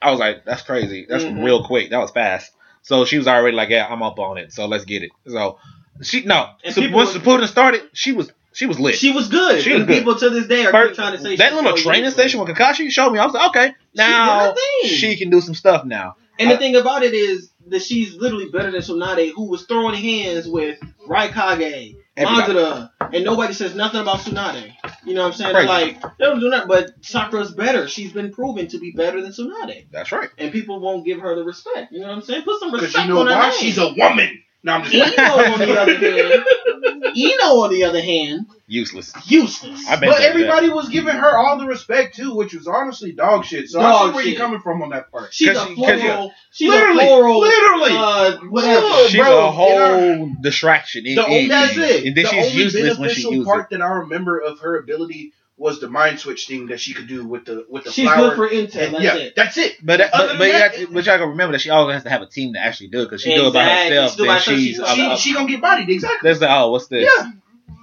A: I was like, that's crazy. That's
B: Mm-hmm.
C: Mhm.
A: real quick. That was fast. So she was already like, yeah, I'm up on it. So let's get it. So she no.
C: And
A: So
C: people
A: once
C: would-
A: Putin started, she was she was lit.
C: She was good.
A: She was
C: and
A: good.
C: people to this day are
A: First-
C: keep trying to say
A: that
C: she's
A: little
C: so
A: training
C: useless.
A: station with Kakashi showed me. I was like, okay,
C: She did her
A: now
C: thing.
A: she can do some stuff now.
C: And
A: I-
C: the thing about it is that she's literally better than Tsunade, who was throwing hands with Raikage,
A: Everybody.
C: Madara, and nobody says nothing about Tsunade. You know what I'm saying?
A: Crazy.
C: Like, they don't do nothing, but Sakura's better. She's been proven to be better than Tsunade.
A: That's right.
C: And people won't give her the respect. You know what I'm saying? Put some
B: Because
C: respect
B: you know
C: on her
B: why?
C: name.
B: She's a woman. No, I'm just
C: *laughs* Eno,
B: like,
C: on the
B: *laughs*
C: other hand, Eno, on the other hand,
A: Useless.
C: useless.
A: I bet
B: But
A: that-
B: everybody was giving her all the respect too, which was honestly dog shit. So I
C: Dog
B: see where
C: shit.
B: you're coming from on that part.
C: She's a
A: 'Cause she- 'cause, yeah.
C: floral. She's
B: literally,
C: a floral.
B: literally.
C: Uh,
B: Ugh,
C: whatever.
A: She's
B: bro,
A: a
B: in
A: whole distraction.
B: the only,
C: that's it.
A: And then
B: the
A: she's
B: only
A: useless when she
B: beneficial
A: uses it.
B: part that I remember of her ability was the mind switch thing that she could do with the with the
C: She's
B: flower.
C: good for intel. That's
B: yeah,
C: it.
B: that's it.
A: But that,
B: Other
A: but,
B: than
A: but, you
B: that,
A: got to, but y'all gotta remember that she always has to have a team to actually do it because she do it by
C: Exactly.
A: herself.
C: She do it by
A: then
C: herself,
A: she's
C: she's-
A: uh,
B: She
A: uh,
B: she gonna get bodied exactly.
A: that's like, oh, what's this?
B: Yeah.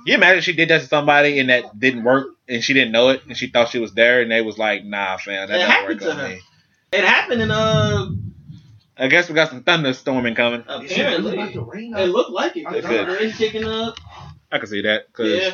A: You imagine she did that to somebody and that didn't work and she didn't know it and she thought she was there and they was like, nah, fam, that
C: It
A: doesn't work
C: happened to
A: on
C: her.
A: me.
C: It happened in uh
A: I guess we got some thunderstorming coming.
B: You see, it's about
C: apparently.
B: to rain
C: It
B: out.
C: looked like it.
B: It
C: The
A: did.
C: rain kicking up.
A: I can see that because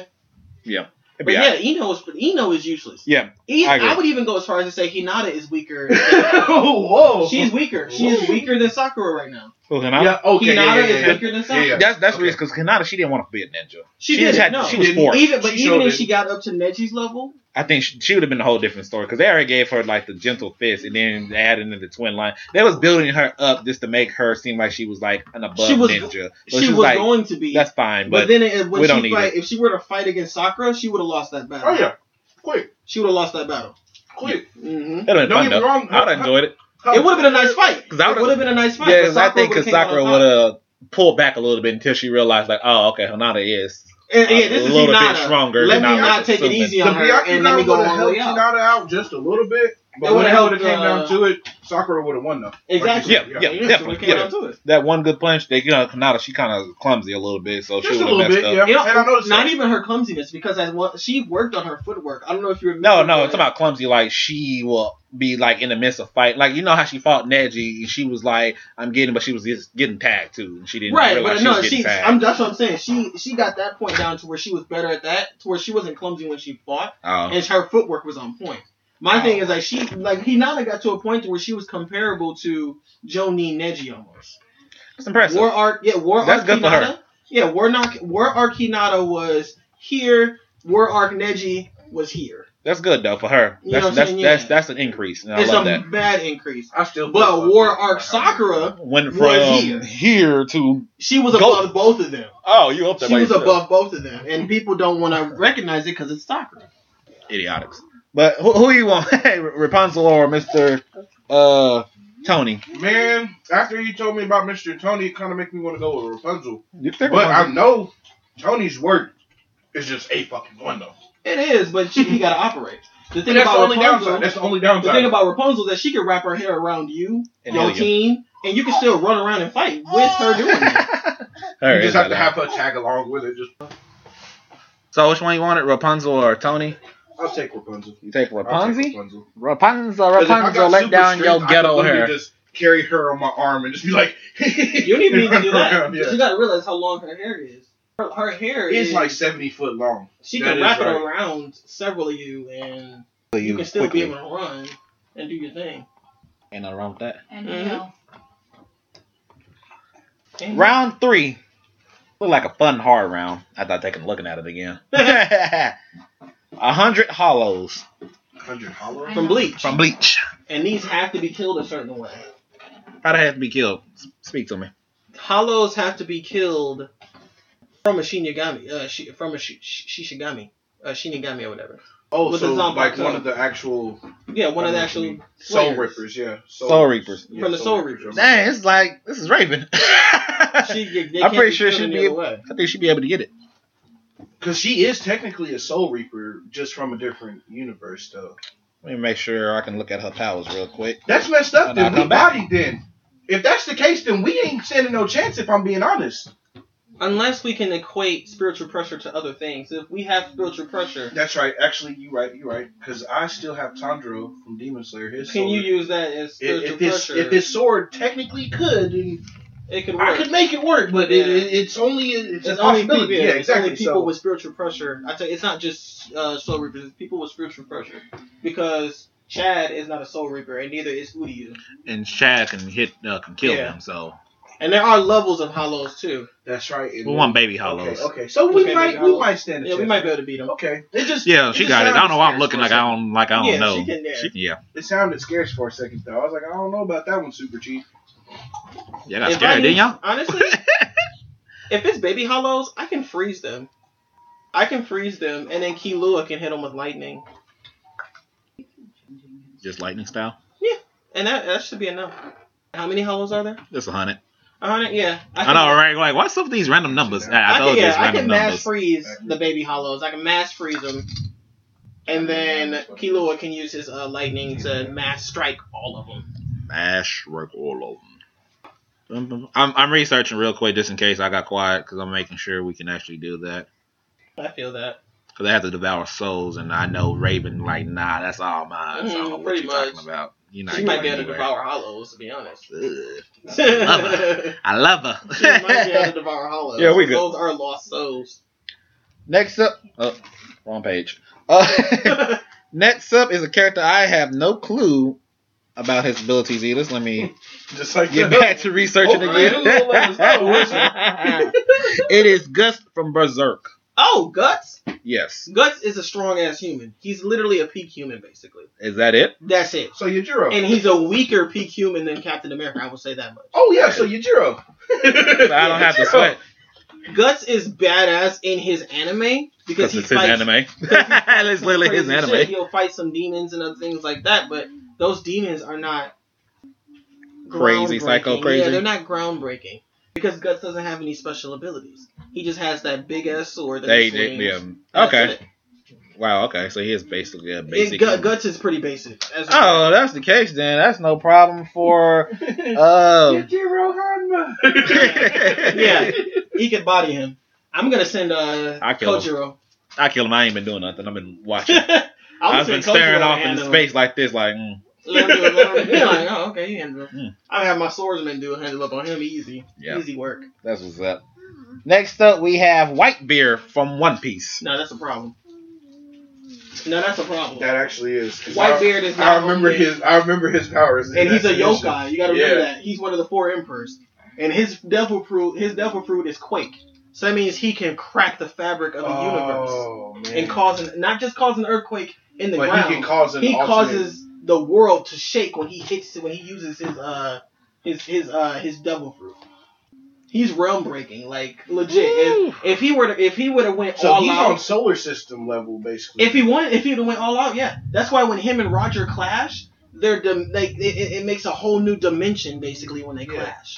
C: Yeah.
A: it'd
C: But
A: be
C: yeah, Eno is Eno is useless.
A: Yeah,
C: E-
A: I
C: I,
A: agree.
C: would even go as far as to say Hinata is
A: *laughs*
B: *laughs*
C: weaker.
B: Whoa.
C: She's weaker. She is weaker than Sakura right now.
A: all right. Ooh, Hinata?
B: yeah. Okay.
C: Hinata
B: Yeah, yeah,
C: is
B: yeah.
C: weaker than Sakura.
B: Yeah, yeah.
A: That's that's the
B: Okay.
A: reason because Hinata she didn't want to be a ninja.
C: She,
A: just
C: didn't.
A: had
C: no.
A: she was
B: She
A: poor.
C: even but
B: She
C: even
B: showed
C: if
B: it.
C: she got up to Neji's level,
A: I think she, she would have been a whole different story because they already gave her like the gentle fist and then they added in the twin line. They was building her up just to make her seem like she was like an above
C: She was-
A: ninja. So
C: she
A: she's
C: was
A: like,
C: going to be.
A: that's fine,
C: but,
A: but,
C: then it, when
A: we
C: she
A: don't need
C: fight, if she were to fight against Sakura, she would have lost that battle.
B: Oh yeah. Quick.
C: She would have lost that battle.
B: Quick.
C: hmm
A: it would have been
B: Don't get
A: fun
B: me
A: though.
B: wrong.
A: I would have enjoyed it.
C: It would have been a nice fight.
A: 'Cause I
C: It
A: would've-
C: would have been a nice fight.
A: Yeah,
C: but
A: 'cause I
C: Sakura
A: think because
C: would've came out on
A: Sakura
C: top.
A: would have pulled back a little bit until she realized like, oh, okay, Hinata is
C: And, yeah,
A: a
C: this is
A: little bit
C: Hinata.
A: stronger.
C: Let
A: than I
C: me
A: was
C: not take it
A: assuming.
C: easy
B: The
C: on her, and let me
B: Byakugan
C: go
B: would
C: all
B: have
C: the
B: helped
C: way out.
B: Hinata out just a little bit,
C: That
B: but when it
C: would've
B: would have
C: helped,
B: came down
C: uh,
B: to it, Sakura would have won though.
C: Exactly.
A: Yeah, yeah,
C: Yeah, so
A: definitely.
C: it came
A: Yeah.
C: down to it.
A: That one good punch, they you know Hinata she kind of clumsy a little bit, so she
B: Just a
A: would have
B: little
A: messed
B: bit,
A: up.
B: yeah.
C: You know,
B: and I noticed
C: not
B: that.
C: even her clumsiness because as well, she worked on her footwork. I don't know if you remember.
A: No, no, it's
C: but-
A: about clumsy. Like she will be like in the midst of fight, like you know how she fought Neji. and She was like, "I'm getting," but she was just getting tagged too, and she didn't
C: right.
A: realize
C: But
A: she
C: no,
A: was getting
C: she.
A: tagged.
C: I'm that's what I'm saying. She she got that point down to where she was better at that, to where she wasn't clumsy when she fought,
A: Oh.
C: and her footwork was on point. My
A: Oh.
C: thing is like she like Hinata got to a point to where she was comparable to Jonin Neji almost.
A: It's impressive.
C: War Arc, yeah, War
A: That's
C: Arc
A: good for
C: Hinata.
A: her.
C: Yeah, War Arc, War Arc Hinata was here. War Arc Neji was here.
A: that's good though for her.
C: You know
A: That's
C: what I'm
A: that's,
C: saying?
A: that's
C: Yeah.
A: that's an increase, and I
C: it's
A: love
C: a
A: that.
C: bad increase.
B: I still
C: But
B: feel-
C: War Arc Sakura,
A: Went
C: was
A: from here.
C: here.
A: to
C: she was
A: Go-
C: above both of them.
A: oh, you up there?
C: She
A: by
C: was
A: yourself.
C: above both of them, and people don't
B: *laughs*
C: want to recognize it because it's Sakura.
A: idiotics. But who, who you want, *laughs* hey, Rapunzel or Mister uh, Tony?
B: Man, after you told me about Mr. Tony, it kind of make me want to go with Rapunzel.
A: You
B: But
A: think
B: I
A: Rapunzel-
B: know Tony's work is just a fucking one though.
C: It is, but she, he got to operate. The thing
B: And that's the
C: about
B: only
C: Rapunzel,
B: downside. That's the only
C: the
B: downside.
C: thing about Rapunzel is that she can wrap her hair around you,
A: and
C: your
A: Ilya. *laughs*
C: team, and you can still run around and fight with her
B: *laughs*
C: doing that.
A: All right,
B: you just
A: it's
B: have to
A: not
B: have her tag along with it. Just
A: So which one you wanted, Rapunzel or Tony?
B: I'll take Rapunzel.
A: You take
B: I'll take
A: Rapunzel.
B: Rapunzel.
A: Rapunzel,
B: 'Cause if I
A: Rapunzel,
B: got
A: let
B: super
A: down
B: strength, I
A: your
B: could
A: ghetto
B: literally
A: hair.
B: Just carry her on my arm and just be like. *laughs*
C: You don't even need to do that.
B: Yeah.
C: You got to realize how long her hair is. Her, her hair
B: It's
C: is
B: like seventy foot long.
C: she
B: that
C: can
B: is
C: wrap it
B: right.
C: around several of you, and you,
A: You
C: can still
A: quickly.
C: be able to run and do your thing.
A: Ain't nothing wrong with that.
D: And
C: Mhm.
D: you know,
C: And-
A: Round three. Looked like a fun hard round. I thought they can looking at it again. *laughs* A hundred hollows
B: Hundred hollow.
D: I
C: from
D: know.
C: bleach.
A: from Bleach.
C: and these have to be killed a certain way.
A: How they have to be killed? S- Speak to me.
C: Hollows have to be killed from a Shinigami, uh, shi from a shi- shi- Shishigami, uh, Shinigami or whatever.
B: Oh,
C: With
B: so
C: the zombie
B: like
C: tongue.
B: one of the actual
C: Yeah, one
B: I
C: of
B: know what you
C: the actual
B: mean. soul
C: slayers.
B: reapers. Yeah,
A: Soul Reapers.
B: yeah,
C: From the Soul Reapers.
A: Dang, it's like this is Raven. *laughs* I
C: *laughs* She, they, they
A: I'm
C: can't
A: pretty
C: be
A: sure
C: killed
A: she'd
C: any
A: be
C: other way.
A: think she'd be able to get it.
B: Because she is technically a Soul Reaper, just from a different universe, though.
A: Let me make sure I can look at her powers real quick.
B: That's messed
A: Oh,
B: up.
A: no,
B: Then we
A: come back.
B: bodied. Then, if that's the case, then we ain't standing no chance. If I'm being honest,
C: Unless we can equate spiritual pressure to other things. If we have spiritual pressure,
B: that's right. Actually, you right. You right. Because I still have Tandro from Demon Slayer. His
C: can
B: soul
C: you
B: reaper.
C: use that as
B: If-
C: spiritual
B: if this
C: pressure?
B: if this sword technically could, then
C: it could work.
B: I could make it work. But it,
C: Yeah.
B: it, it's only it's,
C: it's
B: a
C: only people,
B: possibility. yeah,
C: it's only
B: exactly.
C: people
B: so
C: with spiritual pressure. I tell you, it's not just uh, soul reapers. It's people with spiritual pressure because Chad is not a Soul Reaper, and neither is Uryu.
A: And Shad can hit uh, can kill
C: Yeah.
A: them. So
C: And there are levels of Hollows too.
B: That's right. it
A: we
B: is.
A: want baby
B: Okay,
A: hollows.
B: okay. So we
C: Okay,
B: might
C: baby,
B: we
C: I'll-
B: might stand a
C: Yeah, we
B: chance.
C: might be able to beat them.
B: Okay.
C: It just
A: Yeah, she
C: it
A: got it. I don't know why I'm
C: sounds
A: looking like I
C: scarce
A: don't like I don't
C: Yeah,
A: know.
C: she can dance.
A: She- yeah,
B: It sounded scarce for a second though. I was like, I don't know about that one, Super Chief. *laughs*
A: yeah, I got
C: If I
A: scared,
C: knew-
A: didn't y'all?
C: Honestly,
A: *laughs*
C: if it's baby hollows, I can freeze them. I can freeze them, and then Kilua can hit them with lightning,
A: Just lightning style.
C: and that that should be enough. How many hollows are there?
A: That's a hundred.
C: A hundred, yeah.
A: I,
C: can-
A: know, right? Like, what's up with these random numbers? I, I
C: I
A: told
C: can,
A: you
C: yeah,
A: it's
C: I can
A: random
C: mass
A: numbers.
C: freeze the baby hollows. I can mass freeze them, and then Kilua can use his uh, lightning to mass strike all of them.
A: Mash work all of them. I'm, I'm researching real quick just in case I got quiet because I'm making sure we can actually do that.
C: I feel that.
A: Because I have to devour souls, and I know Raven, like, nah, that's all mine. so I don't know
C: Mhm,
A: what
C: pretty
A: you
C: much.
A: talking about. You're not
C: She might be
A: going
C: able to
A: anywhere.
C: devour hollows, to be honest. *laughs*
A: Ugh,
C: she
A: I love
C: might be
A: *laughs*
C: able to
A: her.
C: devour hollows.
A: Yeah, we good.
C: Those are lost souls. *laughs*
A: Next up. Oh, wrong page. Uh, *laughs* Next up is a character I have no clue about his abilities either. Let me
B: Just like *laughs*
A: get
B: the-
A: back to researching
B: Oh, you little ones. Oh, listen.
A: again. *laughs* it is Gus from Berserk.
C: oh, Guts!
A: Yes.
C: Guts is a strong ass human. He's literally a peak human, basically.
A: Is that it?
C: That's it.
B: So Yajiro.
C: And he's a weaker peak human than Captain America, I will say that much.
B: oh yeah, so Yajiro. *laughs*
A: I don't have to sweat
C: Guts is badass in his anime *laughs* because
A: because
C: he
A: it's his *laughs*
C: fights
A: anime.
C: because he fights
A: it's
C: some
A: literally his
C: crazy shit.
A: anime.
C: He'll fight some demons and other things like that, but those demons are not
A: Crazy, psycho
C: groundbreaking.
A: crazy.
C: Yeah, they're not groundbreaking because Guts doesn't have any special abilities. He just has that big ass sword. That
A: They
C: he
A: did.
C: swings.
A: Yeah.
C: That's
A: Okay.
C: it.
A: Wow. Okay. So he is basically a
C: It,
A: basic.
C: Gu-
A: human.
C: Guts is pretty basic. As
A: Oh, that's the case then. That's no problem for. Uh,
B: Yajiro Hanma.
C: yeah, *laughs* he could body him. I'm gonna send uh
A: I kill him. *laughs*
C: Kojiro.
A: I kill him. I ain't been doing nothing. I've been watching.
C: *laughs* I
A: I've
C: was
A: been
C: saying Kojiro
A: staring off
C: and
A: into
C: him.
A: space like this, like. Mm.
C: Let him do it. Let him- Be like, oh, okay, he handle it.
A: Hmm.
C: I have my swordsman do a handle up on him easy.
A: Yeah.
C: Easy work.
A: That's what's up. Next up, we have White Beer from One Piece.
C: No, that's a problem. No, that's a problem.
B: That actually is. 'cause I-
C: White Beard is not
B: I remember
C: only-
B: his. I remember his powers. in
C: and he's a
B: that submission.
C: yokai. You gotta remember
B: Yeah.
C: that. He's one of the four emperors. And his devil fruit his devil fruit is quake. So that means he can crack the fabric of the universe
B: Oh man.
C: and cause an, not just cause an earthquake in the
B: but
C: ground.
B: he can cause an
C: he
B: alternate-
C: causes the world to shake when he hits when he uses his uh his his uh his devil fruit. He's realm breaking, like legit. If, if he were to, if he would have went
B: So
C: all
B: he's
C: out,
B: on solar system level basically.
C: if he won, if he would have went all out, yeah. That's why when him and Roger clash, they're dim- like it, it it makes a whole new dimension basically when they
B: Yeah.
C: clash,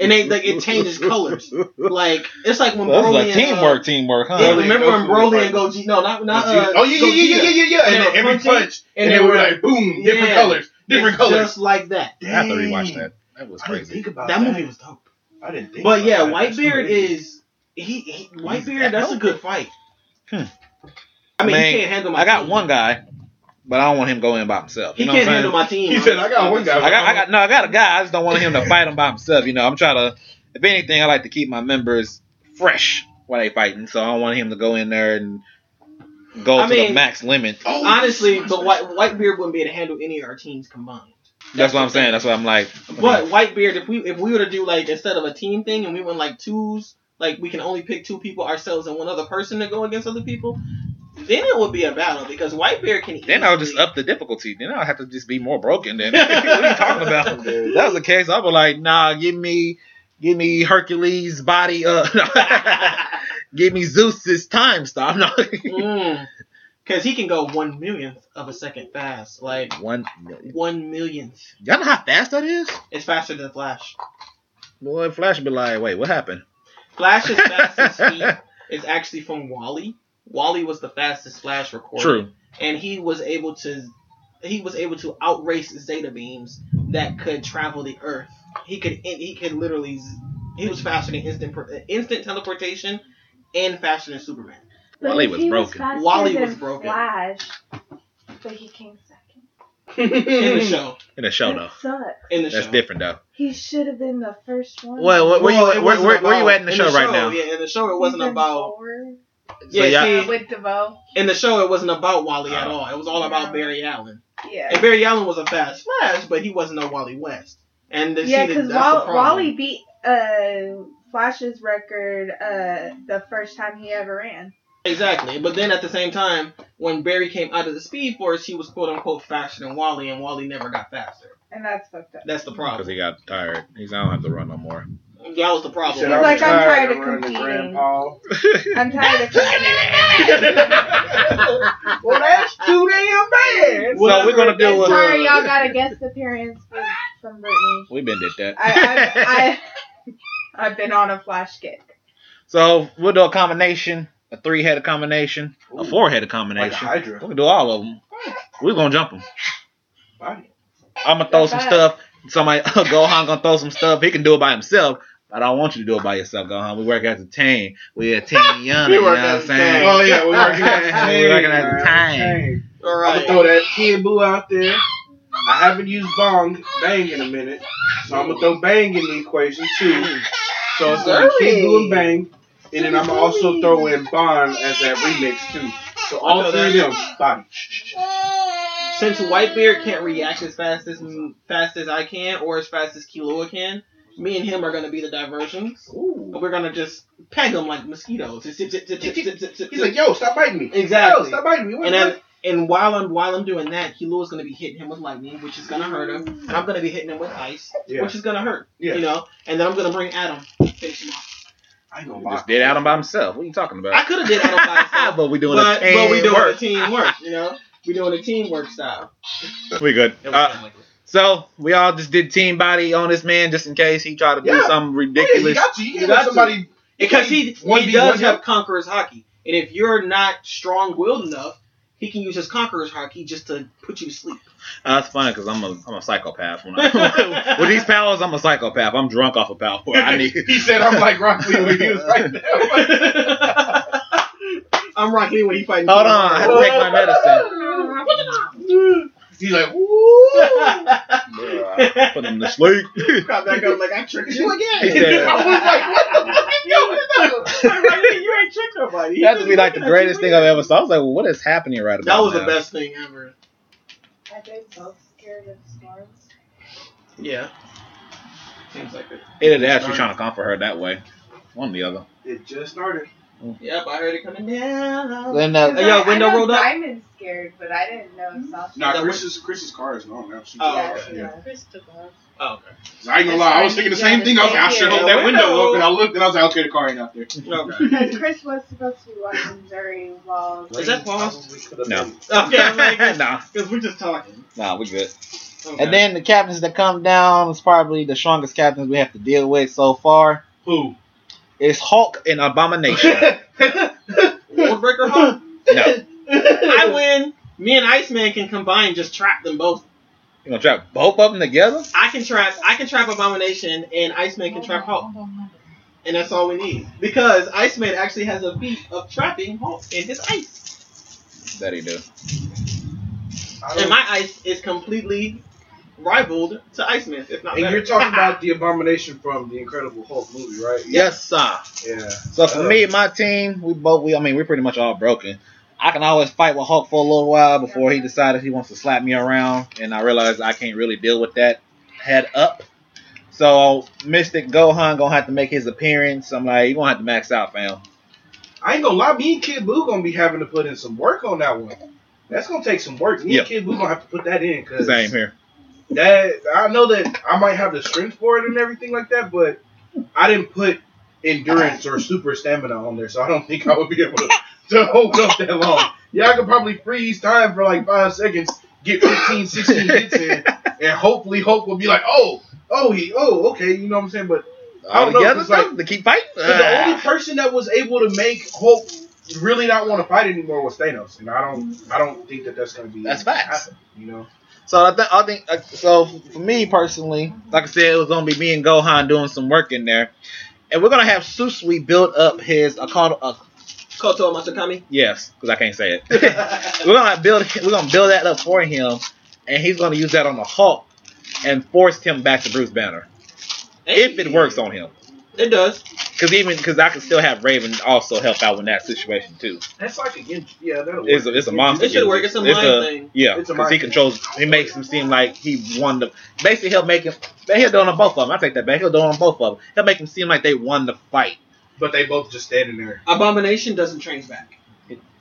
C: and they like it
B: *laughs*
C: changes colors. Like it's like when
A: That's
C: Broly
A: like
C: and, uh,
A: teamwork, teamwork, huh?
C: yeah,
B: Broly and
C: remember when
B: Goku were
C: Broly and Goji? No, not not. Uh,
B: oh yeah, yeah, yeah, yeah,
C: Gogeta.
B: yeah, yeah, yeah.
C: And
B: And
C: they
B: then
C: were
B: every
C: punching,
B: punch, and, then we're like, boom, different
C: Yeah.
B: colors, different
C: It's
B: colors. Oh,
C: just like that.
A: I have to rewatch that. That was
B: I didn't
A: crazy.
B: think about
C: That movie was dope.
B: I didn't think.
C: But
B: about
C: yeah,
B: that. That's
C: Whitebeard
B: crazy.
C: is he, he
A: that
C: Whitebeard. That's a
A: dope?
C: good fight.
A: Hmm.
C: I mean,
A: Man,
C: he can't handle my.
A: I got
C: team.
A: one guy, but I don't want him going in by himself.
C: He
A: You know
C: can't
A: what I'm
C: handle
A: saying?
C: my team.
B: He said, "I got one guy."
A: I got, I got, no, I got a guy. I just don't want him to fight him by himself. You know, I'm trying to. If anything, I like to keep my members fresh when they fighting, so I don't want him to go in there and go
C: I
A: to
C: mean-
A: the max limit.
B: Oh,
C: *laughs* Honestly,
B: this-
C: but White Whitebeard wouldn't be able to handle any of our teams combined.
A: That's what I'm saying. That's what I'm like.
C: But Whitebeard, if we if we were to do like instead of a team thing and we went like twos, like we can only pick two people ourselves and one other person to go against other people, then it would be a battle because Whitebeard can.
A: Then I'll just
C: easily-
A: up the difficulty. Then I'll have to just be more broken.
C: *laughs*
A: Then what are you talking about?
B: Oh, man.
A: If that was the case, I was like, nah, give me give me Hercules body uh *laughs* give me Zeus's time stop. *laughs* No.
C: Mm. Cause he can go one millionth of a second fast, like
A: One million.
C: one millionth.
A: Y'all know how fast that is?
C: It's faster than Flash.
A: Boy, Flash be like, wait, what happened?
C: Flash's fastest
A: *laughs*
C: feat is actually from Wally. Wally was the fastest Flash recorded,
A: True.
C: and he was able to he was able to outrace Zeta beams that could travel the Earth. He could he could literally he was faster than instant per- instant teleportation and faster than Superman.
D: But
A: Wally
D: if
A: was
D: he
A: broken.
D: faster
C: Wally
D: than
C: was broken.
D: Flash, but he came second.
C: In the show,
A: In a show though.
D: that sucks.
C: in the
A: That's
C: show.
A: different though.
D: He should have been the first one.
A: Well, where, where
C: Well,
A: you where,
C: it wasn't
A: where, where you
C: about-
A: at in the show right now?
C: Yeah, in the show it wasn't
D: Season
C: about
D: four.
C: Yeah,
A: yeah.
D: Uh,
C: see,
E: with the bow.
C: in the show, it wasn't about Wally at
A: Oh.
C: all. It was all about Barry Allen.
E: Yeah.
C: And Barry Allen was a fast flash, but he wasn't no Wally West. And the,
E: Yeah,
C: see, that-
E: because
C: that's the problem.
E: Wally beat uh, Flash's record uh, the first time he ever ran.
C: Exactly. But then at the same time, when Barry came out of the Speed Force, he was quote unquote faster than Wally, and Wally never got faster.
E: And that's fucked up.
C: That's the
A: Because
C: problem.
A: he got tired. He's I don't have to run no more.
C: That was the
B: He said,
C: problem.
E: He's like, I'm tired of
B: running to
E: competing."
B: Grandpa.
A: *laughs*
E: I'm *laughs* tired of
C: well, that's too damn bad. Well, we're gonna
A: do
C: do
A: a-
C: it.
E: Sorry, y'all got a guest appearance from, from Brittany.
A: We've been did that.
E: I, I, I, *laughs* I've been on a flash kick.
A: *laughs* so we'll do a combination, a three-headed combination, a
B: Ooh.
A: four-headed
B: Like a
A: combination. we
B: Hydra.
A: can do all of them. We're gonna jump them.
B: Body.
A: I'm gonna throw some
E: Goodbye.
A: stuff. Somebody *laughs* Gohan gonna throw some stuff. He can do it by himself. But I don't want you to do it by yourself, Gohan. We work as a team. We a team young.
C: *laughs* We
A: you know
C: work
A: what I'm
C: as a
A: saying?
C: team.
B: Oh
C: *laughs*
B: yeah, we're working at the time.
A: We're working at the time.
C: All
B: I'm gonna
C: right.
B: throw that kid boo out there. I haven't used bong bang in a minute, so I'm gonna throw bang in the equation too. So it's gonna be kid boo and bang, and then I'm gonna also throw in bong as that remix too. So all three of them, body.
C: Since Whitebeard can't react as fast as fast as I can, or as fast as Kilua can, me and him are gonna be the diversions.
B: Ooh.
C: We're gonna just peg him like mosquitoes. Zip, zip, zip, zip, zip, zip, zip,
B: He's
C: zip.
B: like, yo, stop biting me. Yo,
C: Exactly.
B: stop biting me. What-
C: And
B: what-
C: then, and while I'm while I'm doing that, Kilua's gonna be hitting him with lightning, which is gonna hurt him, and I'm gonna be hitting him with ice,
B: Yeah,
C: which is gonna hurt.
B: yeah.
C: You know, and then I'm gonna bring Adam. Finish him off.
B: I ain't gonna
A: We
B: lie.
A: just did Adam by himself. What are you talking about?
C: I could have did Adam
A: *laughs*
B: *laughs*
C: by myself,
A: but we doing
C: but,
A: a team
C: but we doing
A: work.
C: a teamwork. You know, we doing a teamwork style.
A: We good. Uh, so we all just did team body on this man just in case he tried to do
B: Yeah.
A: something
B: Yeah, you
A: ridiculous.
B: got to. You
C: You
B: can't let
C: got to.
B: somebody.
C: Because he
B: One
C: he
B: v
C: does
B: one,
C: have conqueror's hockey, and if you're not strong willed enough, he can use his conqueror's hockey just to put you to
A: *laughs*
C: sleep.
A: Uh, it's funny because I'm a I'm a psychopath. When
C: *laughs*
A: I, *laughs* with these powers, I'm a psychopath. I'm drunk off of power. I
C: *laughs*
A: need.
B: He said, "I'm like Rock Lee when he
A: *laughs*
B: was right now."
C: I'm Rock Lee when he fighting.
A: Hold on, I had to take my
E: *laughs*
A: medicine.
B: He's like,
C: *laughs*
B: "Ooh."
A: *laughs*
B: Bruh.
A: Put him to sleep.
C: Crop back up like I tricked you
A: He
C: again.
A: said- *laughs*
B: I was like, "What the fuck?"
C: *laughs* you ain't tricked nobody.
A: That would be like the greatest thing I've ever saw. I was like, well, what is happening right
C: That
A: about
C: was the
A: now?
C: best thing ever.
D: Are they both scared of storms?
C: Yeah. Seems like it.
A: Either that, or she's trying to comfort her that way. One or the other.
B: It just started.
C: Yep, I heard it coming down.
A: Then uh,
C: Hey, yo, window
D: I know
C: rolled up.
D: Simon's scared, but I didn't know if Sasha.
B: Nah, Chris's Chris's car is gone now. She
C: Oh,
B: yeah,
C: okay.
B: yeah.
D: Crystal.
C: Oh,
B: I ain't gonna lie, I was thinking the same thing. I was like, I should hold that window up, and I looked, and I was like, okay, the car ain't out there.
C: okay.
A: *laughs*
C: Okay.
B: Mm-hmm.
D: Because Chris was supposed to be watching Missouri while.
C: Is that paused?
A: No. *laughs*
C: Okay, I'm
A: *laughs*
C: like, *laughs*
A: nah,
C: because we're just talking.
A: nah, we good.
C: Okay.
A: And then the captains that come down is probably the strongest captains we have to deal with so far.
B: Who?
A: It's Hulk and Abomination.
C: Worldbreaker Hawk.
A: *laughs* no, you
C: I win. Me and Iceman can combine, just trap them both.
A: gonna trap both of them together?
C: I can trap, I can trap Abomination, and Iceman can trap Hulk, and that's all we need. Because Iceman actually has a beat of trapping Hulk in his ice,
A: That he do.
B: I
C: and
B: don't-
C: my ice is completely rivaled to Iceman's, if not
B: And
C: better.
B: you're talking
C: *laughs*
B: about the abomination from the Incredible Hulk movie, right?
A: Yes, sir.
B: Yeah.
A: So for me, my team, we both we I mean we're pretty much all broken. I can always fight with Hulk for a little while before he decided he wants to slap me around, and I realized I can't really deal with that head up. So Mystic Gohan gonna have to make his appearance. I'm like, you gonna have to max out, fam.
B: I ain't gonna lie, me and Kid Boo gonna be having to put in some work on that one. That's gonna take some work. Me
A: Yeah.
B: and Kid Boo gonna have to put that in because
A: Same here.
B: *laughs* that I know that I might have the strength for it and everything like that, but I didn't put endurance or super stamina on there, so I don't think I would be able to, to hold up that long. Yeah, I could probably freeze time for like five seconds, get 15, 16
A: *laughs*
B: hits in, and hopefully Hulk will be like, oh, oh, he, oh, okay, you know what I'm saying? But
A: All
B: don't know,
A: together,
B: it's like- Uh-huh.
A: something to keep
B: *laughs*
A: fighting.
B: but the only
A: Ah.
B: person that was able to make Hulk really not want to fight anymore was Thanos, and I don't, I don't think that that's gonna be
A: That's facts.
B: You know, *laughs*
A: So I, th- I think uh, so for me personally, like I said, it was gonna be me and Gohan doing some work in there, and we're gonna have Susui build up his Akata. Uh,
C: Koto Masakami.
A: yes, because I can't say it. we're gonna build we're gonna build that up for him, and he's gonna use that on the Hulk and force him back to Bruce Banner if it works on him.
C: It does.
A: Because even because I can still have Raven also help out in that situation too.
B: That's like against yeah. That'll
A: It's a, it's a monster.
C: It should work. It's a mind thing.
A: Yeah,
B: It's a
A: because he
B: mind.
A: controls. He makes him seem like he won the. Basically, he'll make him. He'll do it on both of them. I take that back. He'll do it on both of them. He'll make them seem like they won the fight.
B: But they both just standing there.
C: Abomination doesn't train back.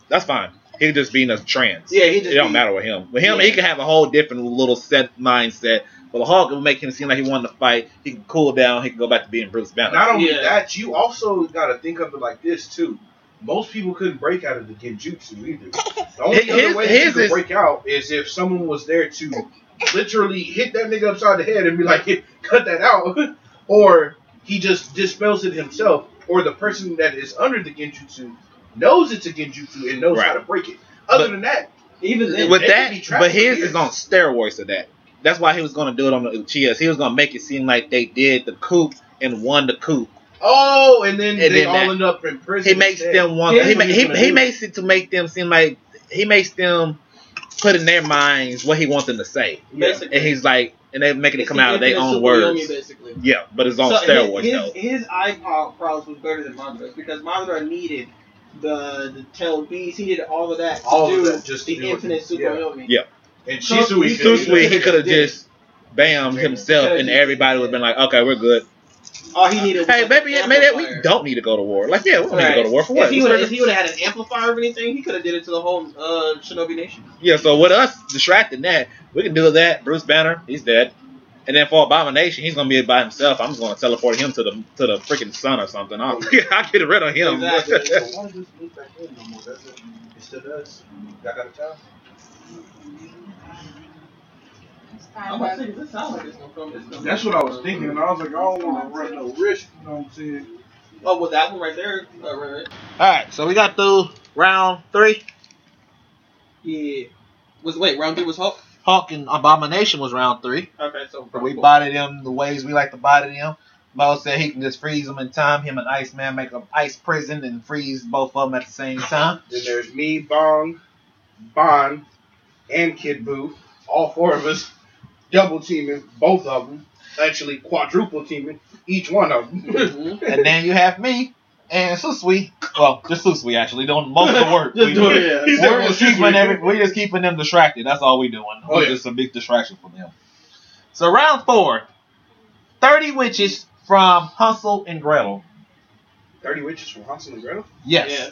A: That's fine. He could just be in a trance.
C: Yeah, he just.
A: It don't
C: be-
A: matter with him. With him,
C: Yeah.
A: he can have a whole different little set mindset. But the Hulk will make him seem like he won the fight. He can cool down. He can go back to being Bruce Banner.
B: Not only
C: Yeah.
B: that, you also got to think of it like this too. Most people couldn't break out of the genjutsu either.
A: *laughs*
B: The only
A: His-
B: other way
A: his
B: you could
A: is-
B: break out is if someone was there to literally hit that nigga upside the head and be like, *laughs* "Cut that out," *laughs* or he just dispels it himself, or the person that is under the genjutsu knows it's a genjutsu and knows how
A: Right.
B: to break it. Other
A: But-
B: than that,
C: Even then,
A: with
B: they could
A: that,
B: be trapped
A: but
B: for
A: his is
B: years.
A: on steroids of that. That's why he was going to do it on the Uchiha's. He was going to make it seem like they did the coup and won the coup.
B: oh, and then
A: And
B: they
A: then
B: all
A: that-
B: end up in prison.
A: He makes
B: instead.
A: them want.
C: Yeah,
A: He,
C: that's
A: ma-
C: what he's
A: he,
C: gonna
A: he
C: do.
A: makes it to make them seem like he makes them put in their minds what he wants them to say,
C: basically,
A: and he's like, and they making it
C: It's
A: come
C: the
A: out of their
C: infinite
A: own
C: Super Yomi,
A: words.
C: basically.
A: Yeah, but it's on
C: So
A: steroids
C: his,
A: though.
C: His, his eye pow- prowess was better than Madara's because Madara needed the the tail beast. He did all of that to
B: All of
C: do
B: that just to
C: the
B: do it.
C: infinite Super
B: Yeah.
C: Yomi.
A: Yeah.
B: and
C: So-
B: Shisui
C: Shisui-
A: Too sweet. He
C: could've
A: could have
C: did it.
A: just bam himself,
C: Could've
A: and
C: just-
A: everybody would have been like, "Okay, we're good."
C: All he needed. Was
A: Hey,
C: like
A: maybe
C: an
A: maybe we
C: amplifier.
A: don't need to go to war. Like, yeah, we don't need to go to war for
C: If
A: what?
C: he
A: Let's
C: would
A: just-
C: if he would have had an amplifier or anything, he could have did it to the whole uh, Shinobi Nation.
A: Yeah, so with us distracting that, we can do that. Bruce Banner, he's dead. And then for Abomination, he's gonna be by himself. I'm just gonna teleport him to the to the freaking sun or something. I'll, *laughs* I'll get rid of him.
C: Exactly.
B: So why does this loop back in no more? Does it? It still does. Y'all got a time?
D: It's
C: I'm
D: kind
C: about to
D: of
C: say, does this sound like it's gonna come? It's gonna-
B: That's what I was thinking, and I was like, I don't want to run no risk. You know what I'm saying?
C: Oh, well, that one right there. Uh, right, right.
A: *laughs* All right, so we got through round three.
C: Yeah. Was wait round three
B: *laughs*
C: was Hulk.
A: Hulk and Abomination was round three.
C: Okay, so
A: So we
C: Hulk.
A: bodied them the ways we like to body them. Mo said he can just freeze them in time. Him and Iceman make an ice prison and freeze both of them at the same time.
B: Then there's me, Bong, Bond, and Kid Boo. All four of us double teaming both of them. Actually, quadruple teaming each one of them. *laughs*
C: Mhm.
A: And then you have me and Susui. Well, just Susui actually doing most of the work.
C: *laughs* Just
A: We-
C: do it. Yeah.
B: He said,
A: We're
B: "Well,
A: just,
B: shoot,
A: keeping
B: we
A: every,
B: do."
A: we're just keeping them distracted. That's all we're doing.
B: Oh,
A: we're
B: yeah.
A: just a big distraction for them. So round four, 30 witches from Hustle and Gretel.
B: 30 Witches from Hansel and Gretel?
A: Yes.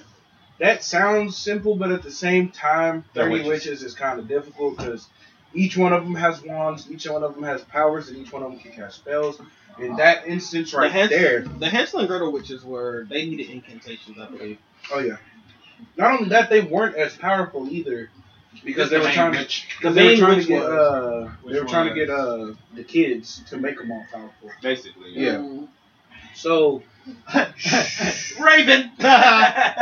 B: That sounds simple, but at the same time,
A: They're
B: 30
A: witches.
B: witches. is kind of difficult because each one of them has wands, each one of them has powers, and each one of them can cast spells. In that instance right
C: the Hansel,
B: there,
C: The Hansel and Gretel witches were they needed incantations, I believe.
B: oh yeah. Not only that, they weren't as powerful either because they were trying to.
C: The
B: they were
C: main
B: trying
C: witch
B: to get,
C: was-
B: uh,
A: which
B: they were trying to
A: one
B: get uh, the kids to make them all powerful.
A: Basically.
B: Yeah.
C: Mhm.
B: So
A: *laughs*
B: *laughs*
A: *laughs* Raven.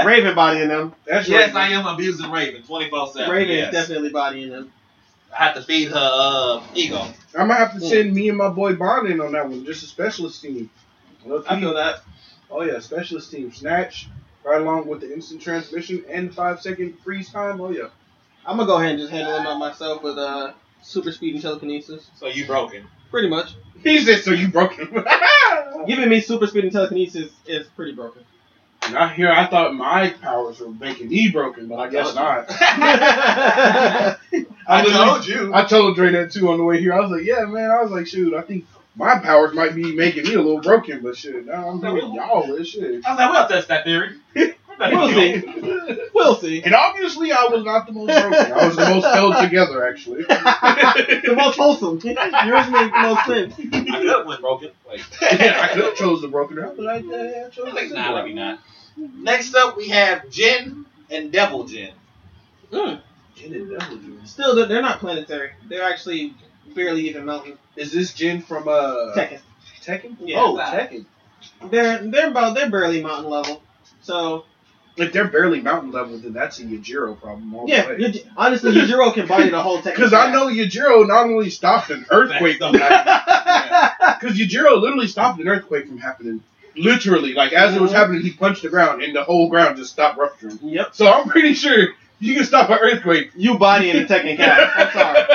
F: Raven body in them.
B: that's
A: yes, I
B: right.
A: am abusing Raven 24 7.
C: Raven
A: yes.
C: is definitely bodying them.
A: I have to feed her uh, ego.
B: I'm gonna
C: Hmm.
B: have to send me and my boy Bond in on that one. Just a specialist team. Look,
C: I feel that.
B: Oh yeah, specialist team snatch right along with the instant transmission and the five second freeze time. Oh yeah,
C: I'm gonna go ahead and just handle them out myself with uh super speed and telekinesis.
A: So you *laughs* broken.
C: Pretty much.
B: he said so. You broke him.
C: Giving me super speed and telekinesis is pretty broken.
B: not here. *laughs* I thought my powers were making me broken, but I guess not. I told
A: you.
B: I told Dre that too on the way here. I was like, yeah, man. I was like, shoot, I think my powers might be making me a little broken, but shit, now I'm doing y'all with
C: *laughs*
B: shit.
A: I was like, we'll test that *laughs* theory.
C: We'll see. We'll see. *laughs*
B: And obviously, I was not the most broken. I was the most held together, actually.
C: The most wholesome. Yours made the most sense.
A: *laughs* I could have went broken. Like,
B: *laughs* I could have chose the broken route, but I, I chose the
A: Like,
B: simple
A: nah,
B: route.
A: let me not. Next up, we have Jin and Devil Jin.
C: Mm.
B: Jin and Devil Jin.
C: Still, they're- they're not planetary. They're actually barely even mountain.
B: Is this Jin from uh
C: Tekken.
B: Tekken?
C: Yeah,
B: oh,
C: that.
B: Tekken.
C: They're they're about they're barely mountain level. So
B: If they're barely mountain level, then that's a Yajiro problem. All
C: yeah,
B: the way.
C: Yuji- honestly, Yujiro can body the whole Tekken.
B: Because I know Yajiro not only stopped an earthquake from happening, because Yajiro literally stopped an earthquake from happening. Literally, like as it was happening, he punched the ground and the whole ground just stopped rupturing.
C: *laughs* Yep.
B: So I'm pretty sure You can stop an earthquake.
C: You body in the Tekken cast. I'm sorry.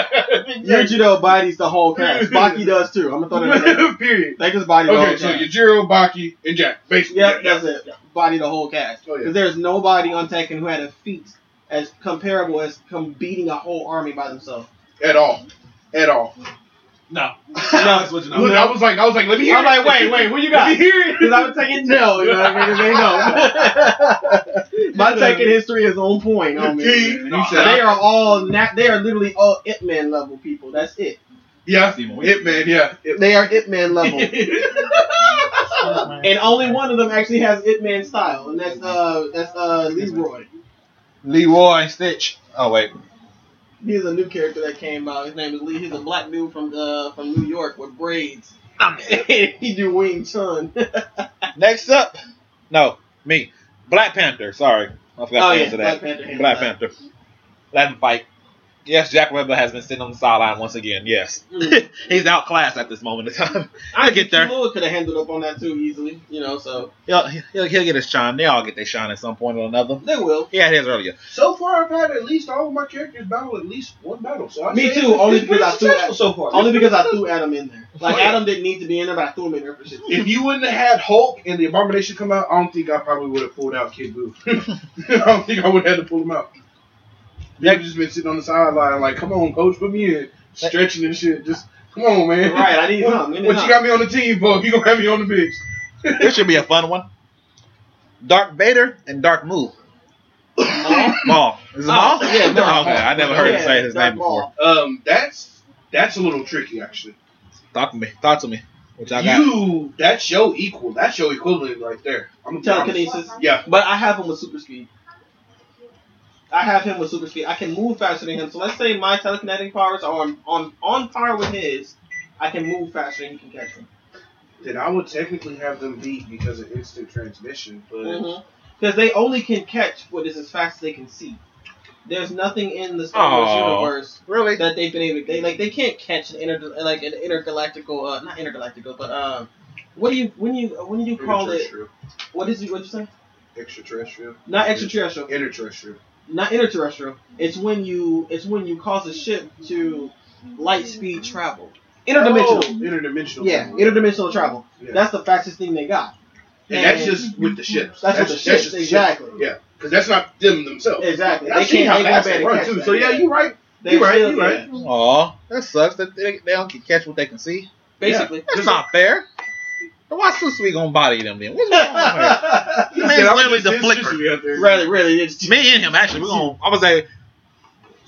B: *laughs*
C: Yujiro bodies the whole cast. Baki does too. I'm gonna throw
B: *laughs*
C: that in there.
B: Period.
C: They just body the
B: Okay,
C: whole
B: so
C: cast.
B: Yujiro, Baki, and Jack. Basically,
C: Yep, that's it. Body the whole cast.
B: Oh, yeah.
C: Because there's nobody on Tekken who had a feat as comparable as come beating a whole army by themselves.
B: At all. At all.
G: No.
C: No.
G: No, it's what you
B: *laughs* Look,
G: know.
B: I was like, I was like, let me hear
C: I'm
B: it.
C: like, wait, wait, who you
B: Let me
C: got?
B: hear
C: Because
B: it.
C: I'm taking no, you know what I mean? 'Cause they know. *laughs* My Tekken history is on point on me.
B: He- he said,
C: They are all na- they are literally all Ip Man level people. That's it.
B: yeah, Hitman, yeah. Hit-
C: They are Ip Man level.
H: And
C: *laughs* And only one of them actually has Ip Man style, and that's uh that's uh Leroy.
A: Leroy and Stitch. Oh wait.
C: He's a new character that came out. His name is Lee. He's a black dude from uh from New York with braids. *laughs* he do Wing Chun.
A: Next up, no, me, Black Panther. Sorry, I forgot
C: Oh,
A: to
C: yeah,
A: answer that.
C: *laughs* Black Panther.
A: Black Panther. Let him fight. Yes, Jack Webber has been sitting on the sideline once again. Yes,
C: Mm.
A: he's outclassed at this moment in time. *laughs* I'll get there.
C: Lua could have handled up on that too easily, you know. So
A: He'll, he'll, he'll get his shine. They all get their shine at some point or another.
C: they will.
A: He had his earlier.
B: So far, I've had at least all of my characters battle at least one battle. So I'd
C: Me
B: say
C: too,
B: it's-
C: only
B: it's pretty
C: because I threw
B: successful so far.
C: Only because I threw Adam in there. Like
B: Oh, yeah.
C: Adam didn't need to be in there, but I threw him in there for shit.
B: *laughs* If you wouldn't have had Hulk and the Abomination come out, I don't think I probably would have pulled out Kid Boo. *laughs* I don't think I would have had to pull him out. They've just been sitting on the sideline like, come on, coach, put me in. Stretching and shit. Just, come on, man.
C: right, I need
B: What,
C: him. I need
B: what
C: him.
B: you got me on the team for if you going to have me on the bench?
A: This should be a fun one. Dark Vader and Dark Moo.
C: Maul?
A: Maul. Is it Maul?
C: Oh, yeah, Maul.
A: okay, I never heard him
C: Yeah,
A: say his
C: Darth
A: name before.
C: Maul.
B: Um, that's that's a little tricky, actually.
A: Talk to me. Talk to me. Which I got.
B: You, that's your equal. That's your equivalent right there. I'm gonna be honest.
C: Telekinesis.
B: Yeah.
C: But I have him with super speed. I have him with super speed. I can move faster than him. So let's say my telekinetic powers are on on, on par with his. I can move faster than he can catch him.
B: Then I would technically have them beat because of instant transmission, but.
C: Mm-hmm. Because they only can catch what is as fast as they can see. There's nothing in the Star Wars
A: Aw.
C: universe
A: Really?
C: that they've been able. They like they can't catch an inter like an intergalactical uh not intergalactical but um what do you when you when do you call it
B: Interterrestrial.
C: what is it what you say
B: Extraterrestrial.
C: not extraterrestrial
B: Interterrestrial.
C: not interterrestrial. It's when you it's when you cause a ship to light speed travel. Interdimensional.
B: Oh, interdimensional.
C: Yeah, interdimensional travel.
B: Yeah.
C: That's the fastest thing they got.
B: And that's just with the ships.
C: That's with the ships,
B: just the
C: exactly.
B: Yeah, because that's not them themselves.
C: Exactly.
B: I
C: They
B: see
C: can't
B: how
C: they
B: fast
C: got
B: they
C: better
B: run
C: catch
B: too.
C: that.
B: So yeah, you're right.
C: They're
B: you right,
C: still-
B: you right.
A: Aw, that sucks. That they, they don't can catch what they can see.
C: Basically.
A: That's not fair. Then Why Susui gonna body them then? What's going on here?
B: You *laughs*
A: man's
B: said I was
A: literally
B: just
A: the
B: saying
A: flicker.
B: shit out there.
C: Really, really, it's
A: Me and him actually. We're gonna. I was like,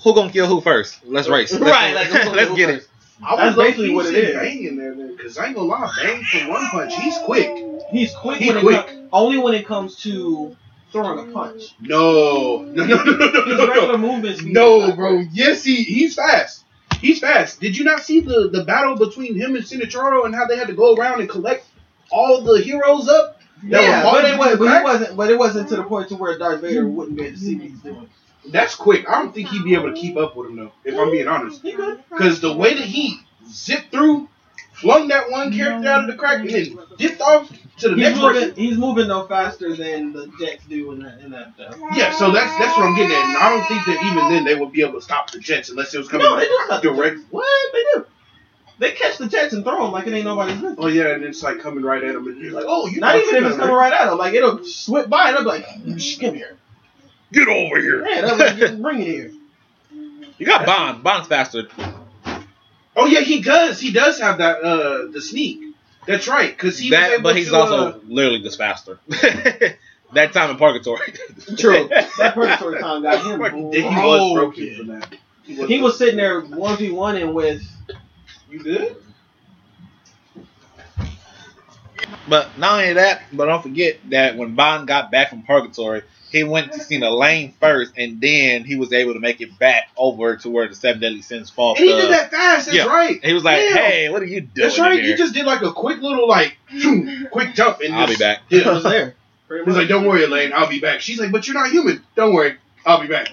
A: who gonna kill who first? Let's race. Let's,
C: right. Like,
A: let's, get it.
B: I was
C: That's
B: low-key
C: basically what it
B: saying
C: is.
B: Bang in there, then, because I ain't gonna lie, Bang for one punch, he's quick.
C: He's quick.
B: He
C: when it
B: quick.
C: com- only when it comes to throwing a punch.
B: No, no, no, no, no,
C: His
B: *laughs* no, no,
C: regular movement speed.
B: no, bro. Yes, he he's fast. He's fast. Did you not see the the battle between him and Sinatoro and how they had to go around and collect all the heroes up? that
C: Yeah,
B: were
C: but
B: falling
C: it, was,
B: into
C: but
B: cracks?
C: it wasn't. But it wasn't to the point to where Darth Vader wouldn't be able to see what he's doing.
B: That's quick. I don't think he'd be able to keep up with him though, if I'm being honest. Because the way that he zipped through, flung that one character out of the crack, and then dipped off to the
C: He's
B: next
C: moving,
B: person.
C: he's moving no faster than the Jets do in that in that though.
B: Yeah, so that's that's what I'm getting at. And I don't think that even then they would be able to stop the Jets unless it was coming
C: No, they do
B: like
C: stop the
B: direct.
C: What they do? They catch the Jets and throw them like it ain't nobody's business.
B: Oh yeah, and it's like coming right at him, and you're like, oh, you
C: Not
B: don't
C: even
B: see
C: if it's
B: that, right?
C: coming right at them, like it'll slip by and they'll be like, "Mm, "Shh, "Come here,
A: Get over here.
C: yeah, that'll get- bring it *laughs* here."
A: You got Bond. Bond's faster.
B: Oh yeah, he does. He does have that uh the sneak. That's right, because he was
A: That,
B: able
A: but he's
B: to,
A: also *laughs*
B: uh,
A: literally just faster. *laughs* that time in Purgatory. *laughs*
B: *laughs*
C: True. That purgatory time got him.
B: he was broken
C: broken.
B: from that.
C: Oh, He was sitting there one v one and with
B: You good?
A: But not only that, but don't forget that when Bond got back from Purgatory, he went to see the lane first, and then he was able to make it back over to where the Seven Deadly Sins fall.
B: And he
A: to-
B: did that fast. That's
A: yeah.
B: right.
A: He was like,
B: Damn.
A: "Hey, what are you doing?"
B: That's
A: in
B: right.
A: there?"
B: He just did like a quick little like *clears throat* quick jump and
A: I'll be
B: just-
A: back.
C: it
B: Yeah.
C: was there. Pretty
B: He's like,
C: much.
B: "Don't worry, Elaine. I'll be back." She's like, "But you're not human. Don't worry. I'll be back."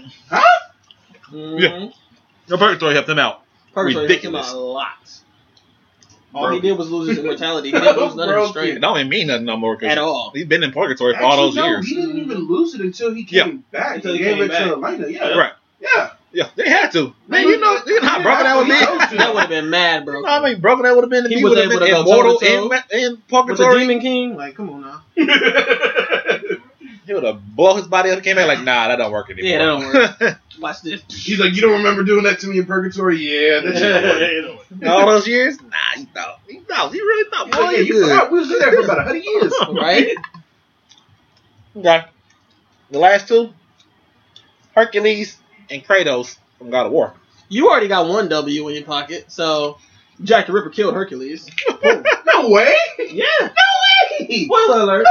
C: Mhm.
A: The Purgatory helped him out.
C: Mm-hmm. Purgatory hits him
A: Ridiculous.
C: a lot. All he
A: Broke.
C: did was lose his immortality. *laughs* He didn't lose none of his
B: Broke it.
A: It
C: strength
A: don't even mean nothing no more. 'cause
C: at *laughs* all.
A: He's been in purgatory for all those
B: Actually, no,
A: years.
B: He didn't even lose it until he
A: Yeah.
B: came back.
C: Until
B: he
C: he
B: gave
C: came
B: it
C: back.
B: to Elena. Yeah.
A: Right.
B: Yeah.
A: Yeah, they had to. Man, you know, you know how broken that would
B: He
A: be.
B: chose to.
C: That would have been mad, bro.
A: I mean, broken that would have been.
C: He
A: He
C: was
A: would have
C: able
A: been
C: to go
A: immortal in,
C: toe-to-toe
A: in
C: With the
A: purgatory.
C: Demon King, like, come on now.
A: He would have blow his body up. Came back like, nah, that don't work anymore.
C: Yeah, that don't
A: work.
C: Watch this.
B: He's like, you don't remember doing that to me in purgatory? Yeah, that's
A: *laughs*
B: it.
A: all those years, nah, you thought, you thought, you really thought,
B: He's like,
A: boy,
B: Oh, yeah,
A: you
B: you
A: good.
B: forgot we was in there for about hundred years.
C: Right?
A: Okay. The last two, Hercules and Kratos from God of War.
C: You already got one W in your pocket, so Jack the Ripper killed Hercules.
B: No way.
C: Yeah.
B: Hey,
C: Spoiler alert.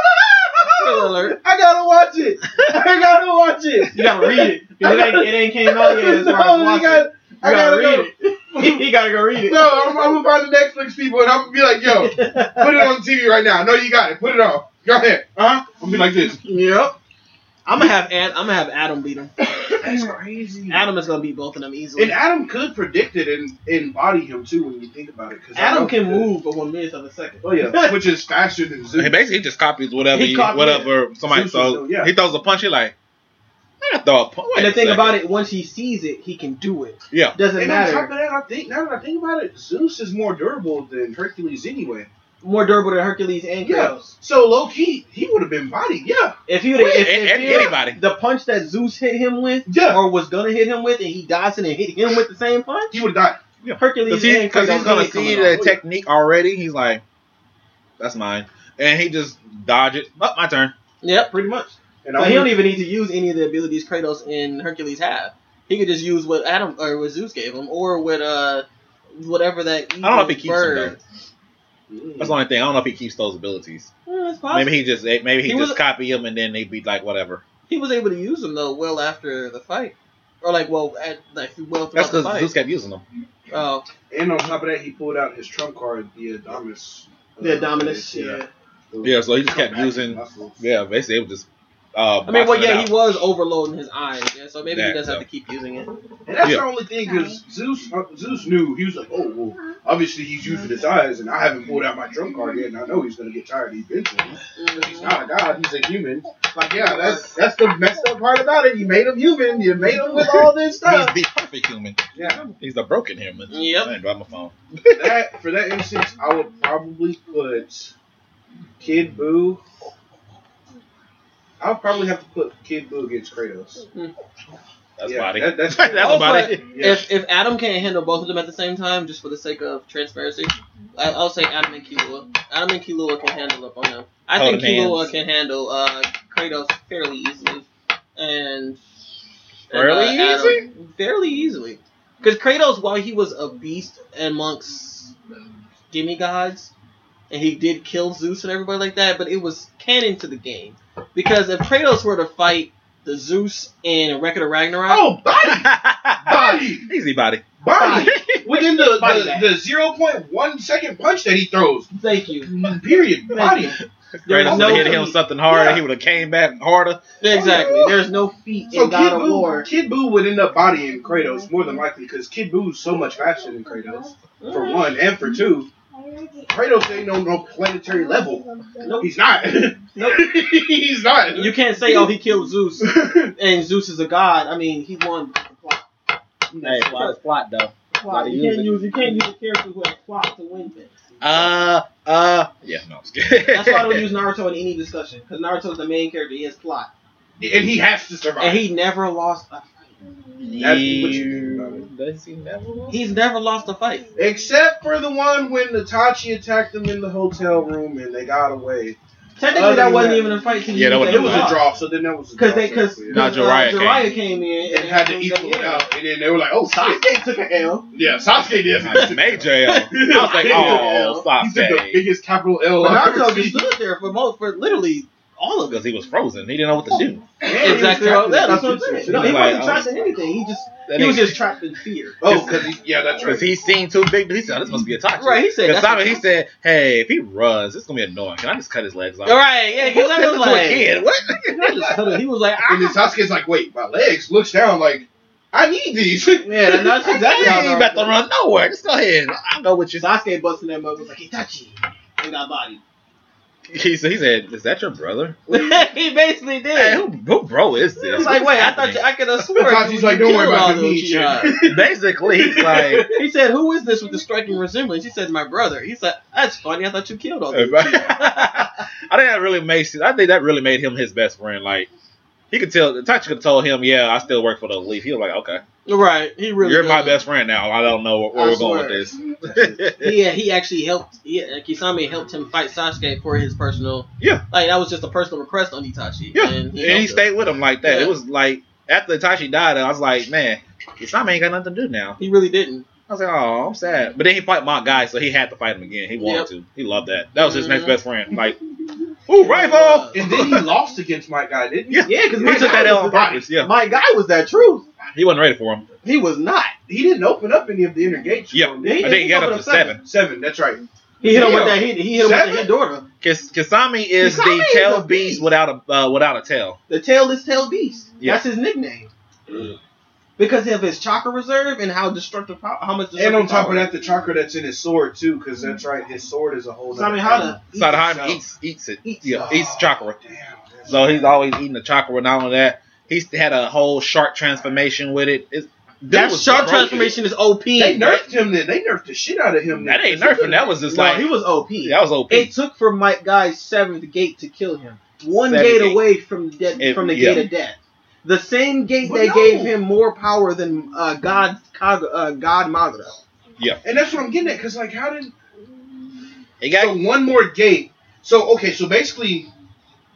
C: Spoiler *laughs* alert.
B: I gotta watch it. I gotta watch it.
C: You gotta read it. 'cause It ain't, it ain't came out yet as far as
B: No, you
C: watching.
B: got-
C: You
B: I gotta
C: gotta
B: go.
C: read it. *laughs* you gotta go read it.
B: No, I'm, I'm gonna find the Netflix people and I'm gonna be like, yo, put it on TV right now. No, you got it. Put it on. Go ahead. Uh huh. I'm gonna be like this.
C: Yep. I'm gonna have Ad, I'm gonna have Adam beat him.
B: That's crazy.
C: Adam is gonna beat both of them easily.
B: And Adam could predict it and embody him too when you think about it. 'cause
C: Adam can
B: could.
C: move for one minute of a second.
B: Oh *laughs*
C: *laughs*
B: yeah, which is faster than
A: He
B: Zeus.
A: basically just copies whatever
C: He
A: he-
C: copied
A: whatever somebody
B: Zeus
A: throws.
B: was doing, yeah.
A: He throws a punch. He like, I throw a punch.
C: and the thing about it, once he sees it, he can do it.
A: Yeah.
C: Doesn't
B: And on top
C: matter.
B: of that, I think now that I think about it, Zeus is more durable than Hercules anyway.
C: More durable than Hercules and
B: Yeah.
C: Kratos.
B: So low key, he would have been bodied. Yeah,
C: If he would have if, if he would've-
A: anybody.
C: the punch that Zeus hit him with
B: yeah,
C: or was gonna hit him with and he dodged it and hit him with the same punch,
B: he would have died.
C: Hercules
A: Because he,
C: and
A: 'cause
C: Kratos
A: he's gonna
C: ain't coming
A: see
C: off.
A: the technique already. He's like, that's mine, and he just dodge it. But my turn.
C: Yep, pretty much.
B: And
C: So
B: I
C: he don't
B: would,
C: even need to use any of the abilities Kratos and Hercules have. He could just use what Adam or what Zeus gave him, or what uh whatever that.
A: I don't know if he keeps them,
C: bird.
A: That's
B: Mm-hmm.
A: the only thing. I don't know if he keeps those abilities.
C: Mm, it's possible.
A: Maybe he just eh, maybe he,
C: He was-
A: just copy them and then they be like whatever.
C: He was able to use them though well after the fight, or like well at like well
A: That's
C: throughout the
A: because
C: fight.
A: Zeus kept using them.
C: oh,
B: and on top of that, he pulled out his trump card, the Adonis.
C: the
B: uh,
C: Dominus. Yeah.
A: Yeah, so he just kept using.
B: Muscles.
A: Yeah, basically it was just. Uh,
C: I mean, well,
A: boxing it
C: yeah,
A: out.
C: he was overloading his eyes, yeah. So maybe
A: That,
C: he does
A: though.
C: have to keep using it.
B: And that's
A: Yeah.
B: the only thing because Zeus, uh, Zeus knew he was like, oh well, obviously he's using his eyes, and I haven't pulled out my trump card yet, and I know he's gonna get tired eventually. He's not a god; he's a human. Like, yeah, that's that's the messed up part about it. You made him human. You made him with all this
A: He's
B: stuff.
A: the perfect human.
B: Yeah.
A: He's the broken human.
C: Yep.
A: I ain't got my phone.
B: For that for that instance, I would probably put Kid Boo. I'll probably have to put Kid Boo against Kratos.
A: That's
B: Yeah,
A: body. *laughs*
B: that- that's
A: That's
C: Also,
A: about it.
B: Yeah.
C: If if Adam can't handle both of them at the same time, just for the sake of transparency, I, I'll say Adam and Kilua. Adam and Kilua can handle up on them. I
A: Hold
C: think
A: hands.
C: Kilua can handle uh, Kratos fairly easily, and
A: Fairly
C: and, easily, fairly easily, because Kratos, while he was a beast amongst gimme gods, and he did kill Zeus and everybody like that, but it was canon to the game because if Kratos were to fight the Zeus in Record of Ragnarok.
B: oh, body, body,
A: Easy body. *laughs*
B: body. Within the,
C: Body
B: the,
C: bag.
B: the 0.1 second punch that he throws.
C: Thank you.
B: Period.
C: Mm-hmm.
B: Body.
C: Thank you. There's
A: Kratos would
C: no
A: have hit him
C: feat.
A: something harder.
B: Yeah.
A: He would have came back harder.
C: Exactly. There's no feet
B: So
C: in
B: Kid
C: God of
B: Boo,
C: War.
B: Kid Boo would end up bodying Kratos more than likely because Kid Boo's so much faster than Kratos. For
C: Mm-hmm.
B: one, and for two, Kratos ain't on no planetary level.
C: Nope.
B: He's not. *laughs*
C: Nope.
B: He's not.
C: You can't say, oh, he killed Zeus and Zeus is a god. I mean, he won. the plot.
A: Hey, plot, plot though. Gotta
C: You
A: use
C: can't
A: it.
C: use you can't use a character who has plot to win things.
A: Uh, uh. Yeah, no, I'm just kidding.
C: *laughs* That's why I don't
A: *laughs*
C: use Naruto in any discussion because Naruto's the main character. He has plot,
B: *laughs* and he has to survive.
C: and he never lost. A fight.
B: That's what you think about it.
A: Does he never?
C: He's never lost a fight.
B: Except for the one when Natachi attacked them in the hotel room and they got away.
C: Technically,
B: Other
C: that
B: than
C: wasn't
B: that-
C: even a fight.
A: Yeah, that
B: It was a draw, so then that was a draw.
C: Because they because uh,
B: so-
A: Nah, Jiraiya came.
C: Jiraiya came in
B: and had to
C: they-
B: equal it
C: yeah.
B: out. And then they were like, oh, shit.
C: Sasuke took an L.
B: Yeah, Sasuke did. *laughs*
A: Major
C: *laughs*
A: L. I was like, oh, stop
B: He took the
A: that.
B: biggest capital L
C: But
B: I've
C: Naruto
B: ever
C: just
B: seen.
C: stood there for most for literally all of it.
A: Because he was frozen. He didn't know what to do.
C: Exactly.
B: Yeah,
C: Right. Yeah, that's what I'm saying. No, he
A: Like,
C: wasn't trapped in anything. He just
A: That
C: he was
A: nigga-
C: *laughs* just trapped in fear.
B: Oh, cause he, yeah, that's right.
A: Because he seen too big. He said, oh, this must be a toxic.
C: Right. He said.
A: Because
C: that's
A: Simon,
C: a-
A: he said, hey, if he runs, it's going to be annoying. Can I just cut his legs off?
C: All right. *laughs* Yeah. Because I was
A: This is a
C: like.
A: kid. What?
C: I just- He was like.
B: And then
C: Ah.
B: Sasuke's like, wait, my legs. Looks down like, I need these. *laughs*
C: Yeah, that- that's *laughs* exactly
A: You
C: how
A: ain't
C: Naruto.
A: about to run nowhere. Just go ahead. I'll go with you.
C: Sasuke busting that mug was like Itachi and got bodied.
A: He, said- he said, "Is that your brother?
C: *laughs* he basically did.
A: Hey, who, who bro is this?"
C: It's like,
A: What's
C: wait, I
A: happening?"
C: thought you, I could have sworn.
B: Itachi's
C: you
B: like, don't worry
C: killed
B: about
C: all
B: the
C: those
B: meat shit.
C: Uchiha.
A: Basically, he's
C: *laughs*
A: like,
C: He said, "Who is this with the striking resemblance?" He said, "My brother." He said, "That's funny. I thought you killed all
A: Hey,
C: those." *laughs*
A: bro. *laughs* I think
C: Uchiha."
A: that really makes it. I think that really made him his best friend. Like he could tell, Tachi could tell him, "Yeah, I still work for the Leaf." He was like, "Okay,
C: Right. He really.
A: you're my
C: does.
A: best friend now. I don't know where, where
C: I
A: we're going
C: swear.
A: with
C: *laughs*
A: this."
C: Yeah, he actually helped. Yeah, Kisame helped him fight Sasuke for his personal.
A: Yeah.
C: Like that was just a personal request on Itachi.
A: yeah,
C: And
A: and
C: he,
A: he,
C: helped him.
A: stayed with him like that.
C: Yeah.
A: It was like after Tachi died, I was like, "Man, Isami ain't got nothing to do now."
C: He really didn't.
A: I was like, "Oh, I'm sad." But then he fought my guy, so he had to fight him again. He wanted
C: Yep.
A: to. He loved that. That was his next
C: Mhm.
A: best friend. Like, ooh,
C: Uh,
A: rifle.
B: *laughs* and then he lost against my guy, didn't he?
A: Yeah.
C: Yeah, because
A: He took that L on purpose. Yeah,
C: My guy was that truth.
A: he wasn't ready for him.
C: He was not.
B: He didn't open up any of the inner gates. for
A: Yeah.
B: him,
A: I
B: did
A: think he got up to seven.
B: he? Seven, that's right.
C: He hit him with
B: Yeah.
C: that. He, he hit him
B: Seven?
C: with the Hidorah.
A: Kis- Kisami is
C: Kisame
A: the
C: is
A: tail
C: a
A: beast.
C: beast.
A: without a uh, without a tail.
C: The tailless tail beast.
A: Yeah. Mm-hmm.
C: That's his nickname. Because of his chakra reserve and how destructive, pow- how much destructive
B: And on top of
C: power-
B: that, the chakra that's in his sword too, because that's right, his sword is a whole. nother
C: Samihara
A: Sadaheim
B: itself.
A: eats eats it.
C: eats
A: Yeah,
B: Oh,
A: eats chakra.
B: Damn. that's-
A: So he's always eating the chakra. Not only that, he's had a whole shark transformation with it. It's, dude
C: That
A: was
C: shark
A: broken.
C: transformation is OP.
B: They nerfed him. Then they nerfed the shit out of him.
A: That
B: then.
A: ain't nerfing. That was just
C: No,
A: like
C: he was OP.
A: that was OP.
C: It took for Mike Guy's seventh gate to kill him. One
A: Seventh
C: gate,
A: gate.
C: away from death,
A: It-
C: from the
A: yeah.
C: gate of death. The same gate
B: But
C: that
B: no.
C: gave him more power than uh, God Kaga, uh, God Madara.
B: And that's what I'm getting at. Cause like, how did
A: It got
B: so one more gate? So okay, so basically,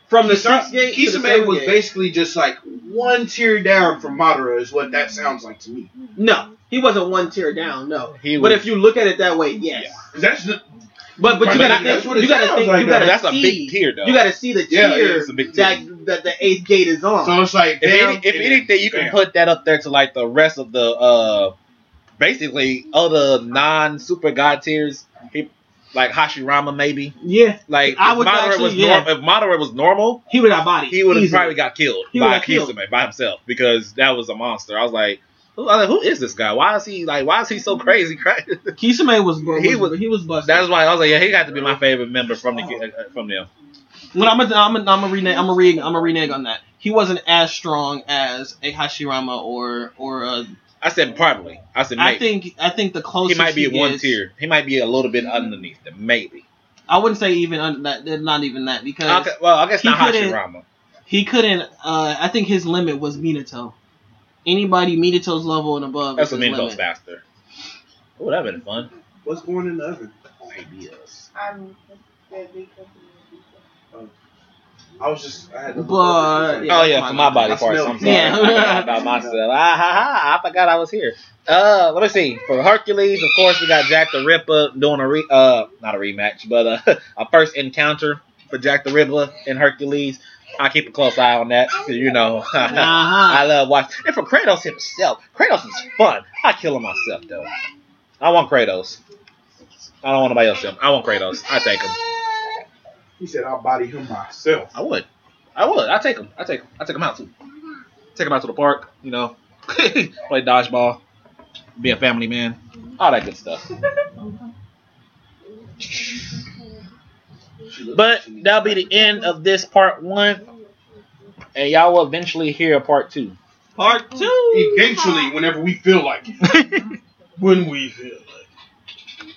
C: From the
B: Kisa-
C: sixth gate, to the
B: Kisame
C: seventh
B: was
C: gate.
B: basically just like one tier down from Madara, is what that sounds like to me.
C: no. He wasn't one tier down, no.
A: he
C: But
A: was.
C: if you look at it that way, yes.
A: Yeah.
B: 'Cause that's the,
C: But but
B: Right,
C: you gotta
B: but that's
C: think,
B: what it
C: you gotta
B: sounds
C: think,
B: like,
C: you
B: though.
C: gotta
A: that's a
C: see,
A: big tier though.
C: you gotta see the
B: Yeah, yeah,
C: tier,
A: it's a big tier.
C: that that the eighth gate is on.
B: so it's like
A: if,
B: damn,
A: any, if
B: damn,
A: anything, you can
B: damn.
A: put that up there to like the rest of the uh, basically other non super god tiers. He, like Hashirama maybe.
C: yeah,
A: Like
C: I
A: if
C: would
A: Madara
C: actually-
A: was
C: yeah.
A: norm- if Madara was normal,
C: he would have bodied.
A: he would have
C: easily.
A: probably got killed
C: He
A: by
C: would've
A: Kisame
C: killed.
A: by himself because that was a monster. I was like, who, I was like, who is this guy? Why is he like? Why is he
C: Mm-hmm.
A: so crazy? *laughs* Cra-
C: Kisame was, was
A: He
C: he
A: was-
C: was he was busted.
A: That's why I was like, yeah, he got to be my favorite member from the uh, from them.
C: Well, I'm gonna I'm gonna I'm gonna renege I'm gonna renege I'm gonna renege on that. He wasn't as strong as a Hashirama or or uh,
A: I said probably. I said
C: I
A: maybe.
C: think I think the
A: he
C: closest
A: might be one
C: is-
A: tier. He might be a little bit underneath them, maybe.
C: I wouldn't say even under that not even that because
A: Okay, well, I guess
C: he
A: not
C: couldn't-
A: Hashirama.
C: he couldn't. Uh, I think his limit was Minato. Anybody Minato's level and above.
A: That's
C: is
A: what
C: his
A: means goes
C: limit.
A: faster. Oh, that'd been fun.
B: What's going in the oven?
A: Ideas.
F: I'm good because
B: I was just. I had to look
C: But-
B: up.
A: oh yeah,
C: my
A: for my body
B: I
A: parts.
B: smell
A: I'm
B: it.
A: sorry *laughs*
C: Yeah.
A: I forgot about myself. Ah, ha, ha, I forgot I was here. Uh, let me see. For Hercules, of course, we got Jack the Ripper doing a re uh not a rematch, but uh, *laughs* a first encounter for Jack the Ripper and Hercules. I keep a close eye on that 'cause, you know *laughs*
C: Uh-huh.
A: I love watching. And for Kratos himself, Kratos is fun. I kill him myself though. I want Kratos. I don't want nobody else. to him. I want Kratos. I take him.
B: He said, "I'll body him myself."
A: I would. I would. I take him. I take. I take him out too. Take him out to the park. You know, *laughs* play dodgeball, be a family man, all that good stuff. But that'll be the end of this part one, and y'all will eventually hear part two.
C: Part two.
B: Eventually, whenever we feel like it.
A: *laughs* All
B: When we feel like it.